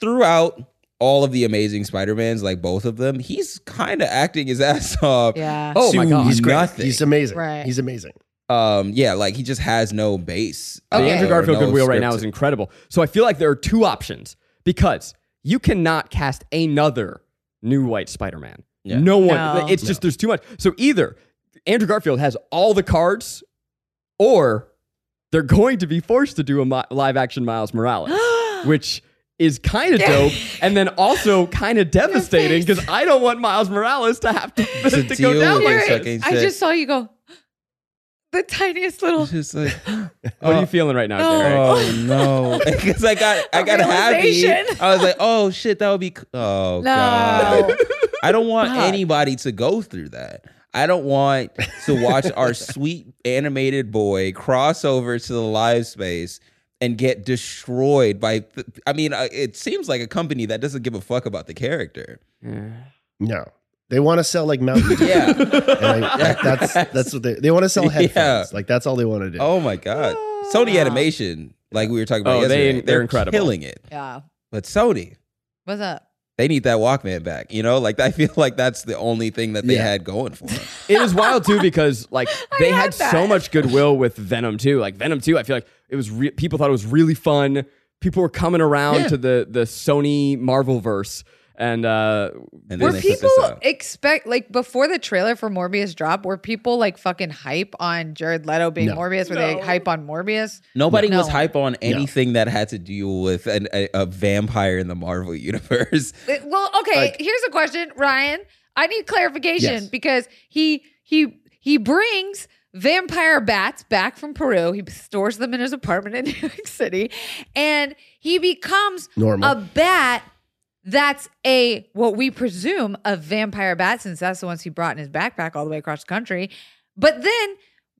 Speaker 3: throughout all of the amazing Spider-Mans, like both of them, he's kind of acting his [LAUGHS] ass off.
Speaker 4: Yeah.
Speaker 2: Oh my
Speaker 3: to
Speaker 2: God.
Speaker 6: he's great.
Speaker 3: nothing.
Speaker 6: He's amazing.
Speaker 4: Right.
Speaker 6: He's amazing.
Speaker 3: um, yeah, like he just has no base.
Speaker 2: The
Speaker 4: Okay.
Speaker 2: Oh, Andrew
Speaker 3: or
Speaker 2: Garfield
Speaker 3: no
Speaker 2: goodwill right now
Speaker 3: [LAUGHS] script.
Speaker 2: is incredible. So I feel like there are two options because you cannot cast another new white Spider-Man.
Speaker 3: Yeah.
Speaker 2: No one.
Speaker 4: No.
Speaker 2: It's just there's too much. So either Andrew Garfield has all the cards, or they're going to be forced to do a mi- live action Miles Morales,
Speaker 3: Oh.
Speaker 4: [GASPS]
Speaker 2: which is kind of dope and then
Speaker 4: [LAUGHS]
Speaker 2: also kind of devastating because I don't want Miles Morales to
Speaker 6: [LAUGHS]
Speaker 2: have to, to, go
Speaker 3: deal
Speaker 2: down
Speaker 3: with
Speaker 2: like
Speaker 3: this
Speaker 2: this.
Speaker 3: fucking
Speaker 4: I
Speaker 3: shit.
Speaker 4: just saw you go. [GASPS] The tiniest little.
Speaker 3: It's just like,
Speaker 2: [LAUGHS] What
Speaker 6: Uh,
Speaker 2: are you feeling right now, [LAUGHS]
Speaker 4: No.
Speaker 2: Derek?
Speaker 3: [LAUGHS] oh no, [LAUGHS] because I got I
Speaker 4: A
Speaker 3: got happy.
Speaker 4: realization.
Speaker 3: I was like, oh shit, that would be. c- [LAUGHS] Oh god,
Speaker 4: No.
Speaker 3: I don't want
Speaker 4: God.
Speaker 3: anybody to go through that. I don't want to watch
Speaker 2: [LAUGHS]
Speaker 3: our sweet animated boy cross over to the live space and get destroyed by. Th- I mean, uh, it seems like a company that doesn't give a fuck about the character.
Speaker 6: Uh, No. They want to sell like Mountain
Speaker 3: [LAUGHS]
Speaker 6: Dew.
Speaker 3: Yeah.
Speaker 6: And, like, that- that's that's what they they want to sell headphones.
Speaker 3: Yeah.
Speaker 6: Like that's all they want to do.
Speaker 3: Oh my god, Sony Animation, like we were talking about
Speaker 2: Oh, they-
Speaker 3: yesterday,
Speaker 2: they're incredible.
Speaker 3: killing it.
Speaker 4: [LAUGHS] yeah.
Speaker 3: But Sony,
Speaker 4: What's up?
Speaker 3: they need that Walkman back. You know, like I feel [LAUGHS] like that's the only thing that they
Speaker 6: Yeah.
Speaker 3: had going for
Speaker 4: [LAUGHS]
Speaker 3: them.
Speaker 2: it is wild too because like they
Speaker 4: had
Speaker 2: had, so
Speaker 4: that.
Speaker 2: much goodwill with Venom too. Like Venom too, I feel like it was re- people thought it was really fun. People were coming around to the the Sony Marvel verse, and uh,
Speaker 3: And
Speaker 4: Were
Speaker 3: then they put this
Speaker 4: people
Speaker 3: out.
Speaker 4: expect like before the trailer for Morbius drop? Were people like fucking hype on Jared Leto being Morbius? Were they hype on Morbius?
Speaker 3: Nobody was
Speaker 4: No.
Speaker 3: hype on anything that had to deal with an, a, a vampire in the Marvel [LAUGHS] universe.
Speaker 4: Uh, Well, okay.
Speaker 6: Like-
Speaker 4: here's a question, Ryan. I need clarification
Speaker 6: Yes.
Speaker 4: because he he he brings vampire bats back from Peru. He stores them in his apartment in [LAUGHS] New York City, and he becomes
Speaker 6: Normal.
Speaker 4: a bat. That's a what we presume a vampire bat, since that's the ones he brought in his backpack all the way across the country. But then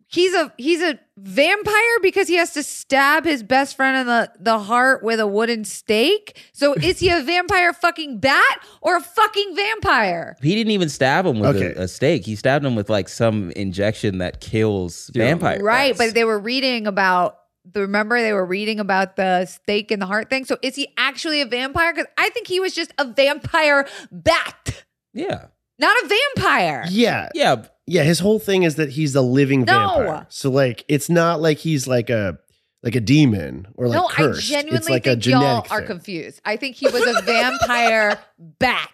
Speaker 4: he's a he's a vampire because he has to stab his best friend in the, the heart with a wooden stake.
Speaker 6: [LAUGHS]
Speaker 4: So is he a vampire fucking bat or a fucking vampire?
Speaker 3: He didn't even stab him with
Speaker 6: Okay.
Speaker 3: a, a stake. He stabbed him with like some injection that kills
Speaker 2: Yeah.
Speaker 3: vampires.
Speaker 4: Right, but they were reading about the remember they were reading about the stake in the heart thing. So is he actually a vampire? Because I think he was just a vampire bat,
Speaker 3: yeah,
Speaker 4: not a vampire.
Speaker 6: Yeah.
Speaker 3: yeah.
Speaker 6: Yeah, his whole thing is that he's a living
Speaker 4: No.
Speaker 6: vampire. So like it's not like he's like a like a demon or like
Speaker 4: no,
Speaker 6: cursed.
Speaker 4: I genuinely
Speaker 6: it's like a
Speaker 4: think y'all
Speaker 6: genetic
Speaker 4: are
Speaker 6: thing.
Speaker 4: confused. I think he was a
Speaker 6: [LAUGHS]
Speaker 4: vampire bat,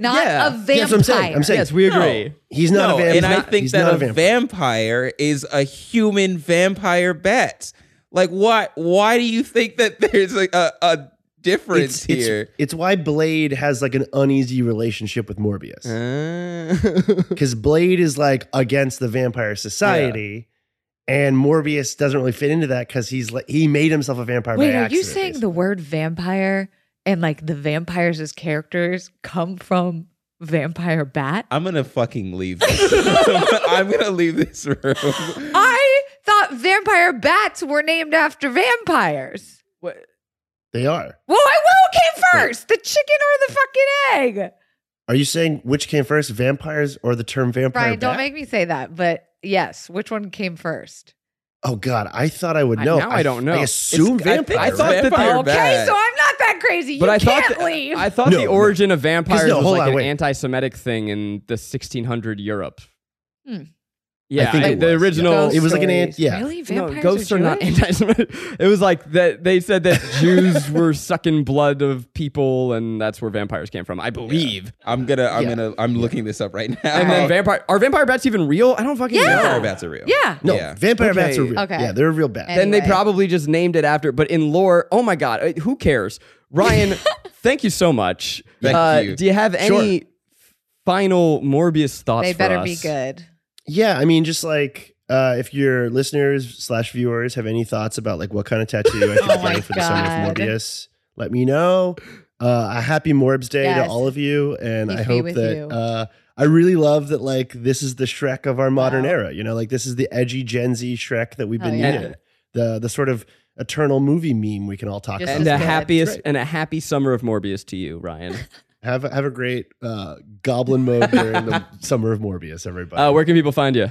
Speaker 4: not
Speaker 3: yeah.
Speaker 4: a vampire.
Speaker 6: Yeah, that's what I'm saying. I'm saying
Speaker 2: yes, we agree.
Speaker 6: he's not
Speaker 3: no,
Speaker 6: a vampire.
Speaker 3: and I
Speaker 6: He's
Speaker 3: think
Speaker 6: not
Speaker 3: that a
Speaker 6: vampire.
Speaker 3: vampire is a human vampire bat. Like, why? Why do you think that [LAUGHS] there's like a, a difference here?
Speaker 6: It's, it's why Blade has like an uneasy relationship with
Speaker 3: Uh-huh.
Speaker 6: Morbius.
Speaker 3: Uh,
Speaker 6: Because Blade is like against the vampire society. And Morbius doesn't really fit into that because he's like he made himself a vampire.
Speaker 4: Wait,
Speaker 6: by
Speaker 4: are you
Speaker 6: accident,
Speaker 4: saying
Speaker 6: basically.
Speaker 4: the word vampire and like the vampires as characters come from vampire bat?
Speaker 3: [LAUGHS] I'm gonna fucking leave. This room. [LAUGHS] I'm gonna leave this room.
Speaker 4: I thought vampire bats were named after vampires.
Speaker 2: What?
Speaker 6: they are?
Speaker 4: Well, I will came first, the chicken or the fucking egg.
Speaker 6: Are you saying which came first, vampires or the term vampire?
Speaker 4: Brian, don't
Speaker 6: bat?
Speaker 4: make me say that, but yes, which one came first?
Speaker 6: Oh God, I thought I would
Speaker 2: I-
Speaker 6: know.
Speaker 2: now I don't know.
Speaker 6: I
Speaker 2: It's-
Speaker 6: assume
Speaker 3: I think
Speaker 6: vampire.
Speaker 3: it's
Speaker 6: right?
Speaker 3: vampire
Speaker 4: okay,
Speaker 3: bat.
Speaker 4: so I'm not that crazy. You
Speaker 2: But I
Speaker 4: can't
Speaker 2: thought th-
Speaker 4: leave.
Speaker 2: I thought
Speaker 6: No,
Speaker 2: the
Speaker 6: no.
Speaker 2: origin of vampires
Speaker 6: no,
Speaker 2: was
Speaker 6: hold
Speaker 2: like
Speaker 6: on,
Speaker 2: an
Speaker 6: wait.
Speaker 2: anti-Semitic thing in the 1600 Europe.
Speaker 4: Hmm.
Speaker 2: Yeah,
Speaker 6: I think it
Speaker 2: the
Speaker 6: was.
Speaker 2: original.
Speaker 6: Ghost it was like an ant-
Speaker 4: stories.
Speaker 6: yeah.
Speaker 4: Really? Vampires
Speaker 2: No, ghosts
Speaker 4: are,
Speaker 2: are, not
Speaker 4: Jewish?
Speaker 2: anti-Semitic. [LAUGHS] It was like that they said
Speaker 6: [LAUGHS]
Speaker 2: that Jews were sucking blood of people, and that's where vampires came from, I believe.
Speaker 3: [LAUGHS] I'm gonna. I'm
Speaker 6: Yeah.
Speaker 3: gonna. I'm looking this up right now.
Speaker 2: And
Speaker 3: [LAUGHS]
Speaker 2: then vampire are vampire bats even real? I don't fucking
Speaker 4: Yeah.
Speaker 2: know.
Speaker 3: vampire bats are real.
Speaker 4: Yeah.
Speaker 6: No,
Speaker 3: Yeah.
Speaker 6: vampire bats are
Speaker 2: Okay.
Speaker 6: real.
Speaker 4: Okay.
Speaker 6: Yeah, they're a real bat.
Speaker 4: And-
Speaker 2: Then they
Speaker 4: Anyway.
Speaker 2: probably just named it after. But in lore, oh my god, uh, who cares?
Speaker 4: [LAUGHS]
Speaker 2: Ryan, thank you so much.
Speaker 3: Thank
Speaker 2: uh,
Speaker 3: you.
Speaker 2: Do you have any final Morbius thoughts?
Speaker 4: They
Speaker 2: for
Speaker 4: better
Speaker 2: us?
Speaker 4: be good.
Speaker 6: yeah, I mean, just like uh, if your listeners slash viewers have any thoughts about like what kind of tattoo I should
Speaker 4: [LAUGHS] Oh
Speaker 6: get
Speaker 4: my
Speaker 6: for the summer
Speaker 4: God.
Speaker 6: of Morbius, let me know. Uh, a happy Morbs Day
Speaker 4: Yes.
Speaker 6: to all of you, and
Speaker 4: Keep
Speaker 6: I
Speaker 4: me
Speaker 6: hope
Speaker 4: with
Speaker 6: that
Speaker 4: you.
Speaker 6: uh, I really love that like this is the Shrek of our modern
Speaker 4: Wow.
Speaker 6: era. You know, like this is the edgy Gen Z Shrek that we've
Speaker 4: Hell
Speaker 6: been
Speaker 4: yeah.
Speaker 6: needing. The the sort of eternal movie meme we can all talk
Speaker 4: Just
Speaker 6: about.
Speaker 4: as
Speaker 2: And the
Speaker 4: good.
Speaker 2: happiest
Speaker 6: Great.
Speaker 2: and a happy summer of Morbius to you,
Speaker 3: [LAUGHS]
Speaker 2: Ryan.
Speaker 6: Have a, have a great uh, goblin mode
Speaker 4: [LAUGHS]
Speaker 6: during the summer of Morbius, everybody.
Speaker 2: Uh, where can people find you?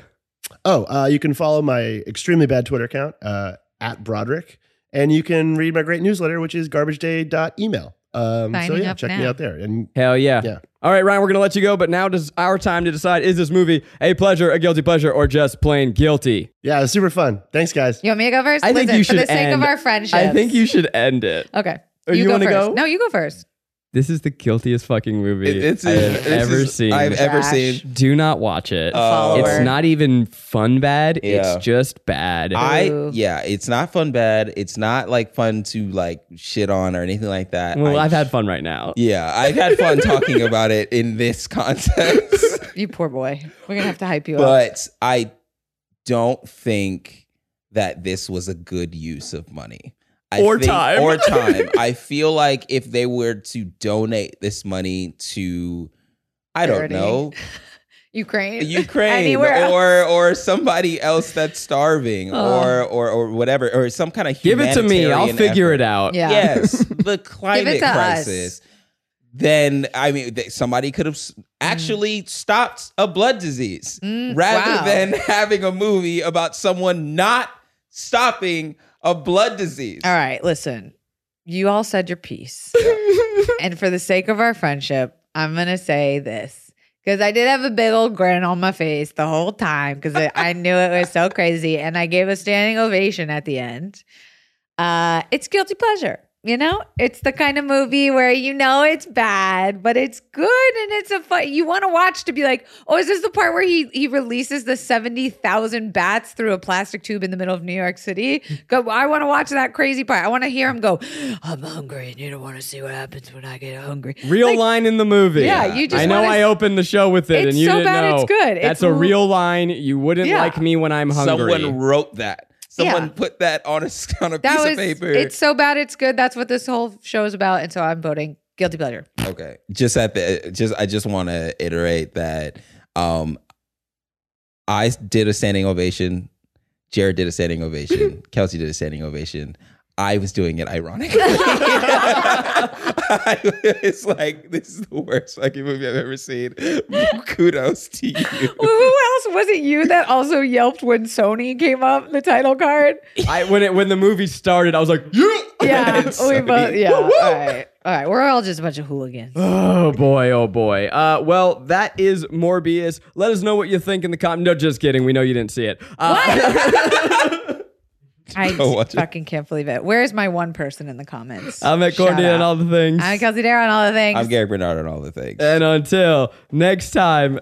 Speaker 6: oh, uh, you can follow my extremely bad Twitter account uh, at Broderick, and you can read my great newsletter, which is garbageday.email. Um, so
Speaker 4: Signing
Speaker 6: yeah,
Speaker 4: up
Speaker 6: check me
Speaker 4: now.
Speaker 6: out there. And
Speaker 2: Hell yeah.
Speaker 6: Yeah.
Speaker 2: All right, Ryan, we're going to let you go, but now it is our time to decide is this movie a pleasure, a guilty pleasure, or just plain guilty?
Speaker 6: yeah, it was super fun. Thanks, guys.
Speaker 4: You want me to go first?
Speaker 2: I think
Speaker 4: Listen,
Speaker 2: you should
Speaker 4: For the sake
Speaker 2: end.
Speaker 4: of our friendship.
Speaker 2: I think you should end it.
Speaker 4: Okay.
Speaker 2: Oh, you
Speaker 4: go
Speaker 2: wanna
Speaker 4: first.
Speaker 2: go?
Speaker 4: No, you go first.
Speaker 2: This is the guiltiest fucking movie
Speaker 3: It- it's
Speaker 2: I have
Speaker 3: it's-
Speaker 2: ever
Speaker 3: it's-
Speaker 2: seen.
Speaker 3: I've ever
Speaker 4: Trash.
Speaker 3: seen.
Speaker 2: Do not watch it.
Speaker 3: Uh,
Speaker 2: it's
Speaker 4: follower.
Speaker 2: not even fun bad.
Speaker 3: Yeah.
Speaker 2: It's just bad.
Speaker 3: I
Speaker 4: Ooh.
Speaker 3: yeah, it's not fun bad. It's not like fun to like shit on or anything like that.
Speaker 2: well,
Speaker 3: I-
Speaker 2: I've had fun right now.
Speaker 3: Yeah, I've had
Speaker 2: [LAUGHS]
Speaker 3: fun talking about it in this context,
Speaker 4: You poor boy. We're gonna have to hype you up.
Speaker 3: but I don't think that this was a good use of money. I
Speaker 2: Or time.
Speaker 3: Or
Speaker 2: [LAUGHS]
Speaker 3: time. I feel like if they were to donate this money to, I don't
Speaker 2: [LAUGHS]
Speaker 4: Charity.
Speaker 3: know,
Speaker 4: Ukraine.
Speaker 3: Ukraine
Speaker 4: Anywhere else.
Speaker 3: or or somebody else that's starving or or or whatever or some kind of
Speaker 2: Give it to me. I'll
Speaker 3: humanitarian
Speaker 2: figure it
Speaker 3: effort.
Speaker 2: out.
Speaker 4: Yeah. [LAUGHS]
Speaker 3: Yes, the climate
Speaker 4: to us.
Speaker 3: crisis. Then I mean, th- somebody could have s- actually stopped a blood disease
Speaker 4: Mm,
Speaker 3: rather
Speaker 4: wow.
Speaker 3: than [LAUGHS] having a movie about someone not stopping a blood disease.
Speaker 4: All right, listen. You all said your
Speaker 2: [LAUGHS]
Speaker 4: piece. and for the sake of our friendship, I'm going to say this because I did have a big old grin on my face the whole time because I I knew it was so crazy. And I gave a standing ovation at the end. Uh, it's guilty pleasure. You know, it's the kind of movie where you know it's bad, but it's good and it's a fun. You want to watch to be like, oh, is this the part where he he releases the seventy thousand bats through a plastic tube in the middle of New York City? Go, I want to watch that crazy part. I want to hear him go, "I'm hungry," and you don't want to see what happens when I get hungry.
Speaker 2: Real
Speaker 4: Like,
Speaker 2: line in the movie.
Speaker 4: Yeah, you just
Speaker 2: I know
Speaker 4: wanna-
Speaker 2: I opened the show with it,
Speaker 4: It's
Speaker 2: and you
Speaker 4: so
Speaker 2: didn't
Speaker 4: bad
Speaker 2: know.
Speaker 4: it's good.
Speaker 2: That's
Speaker 4: It's
Speaker 2: a
Speaker 4: l-
Speaker 2: real line. You wouldn't
Speaker 4: Yeah.
Speaker 2: like me when I'm hungry.
Speaker 3: Someone wrote that. Someone
Speaker 4: Yeah.
Speaker 3: put that on a [LAUGHS] s- on a
Speaker 4: That
Speaker 3: piece
Speaker 4: was
Speaker 3: of paper.
Speaker 4: it's so bad it's good. That's what this whole show is about, and so I'm voting guilty pleasure.
Speaker 3: Okay. Just at the just I just want to iterate that um I did a standing ovation. Jared did a standing ovation. Kelsey did a standing ovation. I was doing it ironically. [LAUGHS] I was like, this is the worst fucking movie I've ever seen. [LAUGHS] Kudos to
Speaker 4: Well,
Speaker 3: you.
Speaker 4: who else was it? You that also yelped when Sony came up the title card?
Speaker 2: [LAUGHS] I, when it when the movie started, I was like, yeah. [LAUGHS]
Speaker 4: Yeah, we
Speaker 3: Sony.
Speaker 4: both. Yeah, all right, all right. We're all just a bunch of hooligans.
Speaker 2: Oh boy, oh boy. Uh, well, that is Morbius. Let us know what you think in the comment. No, just kidding. We know you didn't see it. Uh,
Speaker 4: I
Speaker 3: Go watch it.
Speaker 4: fucking can't believe it. Where is my one person in the comments?
Speaker 2: I'm at
Speaker 4: Shout
Speaker 2: Courtney and
Speaker 4: out.
Speaker 2: all the things.
Speaker 4: I'm Kelsey Dare on all the things.
Speaker 3: I'm Gary Bernard on all the things.
Speaker 2: and until next time,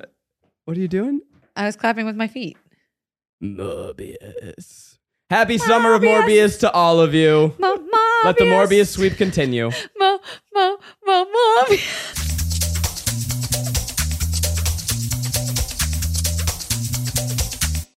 Speaker 2: what are you doing?
Speaker 4: I was clapping with my feet.
Speaker 2: Morbius. Happy summer of Morbius to all of you.
Speaker 4: Mo,
Speaker 2: Let the
Speaker 4: Morbius.
Speaker 2: Morbius sweep continue.
Speaker 4: Mo, mo, mo, Morbius.